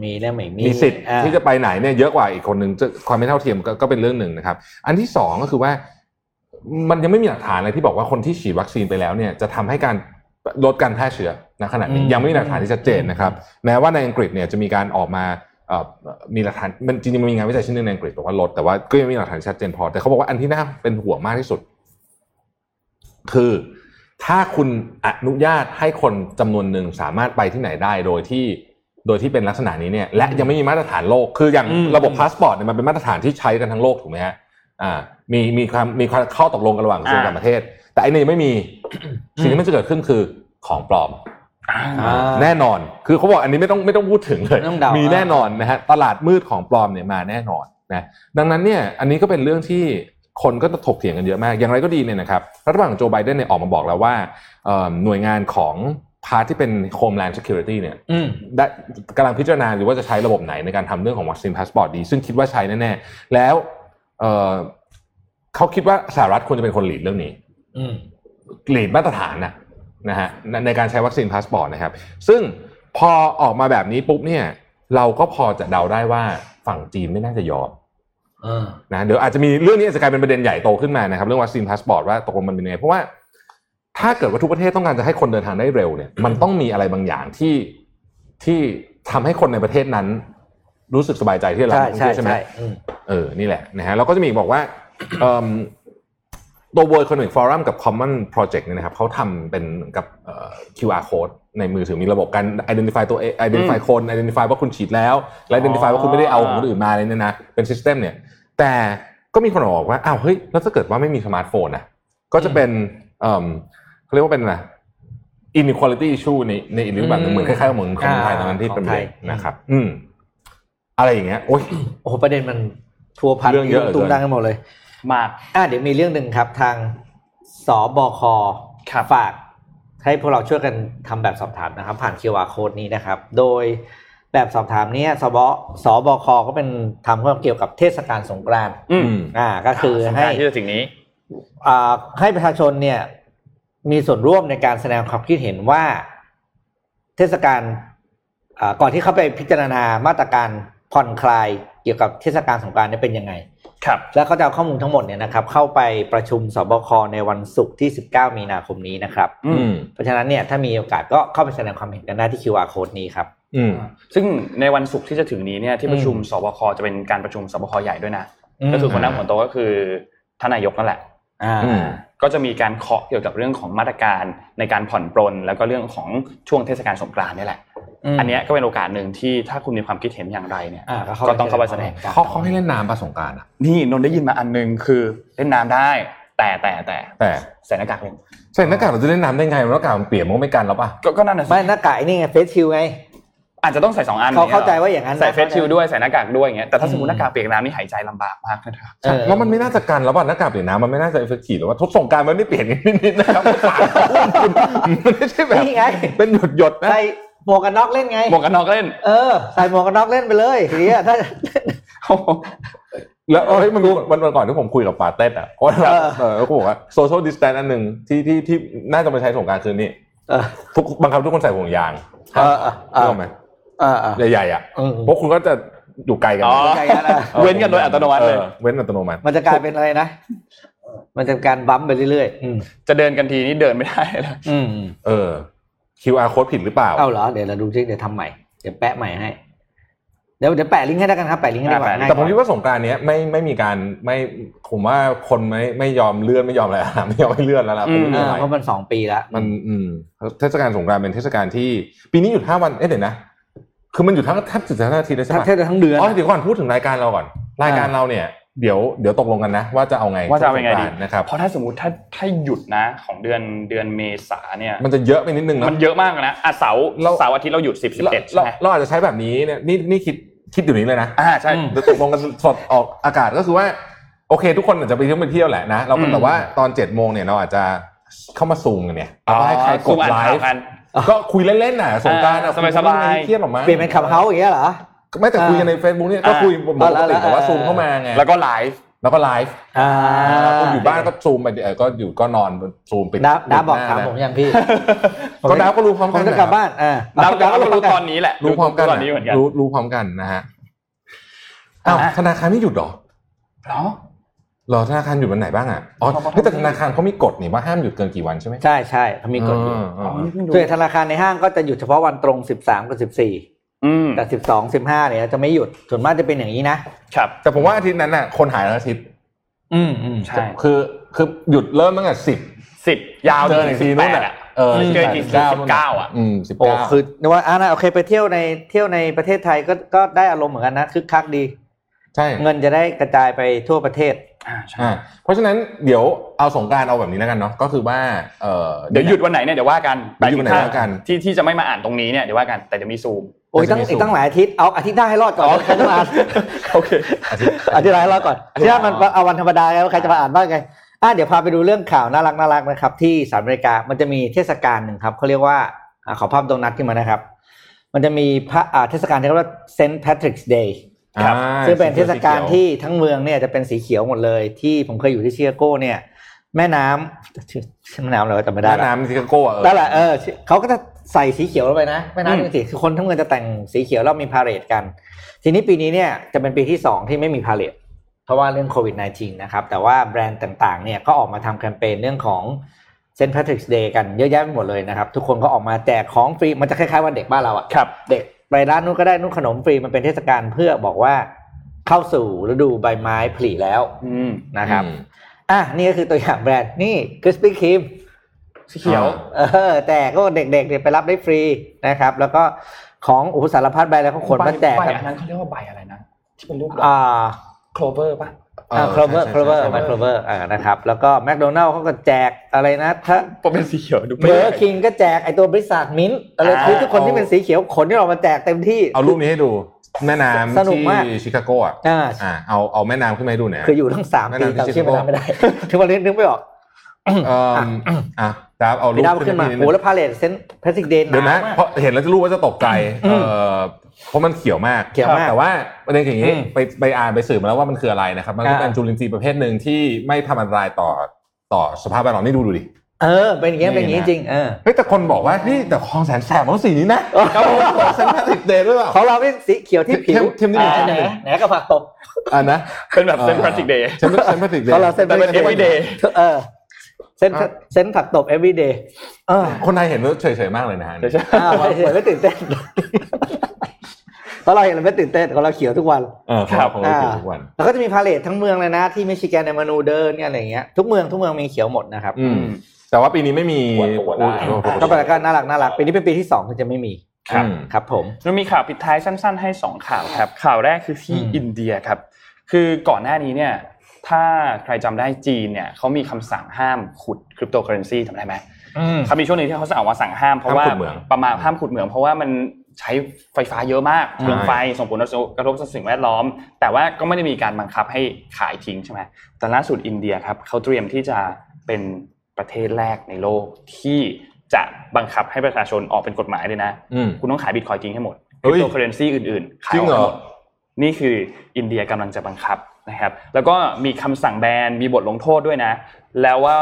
S3: มีแล้วไม่มี
S4: มีสิทธิ์
S3: อ่า
S4: ที่จะไปไหนเนี่ยเยอะกว่าอีกคนหนึ่งจะความไม่เท่าเทียมก็ก็เป็นเรื่องหนึ่งนะครับ อันที่สองก็คือว่ามันยังไม่มีหลักฐานอะไรที่บอกว่าคนที่ฉีดวัคซีนไปแล้วเนี่ยจะทำให้การลดการแพร่เชื้อนะขณะนี้
S3: อืม
S4: ยังไม่มีหลักฐานที่ชัดเจนนะครับ แม้ว่าในอังกฤษเนี่ยจะมีการออกมาเอ่อมีหลักฐานมันจริงๆมันมีงานวิจัยชิ้นหนึงในอังกฤษบอกว่าลดแต่ว่าก็ยังไม่มีหลักฐานชัดเจนพอ แต่เขาบอกว่าอันที่น่าเป็นห่วงมากที่สุด คือถ้าคุณอนุญาตให้คนจำนวนหนึ่งสามารถไปที่ไหนได้โดยที่โดยที่เป็นลักษณะนี้เนี่ย และยังไม่มีมาตรฐานโลกคืออย่าง
S3: อืม
S4: ระบบพาสปอร์ตเนี่ยมันเป็นมาตรฐานที่ใช้กันทั้งโลกถูกไหมฮะอ่า มีมีความมีความข้อตกลงกันระหว่างกระทรวงต่างประเทศ แต่ไอันนี้ไม่มีสิ่งที่มันจะเกิดขึ้นคือของปลอม
S3: อ่า
S4: แน่นอน คือเขาบอกอันนี้ไม่ต้องไม่ต้องพูดถึงเลย
S3: ไม่ต้องเดา
S4: มี
S3: มี
S4: แน่นอนนะฮะ ตลาดมืดของปลอมเนี่ยมาแน่นอนนะ ดังนั้นเนี่ย อันนี้ก็เป็นเรื่องที่คนก็ถกเถียงกันเยอะมาก อย่างไรก็ดีเนี่ยนะครับ รัฐบาลของโจไบเดนเนี่ยออกมาบอกแล้วว่าเอ่อหน่วยงานของพาร์ทที่เป็น Homeland Security เนี่ย
S3: อืม
S4: ได้กำลังพิจารณาอยู่ว่าจะใช้ระบบไหนในการทำเรื่องของวัคซีนพาสปอร์ตดี ซึ่งคิดว่าใช้แน่ๆ แล้วเอ่อเขาคิดว่าสหรัฐควรจะเป็นคนหลีดเรื่องนี้
S3: อืม
S4: หลีดมาตรฐานนะนะฮะในในการใช้วัคซีนพาสปอร์ตนะครับ ซึ่งพอออกมาแบบนี้ปุ๊บเนี่ย เราก็พอจะเดาได้ว่าฝั่งจีนไม่น่าจะยอม
S3: อ่า
S4: นะเดี๋ยวอาจจะมีเรื่องนี้อาจจะกลายเป็นประเด็นใหญ่โตขึ้นมานะครับ เรื่องวัคซีนพาสปอร์ตว่าตกลงมันเป็นยังไงเพราะว่าถ้าเกิดว่าทุกประเทศต้องการจะให้คนเดินทางได้เร็วเนี่ย มันต้องมีอะไรบางอย่างที่ที่ทำให้คนในประเทศนั้น รู้สึกสบายใจที่จะรับ
S3: ใช่
S4: นักท่องเที่ยว
S3: ใช่
S4: ใช่ไหม
S3: ใช่อืม
S4: เออ นี่แหละนะฮะเราก็จะมีบอกว่า เอิ่มตัว World Economic Forum กับ Common Project เนี่ยนะครับเขาทำเป็นเหมือนกับเอ่อ QR code ในมือถือมีระบบการ identify ตัวเอง identify คน identify ว่าคุณฉีดแล้ว และ identify
S2: อ๋อ
S4: ว่าคุณไม่ได้เอาของคนอื่นมาเลยเนี่ยนะ เป็น system เนี่ย แต่ก็มีคนบอกว่า อ้าว เฮ้ย แล้วถ้าเกิดว่าไม่มีสมาร์ทโฟนนะ ก็จะเป็นเอิ่มเขาเรียกว่าเป็นอะไร inequality issue ในในอีกรูปแบบหนึ่งเหมือนคล้ายๆกับเหมือนของไทยตอนนั้นที่เป็นประเด็นนะครับ อืม อะไรอย่างเงี้ย โอ๊ย
S3: โอ้โหประเด็นมันทัวพัน
S4: เรื่องเยอะเหลือเกิน
S3: ตุ้มดังกันหมดเลย
S2: มาก
S3: อ่ะเดี๋ยวมีเรื่องหนึ่งครับทางสบค
S2: ครับ
S3: ฝากให้พวกเราช่วยกันทำแบบสอบถามนะครับ ผ่าน QR code นี้นะครับ โดยแบบสอบถามเนี้ยสบสบคก็เป็นทำเพื่อเกี่ยวกับเทศกาลสงกรานต์
S2: อืม
S4: อืม
S3: อ่าก็คือ
S2: สำคั
S3: ให้
S2: ญที่จะถึงนี้
S3: อ่าให้ประชาชนเนี่ยมีส่วนร่วมในการแสดงความคิดเห็นว่าเทศกาลอ่าก่อนที่เขาไปพิจารณามาตรการผ่อนคลายเกี่ยวกับเทศกาลสงกรานต์เนี่ยเป็นยังไง
S2: ครับ
S3: แล้วเขาจะเอาข้อมูลทั้งหมดเนี่ยนะครับ เข้าไปประชุมสบคในวันศุกร์ที่ 19 มีนาคมนี้นะครับ
S2: อืม
S3: เพราะฉะนั้นเนี่ยถ้ามีโอกาสก็เข้าไปแสดงความเห็นกันได้ที่ QR code นี้ครับ
S4: อืม
S2: ซึ่งในวันศุกร์ที่จะถึงนี้เนี่ยที่ประชุม
S3: อืม
S2: สบคจะเป็นการประชุมสบคใหญ่ด้วยนะ ก็คือคนนั่งหัวโตะก็คือท่านนายกนั่นแหละ
S3: อ่า
S4: อืม
S2: ก็จะมีการเคาะเกี่ยวกับเรื่องของมาตรการในการผ่อนปรน แล้วก็เรื่องของช่วงเทศกาลสงกรานต์นี่แหละ อันเนี้ยก็เป็นโอกาสหนึ่งที่ถ้าคุณมีความคิดเห็นอย่างไรเนี่ย
S3: อ่า
S2: ก็ต้องเข้าไปแสดง
S4: เขาเขาให้เล่นน้ำประสงกรารอ่ะ
S2: นี่นนท์ได้ยินมาอันหนึ่งคือเล่นน้ำได้ แต่แต่แต่
S4: แต่
S2: ใส่หน้ากากเล่น
S4: ใส่หน้ากากเราจะเล่นน้ำได้ไงหน้ากากมันเปียกมันก็ไม่กันหรอกป่ะ
S2: ก็ก็นั่นนะสิ
S3: ไม่หน้ากากไอ้นี่ไงเฟซชิลไง
S2: อาจจะต้องใส่สองอัน
S3: เขา
S2: อย่งงี้ย
S3: เข้าใจว่าอย่างนั้นนะ
S2: ใส่เฟซชิลด์ด้วยใส่หน้ากากด้วยอย่างเงี้ยแต่ถ้าสมม
S4: อื
S2: ติ
S4: ม
S2: หน้ากากเปียกน้ำนี่หายใจลำบากมากนะครับ
S3: เออ
S4: แล้วมันไม่น่าจะกันแล้วป่ะหน้ากากเปียกน้ำมันไม่น่าจะเอฟเฟกตีฟหรอว่าทดสงกรารมันไม่เปลี่ยนนิดๆนะครับมันปาดอุ้มคุณมันไม่ใช่แบบ
S3: นี่ไง
S4: เป็นหยดหยดๆนะ
S3: ใส่หมวกกันน็อกเล่นไง
S2: หมวกกันน็อกเล่น
S3: เออ ใส่หมวกกันน็อกเล่นไปเลยทีเนี้ย ถ้า
S4: แล้วเอ้ยมันรู้วันวันก่อนที่ผมคุยกับปาเต้ดอ่ะว่า
S3: เออ
S4: เออเขาบอกว่าโซเชียลดิสแตนอันหนึ่งที่ที่ที่น่าจะไปใช้สงกรารคือนี่
S3: เออ
S4: ทุกบังคับทุกคนใส่ห่วงยาง
S3: เออเออเอ
S4: เข้าใจ
S3: อ
S4: ไหม
S3: เออเออ
S4: ใหญ่ๆอ่ะ
S3: อืม
S4: เพราะคุณก็จะอยู่ไกลกัน
S2: อ๋อ
S3: เข้าใจกันนะ
S4: ออ
S2: เว้นกันโดยอัตโนมัติเลย
S4: ออเว้นอัตโนมัติ
S3: มันจะกลายเป็นอะไรนะ มันจะการบั๊มไปเรื่อยๆ อืม
S2: จะเดินกันทีนี่เดินไม่ได้เลย
S3: อืม
S4: เออ QR code ผิดหรือเปล่า
S3: เอาเหรอ เดี๋ยวเราดูซิเดี๋ยวทำใหม่ เดี๋ยวแปะใหม่ให้ เดี๋ยวเดี๋ยวแปะลิงก์ให้แล้วกันครับ แปะลิงก์ให้ได้กว่า
S2: อ่าแปะลิงก์
S3: ง่ายก
S4: แต่ผม
S3: ว่า
S4: คิดว่าสงกรารเนี้ยไม่ไม่มีการไม่ผมว่าคนไม่ไม่ยอมเลื่อนไม่ยอมอะไรอะ ไม่ยอมให้เลื่อนแล้วล่ะ ผมไม่
S3: เอ
S4: มี
S3: อ
S4: อะไร
S3: เพราะมันสองปีแล้ว
S4: มันอืมเทศกาลสงกรารเป็นเทศกาลที่ปีนี้หยุดห้าวันเอ๊ะเดี๋ยวนะ คือมันหยุดทั้งแทบจุดทั้งอาทิตย์เลยใช่
S3: ทั้
S4: ไหม
S3: งเทศทั้งเดือน
S4: อ๋อเดี๋ยวก่อนพูดถึงรายการเราก่อน รายการเราเนี่ยเดี๋ยวเดี๋ยวตกลงกันนะ ว่าจะเอาไง
S2: ว่าจะเอายังไงดี
S4: สกรนต์นะครับ
S2: เพราะถ้าสมมติถ้าถ้าหยุดนะของเดือนเดือนเมษาเนี่ย
S4: มันจะเยอะไปนิดนึงนะ
S2: มันเยอะมากนะอ่ะเสาร์
S4: เรา
S2: เสาร์อาทิตย์เราหยุดสิบสิบ
S4: เรา
S2: เอ็ดใช่
S4: เรา
S2: ไหม
S4: เราอาจจะใช้แบบนี้เนี่ยนี่นี่คิดคิดอยู่นี้เลยนะ
S2: อ่าใช่
S3: อืม
S4: เดี๋ยวตกลงกันสดออกอากาศก็คือว่า โอเค ทุกคนอาจจะไปเที่ยวไปเที่ยวแหละนะเราก็
S2: อืม
S4: แต่ว่าตอนเจ็ดโมงเนี่ยเราอาจจะเข้ามาซูมกันเนี่ยเอาให้ใครก
S2: ซู
S4: ด
S2: มอ่าน
S4: ไล
S2: ข่าว
S4: ฟ์
S2: กัน
S4: ก็คุยเล่นๆน่ะสงกราร
S2: อ่าสบายๆ
S4: เครียดหรอกมั้ง
S3: เปลี่ยนเป็นขับเฮาอย่างเงี้ยเหรอ
S4: ไม่แต่คุยกันใน Facebook เนี่ยก็
S2: อ่า
S4: คุยปกติ
S3: อ่า
S4: แต่ว่า
S3: อ่า
S4: ซูมเข้ามาไง
S2: แล้วก็ไลฟ์
S4: แล้วก็ไลฟ์
S3: อ่า
S4: ก็อยู่บ้านก็ซูมไปเออก็อยู่ก็นอนซูมไป
S3: ดาบดาบบอก
S4: หน้
S3: ถามผมยังพี่
S4: ก็ดาบก็รู้พร้อม
S3: ผ
S4: กั
S3: ม
S4: น
S3: จะกลับบ้านอ่า
S2: เรา
S3: ดาบ
S2: เราก็รู้ตอน
S3: น
S2: นี้แหละ
S4: รู้พร้อมกัน
S2: ตอนนี้เหมือนกัน
S4: รู้รู้พร้อมกันนะฮะอ้าว
S2: อ่า
S4: ธนาคารไม่หยุดเหรอ
S2: เหรอ
S4: รอธนาคารหยุดวันไหนบ้างอ่ะ อ๋อ
S2: พอพอ
S4: นี่แต่ธนาคารเขามีกฎนี่ว่าห้ามหยุดเกินกี่วันใช่ไหม
S3: ใช่ใช่เขามีกฎอยู่
S4: อ่าอ่า
S2: นี่เพิ่งดู
S3: ส่วนธนาคารในห้างก็จะหยุดเฉพาะวันตรง 13กับ14
S2: อืม
S3: แต่ 12 15เนี่ยจะไม่หยุด ส่วนมากจะเป็นอย่างนี้นะ
S2: ครับ
S4: แต่ผมว่าอาทิตย์นั้นน่ะ คนหายทั้งอาทิตย์
S3: อืมอืม
S2: ใช่
S4: คือคือหยุดเริ่มตั้งแต่สิบ
S2: สิบยาว
S4: เจอ
S2: ถึ
S4: อีก
S2: ง
S4: ที
S2: สิบแป
S4: นู่น
S2: ด
S4: อ่ะ
S2: อ่ะ
S4: เออ
S2: เจออีกทีสิบเก้าอ่ะ
S4: อืมสิบ
S3: โอ้
S4: เก้า
S3: คือนึกว่าอ่านะโอเคไปเที่ยวในเที่ยวในประเทศไทยก็ก็ได้อารมณ์เหมือนกันนะคึกคักดี
S4: ใช่
S3: เงินจะได้กระจายไปทั่วประเทศ
S2: อ่าใช่
S4: อ่าเพราะฉะนั้นเดี๋ยวเอาสงกรารเอาแบบนี้แล้วกันเนาะก็คือว่าเออ
S2: เดี๋ยวหยุดวันไหนเนี่ยเดี๋ยวว่ากัน
S4: เดี๋ยวหยุดวันไหนว่ากัน
S2: ที่ที่จะไม่มาอ่านตรงนี้เนี่ยเดี๋ยวว่ากันแต่จะมีซูม
S3: โอ้ย
S4: จะ
S3: ตั้ง
S4: มี
S3: อีก
S4: สูง
S3: ตั้งหลายอาทิตย์เอาอาทิตย์หน้าให้รอดก่อน
S2: อ๋อ
S3: ใครจะ มาอ่าน
S2: โอเค
S4: อาทิตย์
S3: อาทิตย์หน้าให้รอดก่อนอาทิตย์หน้ามันเอาวันธรรมดาแล้วใครจะมาอ่านบ้างไงอ่ะเดี๋ยวพาไปดูเรื่องข่าวน่ารักน่ารักนะครับ ที่สหรัฐอเมริกามันจะมีเทศกาลหนึ่งครับเขาเรียกว่าอ่ะขอภาพโดนัทขึ้นมานะครับ มันจะมีพระอ่าเทศกาลที่เรียกว่า St. Patrick's Day
S2: ครับ
S4: อ่า
S3: ซึ่งเป็นเทศกาล
S4: สีเขียว
S3: ที่ทั้งเมืองเนี่ยจะเป็นสีเขียวหมดเลยที่ผมเคยอยู่ที่ชิคาโกเนี่ย แม่น้ำชื่อชื่อแม่น้ำอะไรวะจำไม่ได้
S4: ด้าน
S3: ละ
S4: น้ำที่ชิคาโก้อะเออ
S3: นั่นแหละเออชื่อเขาก็จะใส่สีเขียวลงไปนะแม่น้ำเป็นสีคือคนทั้งเมืองจะแต่งสีเขียวแล้วมีพาเหรดกัน ทีนี้ปีนี้เนี่ยจะเป็นปีที่สองที่ไม่มีพาเหรดเพราะว่าเรื่องโควิด -19 นะครับ แต่ว่าแบรนด์ต่างๆ เนี่ยก็ออกมาทำแคมเปญเรื่องของเซนต์พาทริกส์เดย์กันเยอะแยะไปหมดเลยนะครับ ทุกคนก็ออกมาแจกของฟรีมันจะคล้ายๆวันเด็กบ้านเราอะ
S2: ครับ
S3: เด็กไปร้านนู้นก็ได้นู้นขนมฟรีมันเป็นเทศกาลเพื่อบอกว่าเข้าสู่ฤดูใบไม้ผลิแล้ว
S2: อืม
S3: นะครับ
S4: อืม
S3: อ่ะนี่ก็คือตัวอย่างแบรนด์นี่คริสปี้ครีม
S2: สีเขียว
S3: เออแต่ก็เด็กๆเนี่ยไปรับได้ฟรีนะครับ แล้วก็ของอุปสารพัดแบรนด์แล้วก็ขนมาแจก
S2: ใบ
S3: กัน
S2: อันนั้นเขาเรียกว่าใบอะไรนะ ที่เป็นรูป
S3: อ่า
S2: โคลเวอร์ป่ะ
S3: คลเวอร์คลเวอร์
S4: ใช่ใช่ใช่
S3: ไมโครเวอร์อ่านะครับ แล้วก็แมคโดนัลล์เขาก็แจกอะไรนะถ้า
S2: ผมเป็นสีเขียวดู
S3: เบอร์คิงก็แจกไอตัวบริษัทมิ้นท์อะไรคือทุกคนที่เป็นสีเขียวขนที่เรามาแจกเต็มที่
S4: เอารูปนี้ให้ดูแม่น้
S3: ส
S4: ำ
S3: นุกมาก
S4: ที่ชิคาโก้อะ
S3: อ่า
S4: อ่าเอาเอาแม่น้ำขึ้นมาให้ดูหน่อย
S3: คืออยู่ทั้งสาม
S4: แนะ
S3: ปี
S4: นำ
S3: จำชื่อ
S4: ที่
S3: ไม่
S4: ชื่อ
S3: ได้ไม่ได้ ถึงวันนี้นึกไม่ออก
S4: เอออ่ะดาบเอารู
S3: พี่
S4: ป
S3: ดาวขึ้นมา
S4: ให้ดูนิดนึง
S3: โอ้แล้วพาเลตเซนแพทริกเดน
S4: เดี๋ยวนะเพราะเห็นแล้วจะรู้ว่าจะตกใจเอ
S3: อืม
S4: อเพราะมันเขียวมาก
S3: เขียวมาก
S4: แต่ว่าประเด็นคืออย่างนี้
S3: อืม
S4: ไปไปอ่านไปสืบมาแล้วว่ามันคืออะไรนะครับ มันก็เป็น
S3: อ่า
S4: จุลินทรีย์ประเภทหนึ่งที่ไม่ทำอันตรายต่อ ต่อสภาพแวดล้อมนี่ดูดูดิ
S3: เออ เป็นอย่างเงี้ย
S4: นี่
S3: เป็นอย่างงี้
S4: นะ
S3: จริงเออ
S4: เฮ้ยแต่คนบอกว่านี่แต่คลองแสนแสบมันสีนี้นะเขาบอกเซนทรัลเดย์ด้วยเปล่า
S3: ของเราเป็นสีเขียวที่ผิว
S4: เข้มๆนิดนึง
S3: อ่าไหนไหนก็ผักตบ
S4: อ่านะ
S2: เป็นแบบเซนพลาสติกเดย์
S4: เซนทรัลเดย์
S3: ของเราเส้น
S2: แต่เป็น everyday
S3: เออเส้น
S4: ครับ
S3: เส้นผักตบ everyday เออ
S4: คนไทยเห็นแล้วเฉยๆมากเลยนะฮะ
S2: ใช่ใช่
S3: อ้าวไม่เห็นไม่ตื่นเต้นเพราะเราเห็นเราไม่ตื่นเต้นของเราเขียวทุกวัน
S4: เออครับของเราเขียวทุกวัน
S3: แล้วก็จะมีพาเลททั้งเมืองเลยนะ ที่มิชิแกนในมานูเดินเนี่ยอะไรอย่างเงี้ยทุกเมืองทุกเมืองมีเขียวหมดนะครับ
S4: อืม แต่ว่าปีนี้ไม่มี
S5: ปวดหัวได้
S4: โอ้โห
S3: ก็เป็นการน่ารักน่ารักปีนี้เป็นปีที่สองที่จะไม่มี
S4: ครับ
S3: ครับผม
S2: เรามีข่าวปิดท้ายสั้น ๆ ให้สองข่าวครับ ข่าวแรกคือที่
S3: อืม
S2: อินเดียครับ คือก่อนหน้านี้เนี่ย ถ้าใครจำได้จีนเนี่ยเขามีคำสั่งห้ามขุดคริปโตเคอเรนซีจำได้ไหม เขามีช่วงหนึ่งที่เขาสั่งออกมาสั่งห้ามเพราะว่า
S4: ห้ามขุดเหมือง
S2: ประมาณห้ามขุดเหมือง เพราะว่ามันใช้ไฟฟ้าเยอะมาก
S4: ใช่
S2: เปลืองไฟส่งผลกระทบต่อสิ่งแวดล้อม แต่ว่าก็ไม่ได้มีการบังคับให้ขายทิ้งใช่ไหมแต่ล่าสุดอินเดียครับเขาเตรียมที่จะเป็นประเทศแรกในโลกที่จะบังคับให้ประชาชนออกเป็นกฎหมายเลยนะ
S4: อืม
S2: คุณต้องขายบิตคอยน์ทิ้งให้หมดค
S4: เฮ้
S2: ริป
S4: ย
S2: โตเคอเรนซีอื่นๆ ขาย
S4: จริ
S2: อองก
S4: เหร
S2: ให้
S4: อ
S2: หมดนี่คืออินเดียกำลังจะบังคับนะครับ แล้วก็มีคำสั่งแบน มีบทลงโทษด้วยนะ แล้วว่า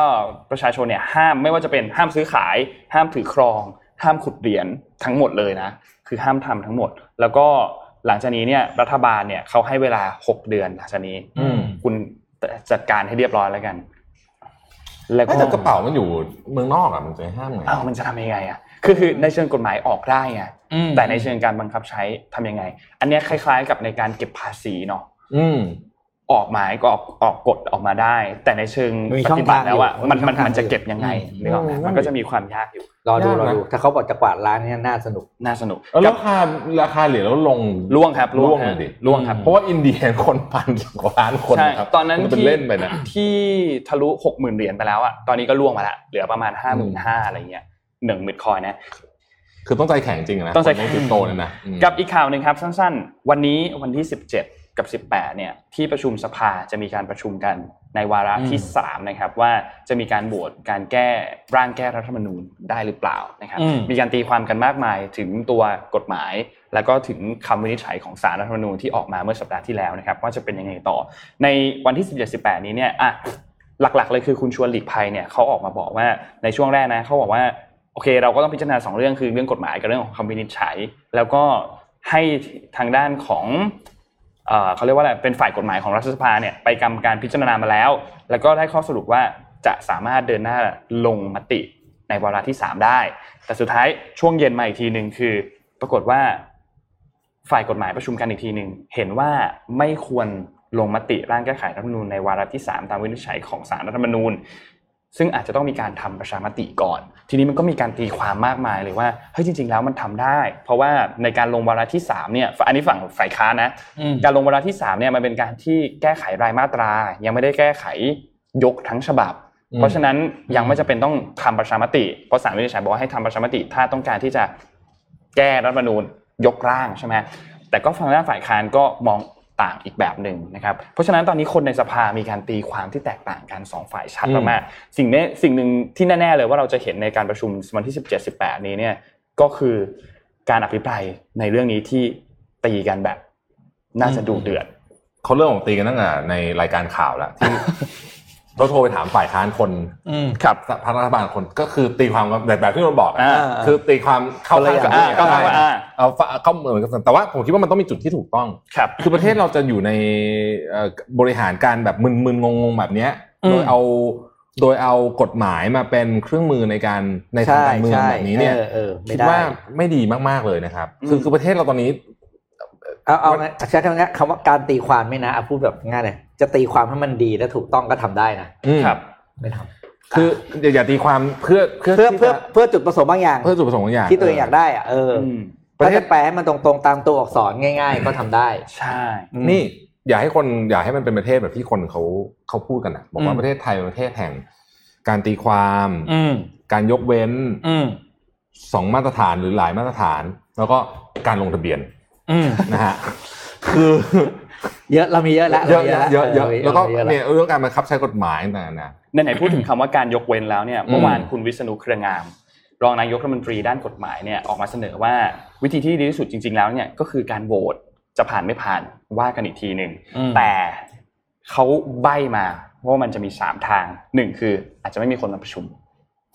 S2: ประชาชนเนี่ยห้ามไม่ว่าจะเป็นห้ามซื้อขาย ห้ามถือครอง ห้ามขุดเหรียญทั้งหมดเลยนะ คือห้ามทำทั้งหมด แล้วก็หลังจากนี้เนี่ยรัฐบาลเนี่ยเขาให้เวลา 6 เดือนหลังจากนี้
S4: อืม
S2: คุณจัดการให้เรียบร้อยแล้วกัน แล้วก็
S4: ไม่แต่กระเป๋ามันอยู่เมืองนอกอ่ะมันจะห้ามไง
S2: อ้าวมันจะทำยังไงอ่ะคือคือในเชิงกฎหมายออกได้ไง
S3: อืม
S2: แต่ในเชิงการบังคับใช้ทำยังไง อันเนี้ยคล้าย ๆ กับในการเก็บภาษีเนาะ
S4: อืม
S2: ออกหมายก็ออกออกกฎออกมาได้ แต่ในเชิง
S3: มี
S2: ป
S3: ช่อง
S2: ฏิบั
S3: ทาง
S2: ติแล้วอ่ะ
S3: อยู่
S2: มันมัน
S3: มีช่องทาง
S2: มันจะเก็บยังไง
S3: อยู่
S2: นึกออกไหม
S4: อืม
S2: มันก็จะมีความยากอยู่
S3: รอดู
S4: ยากนะ
S3: รอดู ถ้าเขาบอกจะกวาดร้านเนี่ยน่าสนุก
S2: น่าสนุก
S4: แล้ว
S2: กั
S4: รา
S2: บ
S4: คาราคาเหรียญแล้วลง
S2: ล่วงครับ
S4: ล่วง
S2: ฮะ
S4: เลยดิ
S2: ล่วงครับ
S4: เพราะว่าอินเดียคนพันกว่าล้านค
S2: ใช่
S4: นะครับ
S2: ตอนนั้น
S4: มัเป็น
S2: ที่
S4: เล่นไปนะ
S2: ที่ทะลุหกหมื่นเหรียญไปแล้วอ่ะตอนนี้ก็ล่วงมาละเหลือประมาณห้าหมื่นห้าอะไรเงี้ยหนึ่งหมื่นคอยนะ
S4: คือต้องใจแข็งจริงะนะ
S2: ต้องใจแข็ง
S4: คนเล่นคริปโตเนี่ยนะอืม
S2: กับอีกข่าวหนึ่งครับสั้นๆ วันนี้วันที่ 17 กับ 18 เนี่ยที่ประชุมสภาจะมีการประชุมกันในวาระที่ 3 นะครับ ว่าจะมีการโหวตการแก้ร่างแก้รัฐธรรมนูญได้หรือเปล่านะครับ
S3: อืม
S2: มีการตีความกันมากมายถึงตัวกฎหมาย แล้วก็ถึงคำวินิจฉัยของสารรัฐธรรมนูญที่ออกมาเมื่อสัปดาห์ที่แล้วนะครับ ว่าจะเป็นยังไงต่อ ในวันที่ 17 18 นี้เนี่ยอ่ะหลักๆ เลยคือคุณชวนหลีกภัยเนี่ยเขาออกมาบอกว่าในช่วงแรกนะเขาบอกว่า โอเค เราก็ต้องพิจารณาสองเรื่องคือเรื่องกฎหมายกับเรื่องของคำวินิจฉัย แล้วก็ให้ทางด้านของเอ่อเขาเรียกว่าอะไรเป็นฝ่ายกฎหมายของรัฐสภาเนี่ยไปกำการพิจารณามาแล้ว แล้วก็ได้ข้อสรุปว่าจะสามารถเดินหน้าลงมติในวาระที่สามได้ แต่สุดท้ายช่วงเย็นมาอีกทีหนึ่งคือ ปรากฏว่า ฝ่ายกฎหมายประชุมกันอีกทีหนึ่งเห็นว่าไม่ควรลงมติร่างแก้ไขรัฐธรรมนูญในวาระที่ 3 ตามวินิจฉัยของสารรัฐธรรมนูญ ซึ่งอาจจะต้องมีการทำประชามติก่อน ทีนี้มันก็มีการตีความมากมายเลยว่าเฮ้ยจริง ๆ แล้วมันทำได้ เพราะว่าในการลงวาระที่3เนี่ยอันนี้ฝั่งฝ่ายค้านนะ การลงวาระที่สามเนี่ยมันเป็นการที่แก้ไขรายมาตรา ยังไม่ได้แก้ไขยกทั้งฉบับ
S4: อืม
S2: เพราะฉะนั้นยังไม่จำเป็นต้องทำประชามติ เพราะสารวินิจฉัยบอกว่าให้ทำประชามติ ถ้าต้องการที่จะแก้รัฐธรรมนูญยกร่างใช่ไหมแต่ก็ฟังด้านฝ่ายค้านก็มองต่างอีกแบบหนึ่งนะครับเพราะฉะนั้นตอนนี้คนในสภามีการตีความที่แตกต่างกันสองฝ่ายชัดมากๆสิ่งนี้สิ่งหนึ่งที่แน่ๆเลยว่าเราจะเห็นในการประชุมวันที่ 17 18 นี้เนี่ย ก็คือการอภิปรายในเรื่องนี้ที่ตีกันแบบ น่าจะดูเดือด
S4: เขาเริ่มออกตีกันตั้งแต่ในรายการข่าวแล้ว ที่ เราโทรไปถามฝ่ายค้านคน
S2: ครับ
S4: พรรครัฐบาลคนก็คือตีความกันแบบแบบที่นนท์บอกอะ
S2: อ่า
S4: คือตีความเข้าข้างกัน
S2: อ่าเข้าข้างกัน
S4: ได้
S2: อ่า
S4: เอาฝ่าเข้าเหมือนกันแต่ว่าผมคิดว่ามันต้องมีจุดที่ถูกต้อง
S2: ครับ
S4: คือประเทศเราจะอยู่ในเอ่อบริหารการแบบมึนๆงงๆแบบเนี้ยโดยเอาโดยเอากฎหมายมาเป็นเครื่องมือในการในทาง
S3: ใช่
S4: การเมือง
S3: ใช่
S4: แบบนี้เนี่ย
S3: เออเออไม่
S4: คิด
S3: ได้
S4: ว่าไม่ดีมากๆเลยนะครับ คือ
S2: อืม
S4: คือประเทศเราตอนนี้
S3: เอาเอาไงใช้คำนี้คำว่าการตีความไม่นะเอาพูดแบบง่ายเลยจะตีความให้มันดีและถูกต้องก็ทำได้นะ
S4: อืม
S2: ครับ
S3: ไม่ท
S4: คืออย่าอย่าตีความเพื่อเพื่อ
S3: ำเพื่อ
S4: ที่จะ
S3: เพื่อเพื่อจุดประสงค์บางอย่าง
S4: เพื่อจุดประสงค์บางอย่าง
S3: ที่ตัวเองอยากได้อะเอออ
S2: อืม
S3: ถ้าจะแปลให้มันตรงๆตามตัวอักษรง่าย ๆ ก็ทำได้
S2: ใช่
S4: นี่ อย่าให้คนอย่าให้มันเป็นประเทศแบบที่คนเขาเขาพูดกันนะบอกว่า
S3: อืม
S4: ประเทศไทยเป็นประเทศแห่ง การตีความ การยกเว้น
S3: อืม
S4: สองมาตรฐานหรือหลายมาตรฐาน แล้วก็การลงทะเบียน
S3: อืม
S4: นะฮะคือ
S3: เยอะเรามีเยอะแล้ว
S4: เยอะเยอะเยอะ
S3: รามี
S4: แล้วก็
S3: รามีเยอะ
S4: เนี่ยเรื่องการบังคับใช้กฎหมายต่างๆนะ
S2: ในไหนๆพูดถึงคำว่าการยกเว้นแล้วเนี่ยเมื่อวาน
S4: อืม
S2: คุณวิษณุเครืองาม รองนายกรัฐมนตรีด้านกฎหมายเนี่ยออกมาเสนอว่าวิธีที่ดีที่สุดจริง ๆ แล้วเนี่ยก็คือการโหวตจะผ่านไม่ผ่านว่ากันอีกทีหนึ่ง
S3: อืม
S2: แต่เขาใบมา ว่ามันจะมีสามทางหนึ่งคืออาจจะไม่มีคนมาประชุม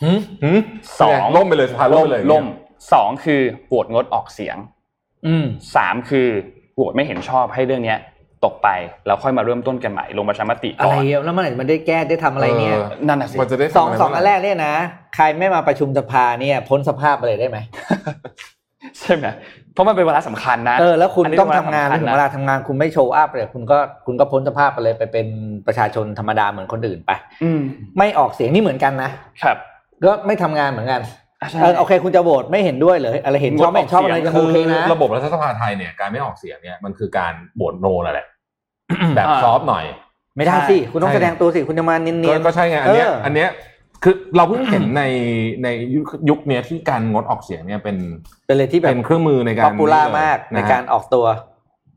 S4: หืมหืม
S2: สอง
S4: ล่มไปเลยสภาล่มไปเลย
S2: ล่มสองคือโหวตงดออกเสียง
S3: อืม
S2: สามคือโหวตไม่เห็นชอบให้เรื่องเนี้ย ตกไปแล้วค่อยมาเริ่มต้นกันใหม่ลงประชามติ
S3: อะ
S2: ก่
S3: ไร
S2: อน
S3: เยอะแล้วเมื่อไหร่มันได้แก้ได้ทำอะไรเนี่ย
S2: นั่นน่ะสิ
S4: มันจะได้
S3: สอง
S4: ทำะไ
S3: สองอันแรกเนี่ยนะ ใครไม่มาประชุมสภาเนี่ย พ้นสภาพไปเลยได้ไหม
S2: ใช่ไหมเพราะมันเป็นเวลาสำคัญนะ
S3: เออแล้วคุณ
S2: อันนี้
S3: ต้องทำงาน
S2: เป็น
S3: ถึ
S2: เวลาสำคัญนะ
S3: งเวลาทำงานคุณไม่โชว์อัพเลยคุณก็คุณก็พ้นสภาพไปเลยไปเป็นประชาชนธรรมดาเหมือนคนอื่นไป
S2: อืม
S3: ไม่ออกเสียงนี่เหมือนกันนะครับ ก็ไม่ทำงานเหมือนกัน
S2: อ่ะใช่
S3: เออโอเค คุณจะโหวตไม่เห็นด้วยเลยอะไรเห็นชอบไม่เห็นชอบอะไรยัง
S4: คื
S3: โอ
S4: อ
S3: เคนะ
S4: ระบบรัฐสภาไทยเนี่ยการไม่ออกเสียงเนี่ยมันคือการโหวตโนนั่นแหละ แบบ
S2: อ่า
S4: ซอฟต์หน่อย
S3: ไม่ได้สิ
S2: ใช่
S3: คุณต้อง
S4: ใช่
S3: แสดงตัวสิคุณจะมาเนี
S4: ก็
S3: ยน
S4: ก็ใช่ไงอันเนี้ย
S3: เอออั
S4: อันเนี้ยคือเราเพิ่งเห็นในในยุคยุคเนี้ยที่การงดออกเสียงเนี่ยเป็น
S3: ๆเป็นเลยที่แบ
S4: เป็
S3: บ
S4: นเครื่องมือในการ
S3: ป๊อปปูล่า
S4: เลย
S3: มากใน
S4: นะฮะ
S3: การออกตัว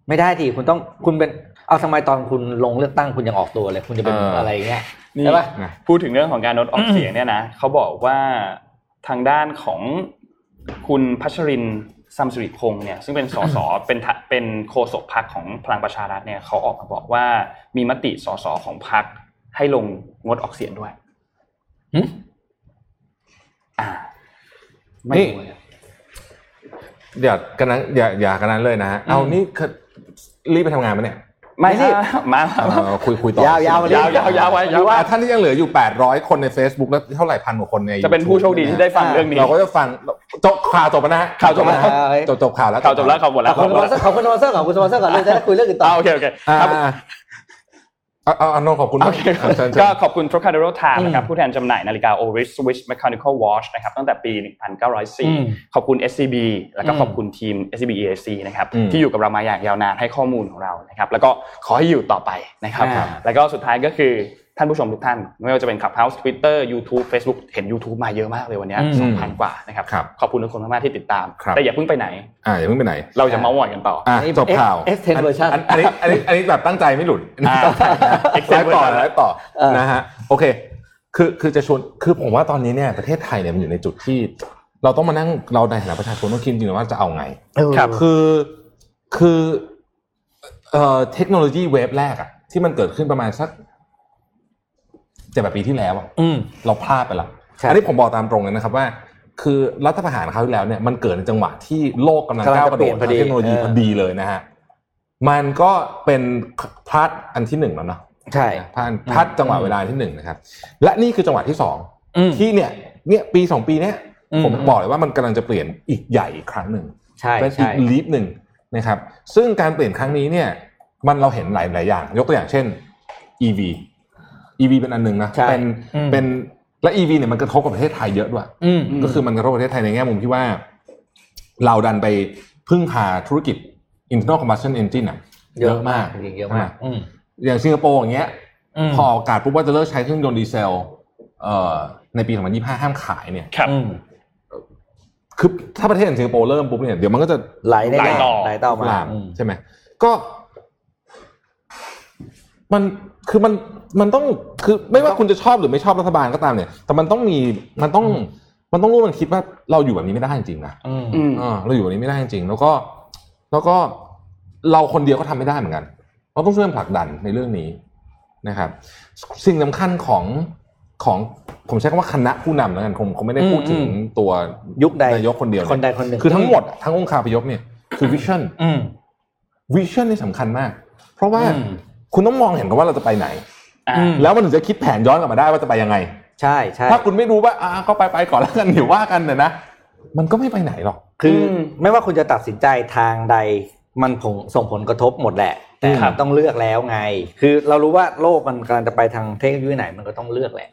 S3: ไม่ได้ทีคุณต้องคุณเป็นเอาทำไมตอนคุณลงเลือกตั้งคุณยังออกตัวเลย คุณจะเป็น
S4: เอออ
S3: อะไรอย่างเงี้ย
S2: นี่
S3: ใช่ปะ
S4: นะ
S2: พูดถึงเรื่องของการลดออกเสียงเนี่ยนะเขาบอกว่าทางด้านของคุณพัชรินทร์ซัมสุริพงษ์เนี่ยซึ่งเป็นสส เป็นทะเป็นโฆษกพักของพลังประชารัฐเนี่ยเขาออกมาบอกว่ามีมติสสของพักให้ลงงดออกเสียงด้วย
S3: หึ
S2: อ่าไม่
S4: นี่
S2: รู้เลยอะ
S4: อย่ากันนั้นอย่าอย่ากันนั้นเลยนะฮะเอานี่คือรีบไปทำงานไหมเนี่ย
S2: ไม่
S3: ไม่
S2: สิ
S3: สิ
S2: มา
S4: เอ่อคุยคุยต่อย
S3: าวๆมาเรื่อย
S4: าย วยาว
S2: ๆไว้ยาวๆ
S4: อ่ะท่านที่ยังเหลืออยู่ 800 คนใน Facebook แล้วเท่าไหร่พันกว่าคนใน
S2: จะเป็น
S4: YouTube
S2: ผู้โชคดีที่ได้ฟังเรื่องนี้
S4: เราก็จะฟังจบข่าวจบแล้วนะฮะ
S2: ข่าวจบแล้ว
S4: นะฮะจบจบข่าวแล้ว
S2: ข่าวจบแล้วข่าวหมดแล้
S3: อ่ะ
S2: ว
S3: ขอบคุณสปอนเซอร์ขอบคุณสปอนเซอร์ก่อนคุณสปอนเซอร์ก่อนเลยจะได้คุยเรื่องอื่นต่
S2: อ่า
S3: อ
S2: โอเคโอเค
S4: อ่า
S2: ครับ
S4: เอาเอาเอาโนขอบคุณ
S2: โอเค
S4: อ่ะเชิญเชิญ
S2: ก็ขอบคุณ Trocadero Time นะครับผู้แทนจำหน่ายนาฬิกา Oris Swiss Mechanical Watch นะครับตั้งแต่ปี
S3: อืม
S2: 1904 ขอบคุณ SCB แล้วก็
S3: อืม
S2: ขอบคุณทีม SCB EAC นะครับ
S4: อืม
S2: ที่อยู่กับเรามาอย่างยาวนานให้ข้อมูลของเรานะครับแล้วก็ขอให้อยู่ต่อไปนะครับ
S3: อ่า
S2: แล้วก็สุดท้ายก็คือท่านผู้ชมทุกท่าน ไม่ว่าจะเป็น Clubhouse Twitter YouTube Facebook เห็น YouTube มาเยอะมากเลยวันเนี้ย
S3: อืม
S2: 2,000 กว่านะครับ
S4: ครับ
S2: ขอบคุณทุกคนมากๆที่ติดตาม
S4: ครับ
S2: แต่อย่าเพิ่งไปไหน
S4: อ่าอย่าเพิ่งไปไหน
S2: เราจะเมาส์มอยกันต่อ
S4: อ่ะจบข่าว
S3: F- F10 เวอร์ชัน
S4: อันนี้อันนี้อันนี้แบบตั้งใจไม่หลุด
S2: อ่า
S4: ไลฟ์ต่อไลฟ์ต่อ
S3: เออ
S4: นะฮะโอเค คือคือจะชวนคือผมว่าตอนนี้เนี่ยประเทศไทยเนี่ยมันอยู่ในจุดที่ เราต้องมานั่งเราในฐานะประชาชนต้องคิดจริงๆว่าจะเอาไง
S2: ครับ
S4: คือคือเอ่อเทคโนโลยีเวฟแรกอะที่มันเกิดขึ้นประมาณสักเจ็ดแปดปีที่แล้วอะ
S3: อืม
S4: เราพลาดไปละ
S3: ใช่
S4: อันนี้ผมบอกตามตรงเลยนะครับว่า คือรัฐประหารคราวที่แล้วเนี่ยมันเกิดในจังหวะที่โลกกำลังก้าวกระโดด
S3: กำลังจะเปลี่ยนพอดี
S4: ทางเทคโนโลยี
S3: เออ
S4: พอดีเลยนะฮะมันก็เป็นพลาดอันที่หนึ่งแล้วเนาะ
S3: ใช่
S4: พลาดพลาดจังหวะเวลาที่หนึ่งนะครับ และนี่คือจังหวะที่สอง
S3: อืม
S4: ที่เนี่ย เนี่ยปีสองปีเนี่ย
S3: อืม
S4: ผมบอกเลยว่ามันกำลังจะเปลี่ยนอีกใหญ่อีกครั้งหนึ่ง
S3: ใช่
S4: เป็นอี
S3: ใช่
S4: กลีฟหนึ่งนะครับ ซึ่งการเปลี่ยนครั้งนี้เนี่ย มันเราเห็นหลายหลายอย่าง ยกตัวอย่างเช่น EV EV เป็นอันหนึ่งนะ
S3: ใช่
S4: เป็น
S3: อืม
S4: เป็นและ EV เนี่ยมันกระทบกับประเทศไทยเยอะด้วย
S3: อืม
S4: ก็คือมันกระทบประเทศไทยในแง่มุมที่ว่า เราดันไปพึ่งพาธุรกิจ internal combustion engine อะ
S3: เยอะมากจริงๆเยอะมาก อืม
S4: อย่างสิงคโปร์อย่างเงี้ย
S3: ม
S4: พอออกอากาศปุ๊บว่าจะเลิกใช้เครื่องยนต์ดีเซลเอ่อในปี 2025 ห้ามขายเนี่ย
S2: ครับ
S3: ม
S4: คือถ้าประเทศอย่างสิงคโปร์เริ่มปุ๊บเนี่ยเดี๋ยวมันก็จะ
S3: ไหลได้
S2: ไหลต่อ
S3: ไหลต่อมา
S4: ลาม
S3: อืม
S4: ใช่ไหมก็ มันคือมันมันต้องคือไม่ว่าคุณจะชอบหรือไม่ชอบรัฐบาลก็ตามเนี่ย แต่มันต้องมีมันต้อง มันต้องรู้มันคิดว่าเราอยู่แบบนี้ไม่ได้จริงๆนะ
S3: อืม
S2: อืม
S4: อ่าเราอยู่แบบนี้ไม่ได้จริงๆแล้วก็ แล้วก็เราคนเดียวก็ทำไม่ได้เหมือนกันเราต้องช่วยกันผลักดันในเรื่องนี้นะครับ สิ่งสำคัญของของผมใช้คำว่าคณะผู้นำแล้วกันคงคงไม่ได้พูดถึง
S3: อืม
S4: ตัว
S3: ยุคใด
S4: นายกคนเดียวเย
S3: คนใดคนหนึ่ง
S4: คือทั้งหมดอะทั้งองค์คาพยพเนี่ยคือวิชั่น
S3: อืม
S4: วิชั่นนี่สำคัญมาก เพราะว่า
S3: อืม
S4: คุณต้องมองเห็นก่อนว่าเราจะไปไหน
S2: อ่า
S3: อืม
S4: แล้วมันถึงจะคิดแผนย้อนกลับมาได้ว่าจะไปยังไง
S3: ใช่ใช่
S4: ถ้าคุณไม่รู้ว่าอ่าก็ไปไปก่อนแล้วกันเดี๋ยวว่ากันเนี่ยนะ มันก็ไม่ไปไหนหรอก
S3: คือ
S2: ม
S3: ไม่ว่าคุณจะตัดสินใจทางใดมันผงส่งผลกระทบหมดแหละ แต่
S2: ครับ
S3: ต้องเลือกแล้วไง คือเรารู้ว่าโลกมันกำลังจะไปทางเทคโนโลยีไหนมันก็ต้องเลือกแหละ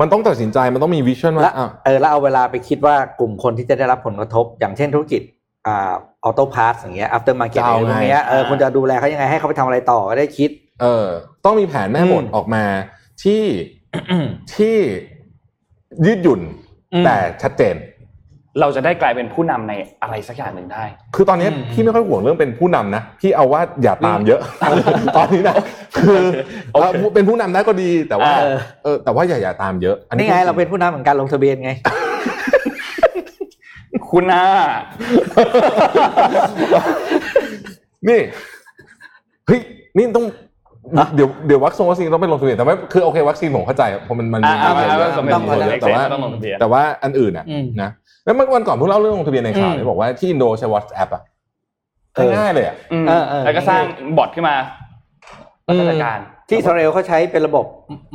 S4: มันต้องตัดสินใจมันต้องมีวิชั่น
S3: และ
S4: ว่าอ่ะ
S3: เออแล้วเอาเวลาไปคิดว่ากลุ่มคนที่จะได้รับผลกระทบ อย่างเช่นธุรกิจอ่าออโต้พาร์ทอย่างเงี้ยอัฟเตอร์มาเก็ตอะไรพวกเนี้ยเออคุณจะดูแลเขายังไงให้เขาไปทำอะไรต่อก็ได้คิด
S4: เออต้องมีแผนแม่บท
S3: อืม
S4: ออกมาที่ที่ยืดหยุ่น
S3: อืม
S4: แต่ชัดเจน
S2: เราจะได้กลายเป็นผู้นำในอะไรสักอย่างหนึ่งได้
S4: คือตอนนี้
S3: อืม
S4: พี่ไม่ค่อยห่วงเรื่องเป็นผู้นำนะพี่เอาว่าอย่าตามเยอะ ตอนนี้นะคือเอ่อเป็นผู้นำได้ก็ดีแต่ว่า
S2: เออ
S4: เออแต่ว่าอย่าอย่าตามเยอะ
S3: นี่ไงเราเป็นผู้นำเหมือนกันลงทะเบียนไง
S2: คุณน่า
S4: นี่เฮ้ยนี่ต้อง
S5: นะ
S4: เดี๋ยวเดี๋ยววัคซีนวัคซีนต้องไปลงทะเบียนแต่ว่าคือโอเควัคซีนผมเข้าใจเพราะมันมัน
S2: อ่า
S4: มี
S2: อ่า
S4: เยอะ
S2: อ่า
S4: มันมีคนเยอะ
S2: ต้อ
S4: แต่
S2: งลงทะเบียน
S4: ว่า
S2: ต้องลงทะเบียน
S4: แต่ว่าอันอื่นอ่ะ
S3: อืม
S4: นะแล้วเมื่อวันก่อนเพิ่งเล่าเรื่องลงทะเบียนในข่าว
S3: อืม
S4: ที่บอกว่าที่อินโดใช้ WhatsApp อ่ะ
S5: เออ
S4: ง่ายๆเลยอ่ะ
S2: อืม
S3: เออเออ
S2: แล้วก็สร้างบอทขึ้นมาแล้วก็จัดการ
S3: ที่อิสราเอลเขาใช้เป็นระบบ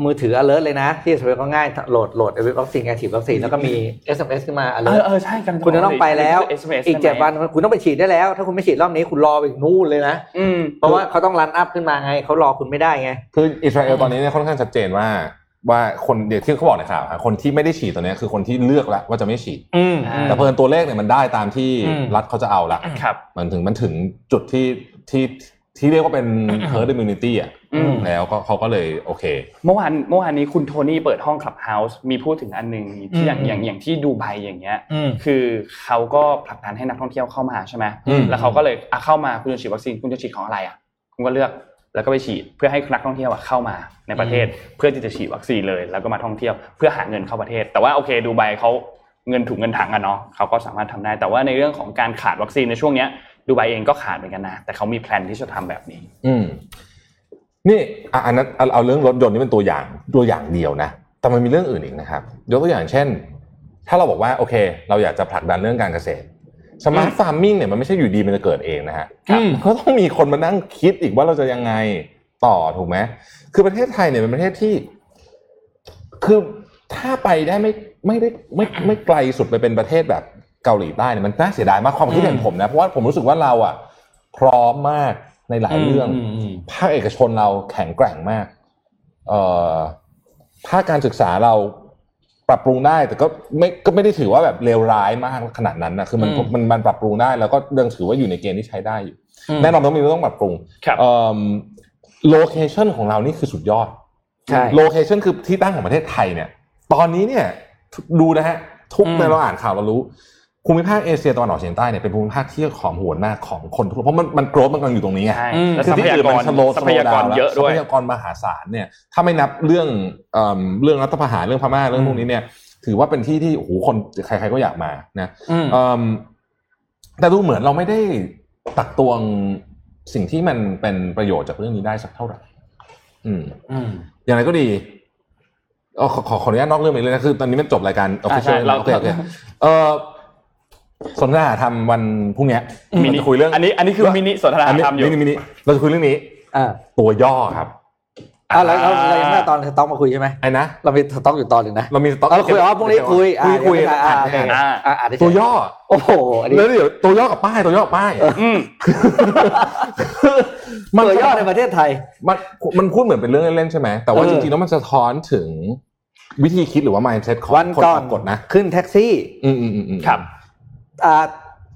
S3: มือถือ alert เลยนะ ที่อิสราเอลก็ง่ายโหลดโหลดวัคซีนแอคทีฟวัคซีนแล้วก็มี SMS ขึ้นมา
S2: เอ
S3: alert
S2: อเออใช่กัน
S3: คุณจะต้องไปแล้ว
S2: คือ SMS
S3: อีกเจ็ด
S2: ใช่ไหม
S3: วันคุณต้องไปฉีดได้แล้ว ถ้าคุณไม่ฉีดรอบนี้คุณรอไปอีกนู่นเลยนะ
S2: อืม
S3: เพราะว่าเขาต้องรันอัพขึ้นมาไงเขารอคุณไม่ได้ไง
S4: คืออิสราเอลตอนนี้เนี่ยค่อนข้างชัดเจนว่า ว่าคนเดี๋ยวที่เขาบอกในข่าวอะคนที่ไม่ได้ฉีดตอนเนี้ยคือคนที่เลือกแล้วว่าจะไม่ฉีด
S3: อืม
S2: อืม
S4: แต่เพิ่นตัวเลขเนี่ยมันได้ตามที่
S3: อืม
S4: รัฐเขาจะเอาละ
S2: ครับ
S4: มันถึงมันถึงจุดที่ที่ที่เรียกว่าเป็น herd immunity อ่ะ
S2: อืม
S4: แล้วก็เขาก็เลยโอเค
S2: เมื่อวานเมื่อวานนี้คุณโทนี่เปิดห้องคลับเฮาส์มีพูดถึงอันหนึ่งที่อย่าง
S3: อืม
S2: อย่างอย่างที่ดูไบอย่างเงี้ย
S3: อืม
S2: คือเขาก็ผลักดันให้นักท่องเที่ยวเข้ามาใช่ไหม
S4: อืม
S2: แล้วเขาก็เลยอ่ะเข้ามาคุณจะฉีดวัคซีนคุณจะฉีดของอะไรอ่ะคุณก็เลือกแล้วก็ไปฉีดเพื่อให้นักท่องเที่ยวอ่ะเข้ามาในประเทศ เพื่อที่จะฉีดวัคซีนเลย แล้วก็มาท่องเที่ยวเพื่อหาเงินเข้าประเทศ แต่ว่าโอเคดูไบเขาเงินถุงเงินถังอะเนาะเขาก็สามารถทำได้ แต่ว่าในเรื่องของการขาดวัคซีนในช่วงเนี้ยดูไบเองก็ขาดเหมือนกันนะแต่เขามีแพลนที่จะทำแบบนี้
S4: อืมนี่อ่ะอันนั้นเอาเอาเรื่องรถยนต์นี่เป็นตัวอย่างตัวอย่างเดียวนะ แต่มันมีเรื่องอื่นอีกนะครับ ยกตัวอย่างเช่น ถ้าเราบอกว่าโอเค เราอยากจะผลักดันเรื่องการเกษตรสมาร์ทฟาร์มิงเนี่ยมันไม่ใช่อยู่ดีมันจะเกิดเองนะฮะ
S3: ครับ
S4: ก็ต้องมีคนมานั่งคิดอีกว่าเราจะยังไงต่อถูกไหมคือประเทศไทยเนี่ยเป็นประเทศที่ คือถ้าไปได้ไม่ไม่ได้ไม่ไม่ไม่ไกลสุดไปเป็นประเทศแบบเกาหลีใต้เนี่ยมันน่าเสียดายมากความคิดเห็นผมนะเพราะว่าผมรู้สึกว่าเราอ่ะ พร้อมมากในหลายเรื่อง ภาคเอกชนเราแข็งแกร่งมาก เอ่อ ภาคการศึกษาเราปรับปรุงได้ แต่ก็ไม่ก็ไม่ได้ถือว่าแบบเลวร้ายมากขนาดนั้นนะคือมัน
S3: อืม
S4: มันมันปรับปรุงได้ แล้วก็ยังถือว่าอยู่ในเกณฑ์ที่ใช้ได้อยู่ แน่นอนต้องมีเรื่องต้องปรับปรุง
S2: ครับ
S4: โลเคชันของเรานี่คือสุดยอด
S3: ใช่
S4: โลเคชันคือที่ตั้งของประเทศไทยเนี่ย ตอนนี้เนี่ยดูนะฮะ ทุก
S3: อืม
S4: ในเราอ่านข่าวเรารู้ ภูมิภาคเอเชียตะวันออกเฉียงใต้เนี่ยเป็นภูมิภาคที่หอมหวนมากของคนทั่วเพราะมันมันโกรธมันกำลังอยู่ตรงนี้ไง
S2: ใช่
S3: อืม
S2: แล้วท
S4: คื
S2: รั
S4: อ
S2: พ
S4: ที่
S2: ยาก
S4: อื่นมัน
S2: ร
S4: สโล
S2: ทรัพยากรเยอะด้วย
S4: ทรัพยากรมหาศาลเนี่ยถ้าไม่นับเรื่องเอิ่มเรื่องรัฐประหารเรื่องพม่าเรื่องพวกนี้เนี่ย ถือว่าเป็นที่ที่โอ้โหคนใครๆก็อยากมานะ
S3: อืม
S4: เอิ่มแต่ดูเหมือนเราไม่ได้ตักตวงสิ่งที่มันเป็นประโยชน์จากเรื่องนี้ได้สักเท่าไหร่อืม
S3: อืม
S4: อย่างไรก็ดีเอ่อขอขอขออนุญาตนอกเรื่องไปเลยนะคือ ตอนนี้มันจบรายการโอเค
S2: อ่ะใช่เรา
S4: โอเคโอเคเออสนทนาหาธรรมวันพรุ่งเนี้ย
S2: มินิ
S4: เราจะคุยเรื่อง
S2: อันนี้อันนี้คือมินิสนทนา
S4: อันนี้
S2: ทำอยู่
S4: มินิมินิเราจะคุยเรื่องนี้
S3: อ่า
S4: ตัวย่อครับ
S3: อ่าแล้วเราเรายังไม่เอาตอนสต็อกมาคุยใช่ไหม
S4: ไอ้นะ
S3: เรามีสต็อกอยู่ตอนหนึ่งนะ
S4: เรามีสต็อก
S3: เออคุยอ๋อพรุ่งนี้คุย
S4: คุย
S3: อ่ะ
S4: คุย
S3: เดี๋ยว
S4: อ่านอ่าน
S3: อ่ะ
S2: อ่า
S3: อ่าอ่านได้
S4: ตัวย่อ
S3: โอ้โหอันนี้
S4: แล้วเดี๋ยวตัวย่อกับป้ายตัวย่อกับป้าย
S2: อืม
S4: มัน
S3: ตัวย่อในประเทศไทย
S4: มันมันพูดเหมือนเป็นเรื่องเล่นๆใช่ไหมแต่ว่า
S3: เออ
S4: จริงๆแล้วมันสะท้อนถึงวิธีคิดหรือว่า mindset ของ
S3: วัน
S4: คน
S3: ก่อน
S4: กฎนะ
S3: ขึ้นแท็กซี่
S4: อืมอืมอืมอืม
S2: ครับ
S3: อ่า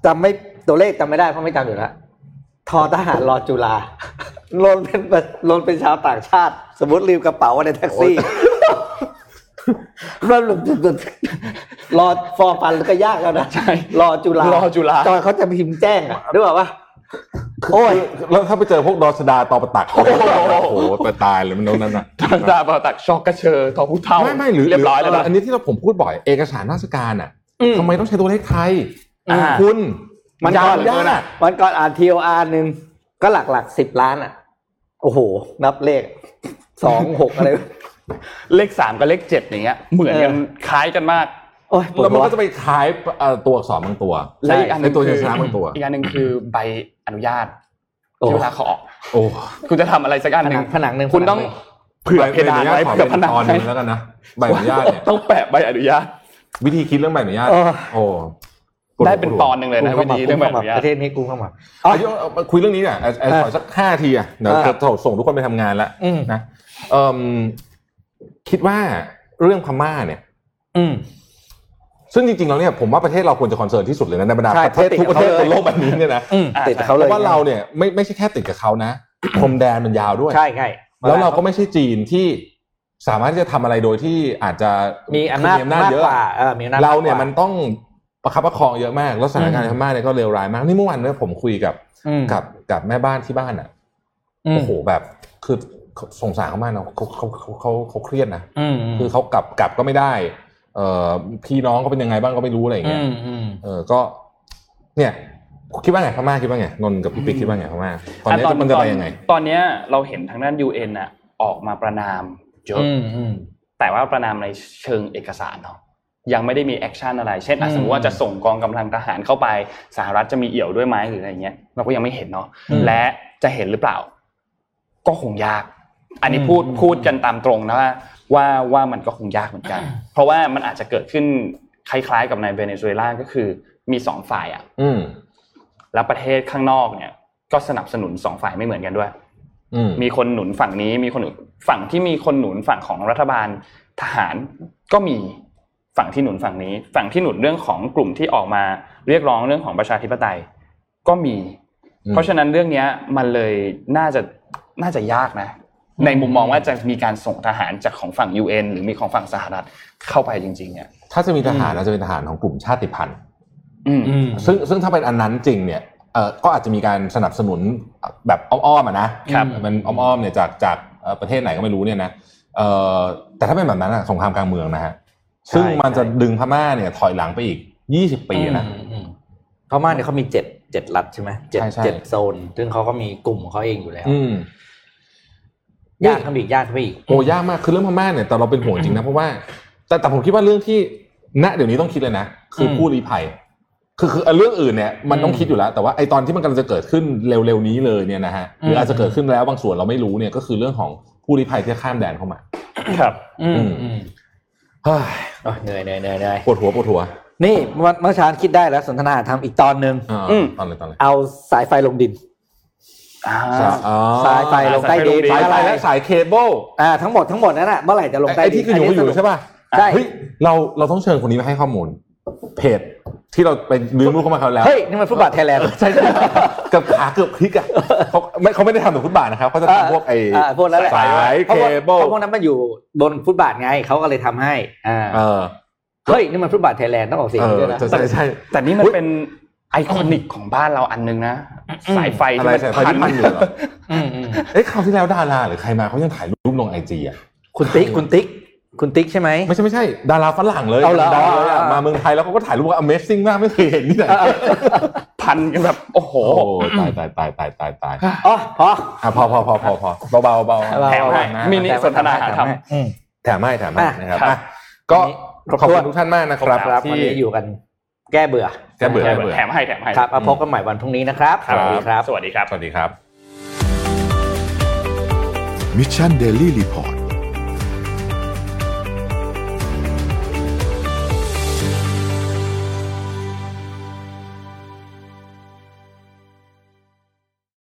S3: จำไม่ตัวเลขจำไม่ได้เพราะไม่จำอยู่แล้วทอทหารรอจุฬาลนเป็นลนเป็นชาวต่างชาติ สมมติลืมกระเป๋าไว้ในแท็กซี่ รรอฟอร์ฟันก็ยากแล้วนะ
S2: ใช่
S3: รอจุฬาร
S2: รอจุฬา
S3: จอยเขาจะพิมพ์แจ้งอ่ะรู้เปล่าวะโอ้ย
S4: แล้วถ้าไปเจอพวกดอสดาตอประตัก โอ้โหไปตายเลยมันโดนนั่นน่ะ
S2: ตาบาตักชอกกระเชอทอผู้เท่า
S4: ไม่ไม่หรือ
S2: เรียบร้อยแล้ว
S4: ห
S2: นะ
S4: อันนี้ที่เราผมพูดบ่อยเอกสารราชการอ่ะทำไมต้องใช้ตัวเลขไทย
S2: อ่า
S4: คุณ
S3: มันก่อน
S4: ยากอ่ะ
S3: มันก่อนอ่านทีโออาร์หนึ่งก็หลักหลักสิบล้านอ่ะ โอ้โห นับเลขสองหกอะไร
S2: เลขสามกับเลขเจ็ดอย่างเงี้ยเหมือนกัน
S3: เออ
S2: คล้ายกันมาก
S3: โอ้ยปว
S4: แล้ว
S3: ด
S4: มัน
S3: หัว
S4: ก็จะไปคล้ายเอ่อตัวอักษรบางตัว
S2: และอีกอันหนึ่ง
S4: ตัว
S2: คือ
S4: เอกสารบางตัว
S2: อีกอันหนึ่งคือใบอนุญาต
S3: โอ้
S2: ที่เวลาเขาออก
S4: โอ้
S2: คุณจะทำอะไรสักอัน
S3: ผ
S2: ห
S3: นั
S2: นึ่
S3: ง
S2: ง
S3: ผนังหนึ่ง
S2: คุณต้องเผื่อเพดานไว้
S4: ขอ
S2: เผื่อผ
S4: เป็น
S2: นัง
S4: ตอนห
S2: ไว้
S4: นึงแล้วกันนะใบอนุญาตเนี่ย
S2: ต้องแปะใบอนุญาต
S4: วิธีคิดเรื่องใบอนุญาต
S3: เออ
S4: โอ้
S2: ได้เป็นตอนหนึ่งเลยนะวิธีเรื่องใบอนุญาต
S3: ประเทศนี้กูเข้ามา
S4: อายุคุยเรื่องนี้อ่ะเอาเอาขอสักห้าทีอ่ะเดี๋ยวจะส่งทุกคนไปทำงานละ
S3: อืม
S4: นะเอิ่มคิดว่าเรื่องพม่าเนี่ย
S3: อืม
S4: ซึ่งจริงๆแล้วเนี่ยผมว่าประเทศเราควรจะคอนเซิร์นที่สุดเลยนะในบรรดา
S3: ใช่
S4: ประเทศทุกประเทศบนโลกแบบนี้เนี่ยนะ
S3: อืมติดเขา
S4: เพ
S3: เลย
S4: ราะว่าเราเนี่ยไม่ไม่ใช่แค่ติดกับเขานะพรมแดนมันยาวด้วย
S3: ใช่ใช่
S4: แล้วเราก็ไม่ใช่จีนที่สามารถที่จะทำอะไรโดยที่อาจจะ
S3: มีอำนาจ
S4: คื
S3: มาก
S4: เยอะ
S3: กว่าเออมีอำนาจ
S4: เราเนี่ย
S3: กกว่
S4: มันต้องประคับประคองเยอะมาก แล้วสถานการณ์ในพม่าเนี่ยก็เลวร้ายมากนี่เมื่อวานเนี่ยผมคุยกับ
S3: อืม
S4: กับกับแม่บ้านที่บ้านอ่ะ
S3: อืม
S4: โอ้โหแบบคือสงสารเขามากนะเขาเขาเขาเขาเขาเครียดนะ
S3: อืม
S4: คือเขากลับกลับก็ไม่ได้ เออพี่น้องเขาเป็นยังไงบ้างก็ไม่รู้อะไรอย่าง
S3: อื
S4: เงี้ย
S3: มอืม
S4: เออก็ เนี่ย คิดว่าไงพม่าคิดว่าไงนนท์กับพี่ปิ๊กคิดว่าไงพม่าตอนนี้
S2: ะ
S4: มันจะไปยังไง
S2: ตอนเนี้ยเราเห็นทางด้าน UN อ่ะออกมาประนามเยอะ
S3: อืมอืม
S2: แต่ว่าประนามในเชิงเอกสารเนาะยังไม่ได้มีแอคชั่นอะไร เช่นอ่ะ
S3: อืม
S2: สมมติว่าจะส่งกองกำลังทหารเข้าไปสหรัฐจะมีเอี่ยวด้วยไหมหรืออะไรเงี้ยเราก็ยังไม่เห็นเนาะ
S3: อืม
S2: และจะเห็นหรือเปล่า ก็คงยาก อันนี้
S3: อืม
S2: พูด
S3: อืม
S2: พูดกันตามตรงนะว่าว่าว่ามันก็คงยากเหมือนกัน เพราะว่ามันอาจจะเกิดขึ้นคล้ายๆกับในเวเนซุเอลาก็คือมีสองฝ่ายอ่ะ
S4: อืม
S2: แล้วประเทศข้างนอกเนี่ย ก็สนับสนุนสองฝ่ายไม่เหมือนกันด้วย
S4: อืม
S2: มีคนหนุนฝั่งนี้มีคนหนุนฝั่งที่มีคนหนุนฝั่งของรัฐบาลทหารก็มีฝั่งที่หนุนฝั่งนี้ ฝั่งที่หนุนเรื่องของกลุ่มที่ออกมาเรียกร้องเรื่องของประชาธิปไตยก็มี เพราะฉะนั้นเรื่องเนี้ยมันเลยน่าจะน่าจะยากนะ
S3: อืม
S2: ในมุมมองว่าจะมีการส่งทหารจากของฝั่ง UN หรือมีของฝั่งสหรัฐเข้าไปจริงๆเนี่ย
S4: ถ้าจะมีทหารอาจจะเป็นทหารของกลุ่มชาติพันธุ์
S2: อืม
S3: อืม
S4: ซึ่งซึ่งถ้าเป็นอันนั้นจริงเนี่ยเออก็อาจจะมีการสนับสนุนแบบอ้อมๆอะนะครับ มันอ้อมๆเนี่ยจากจากเอ่อประเทศไหนก็ไม่รู้เนี่ยนะเออแต่ถ้าเป็นแบบนั้นอะสงครามกลางเมืองนะฮะซึ่งมันจะดึงพม่าเนี่ยถอยหลังไปอีก 20 ปีนะ
S3: อืมอืมพม่าเนี่ยเขามีเจ็ดเจ็ดรัฐใช่ไหมเจ็ด
S4: ใช่ใช่
S3: เจ็ดโซน ซึ่งเขาก็มีกลุ่มของเขาเองอยู่แล้ว
S4: อืม
S3: ญาติเขามีอีกญาติเขามีอีก
S4: โอ้ยากมากคือเรื่องพม่าเนี่ยแต่เราเป็นห่วงจริงนะ เพราะว่า แต่แต่ผมคิดว่าเรื่องที่ณเดี๋ยวนี้ต้องคิดเลยนะ คืออ
S3: ม
S4: ผู้ลี้ภัย คือคือเรื่องอื่นเนี่ยมันต้อง
S3: อืม
S4: คิดอยู่แล้ว แต่ว่าไอตอนที่มันกำลังจะเกิดขึ้นเร็วๆนี้เลยเนี่ยนะฮะหรือ
S3: ม
S4: อาจจะเกิดขึ้นแล้วบางส่วนเราไม่รู้เนี่ยก็คือเรื่องของผู้ลี้ภัยที่ข้ามแดนเข้ามา
S2: ครับ
S3: อืม
S4: อืม
S3: อืม
S4: เฮ้ย
S3: โอ้ยเหนื่อยเหนื่อยเหนื่อยเหนื่อย
S4: ปวดหัวปวดหัว
S3: นี่เมื่อเมื่อเช้าคิดได้แล้วสนทนาทำอีกตอนหนึ่ง
S4: อ่า
S2: อืม
S4: ตอนเลยตอนเลย
S3: เอาสายไฟลงดิน
S2: อ่า
S4: อ๋อ
S3: สายไฟลงใต้ดิน
S2: สา
S4: สา
S2: ไฟลงดิน
S4: ยยไฟ
S3: อะไร
S4: และสายเคเบิล
S3: อ่าทั้งหมดทั้งหมดนั้นอ่ะเมื่อไหร่จะลงใต้
S4: ไอ
S3: ดิน
S4: ที่คืออยู่ก็อยู่
S3: สนุก
S4: ใช่ป่ะ
S3: ใช่
S4: เฮ้ยเราเราต้องเชิญคนนี้มาให้ข้อมูล เพจที่เราไปดึงรูปเข้ามาเขาวแล้ว
S3: เฮ้ยนี่มันฟุตบาทไทยแลนด์
S4: ใช่ใช่ เกับขาเกือบพลิกอ่ะเขาไม่เขาไม่ได้ทำแบบฟุตบาทนะครับเขาจะทำพวกไอ้
S3: อ่าพวกนั้นแหละ
S4: สายเค
S3: พราะว่า
S4: เบิล
S3: เพราะพวกนั้นมันอยู่บนฟุตบาทไงเขาก็เลยทำให้อ่า
S4: เออ
S3: เฮ้ยนี่มันฟุตบาทไทยแลนด์ต้องออกเสียง
S4: เออ
S3: ด้วยนะ
S4: ใช่ใช่ใช่
S2: แต่นี่มัน
S4: อุ๊ย
S2: เป็นไอคอนิกของบ้านเราอันนึงนะสายไฟ
S4: อะ
S2: ที่
S4: ไร
S2: มัน
S4: สายไฟ
S2: พัน
S4: ที่พันอยู่ เหรอ
S3: อืมอืม
S4: เอ้ยคราวที่แล้วดาราหรือใครมาเขายังถ่ายรูปลงไอจีอ่ะ
S3: คุณติ๊กคุณติ๊กคุณติ๊กใช่ไหม
S4: ไม่ใช่ไม่ใช่ดาราฝรั่งเลย
S3: เอาเหรอ
S4: ดาราเลยอะ
S3: เอาเหรอ
S4: มาเมืองไทยแล้วเขาก็ถ่ายรูปว่า Amazing มากไม่เคยเห็นที่ไหน
S2: พันกันแบบโอ้โห
S4: โอ้โหตายตายตายตายตายตาย
S3: อ๋อพอ
S4: อ่ะพอพอพอพอพอเบาๆเบาๆ
S2: แถมให้
S4: นะ
S2: มินิสนทนาหาธรรม
S3: อืม
S4: แถมให้แถมให้นะครับ
S2: ครับ
S4: อ่ะก็
S3: ครบ
S4: ขอบคุ
S3: ถ้วน
S4: ณทุกท่านมากนะครับ
S3: ครับวัน
S4: ที่
S3: นี้อยู่กันแก้เบื่อ
S4: แก้เบื่อ
S2: แถมให้แถมให้แถมให้
S3: ครับเอาพบกันใหม่วันพรุ่งนี้นะครับสวัสดีครับ
S2: สวัสดีครับ
S4: สวัสดีครับ
S1: มิชชันเดลี่รีพอร์ต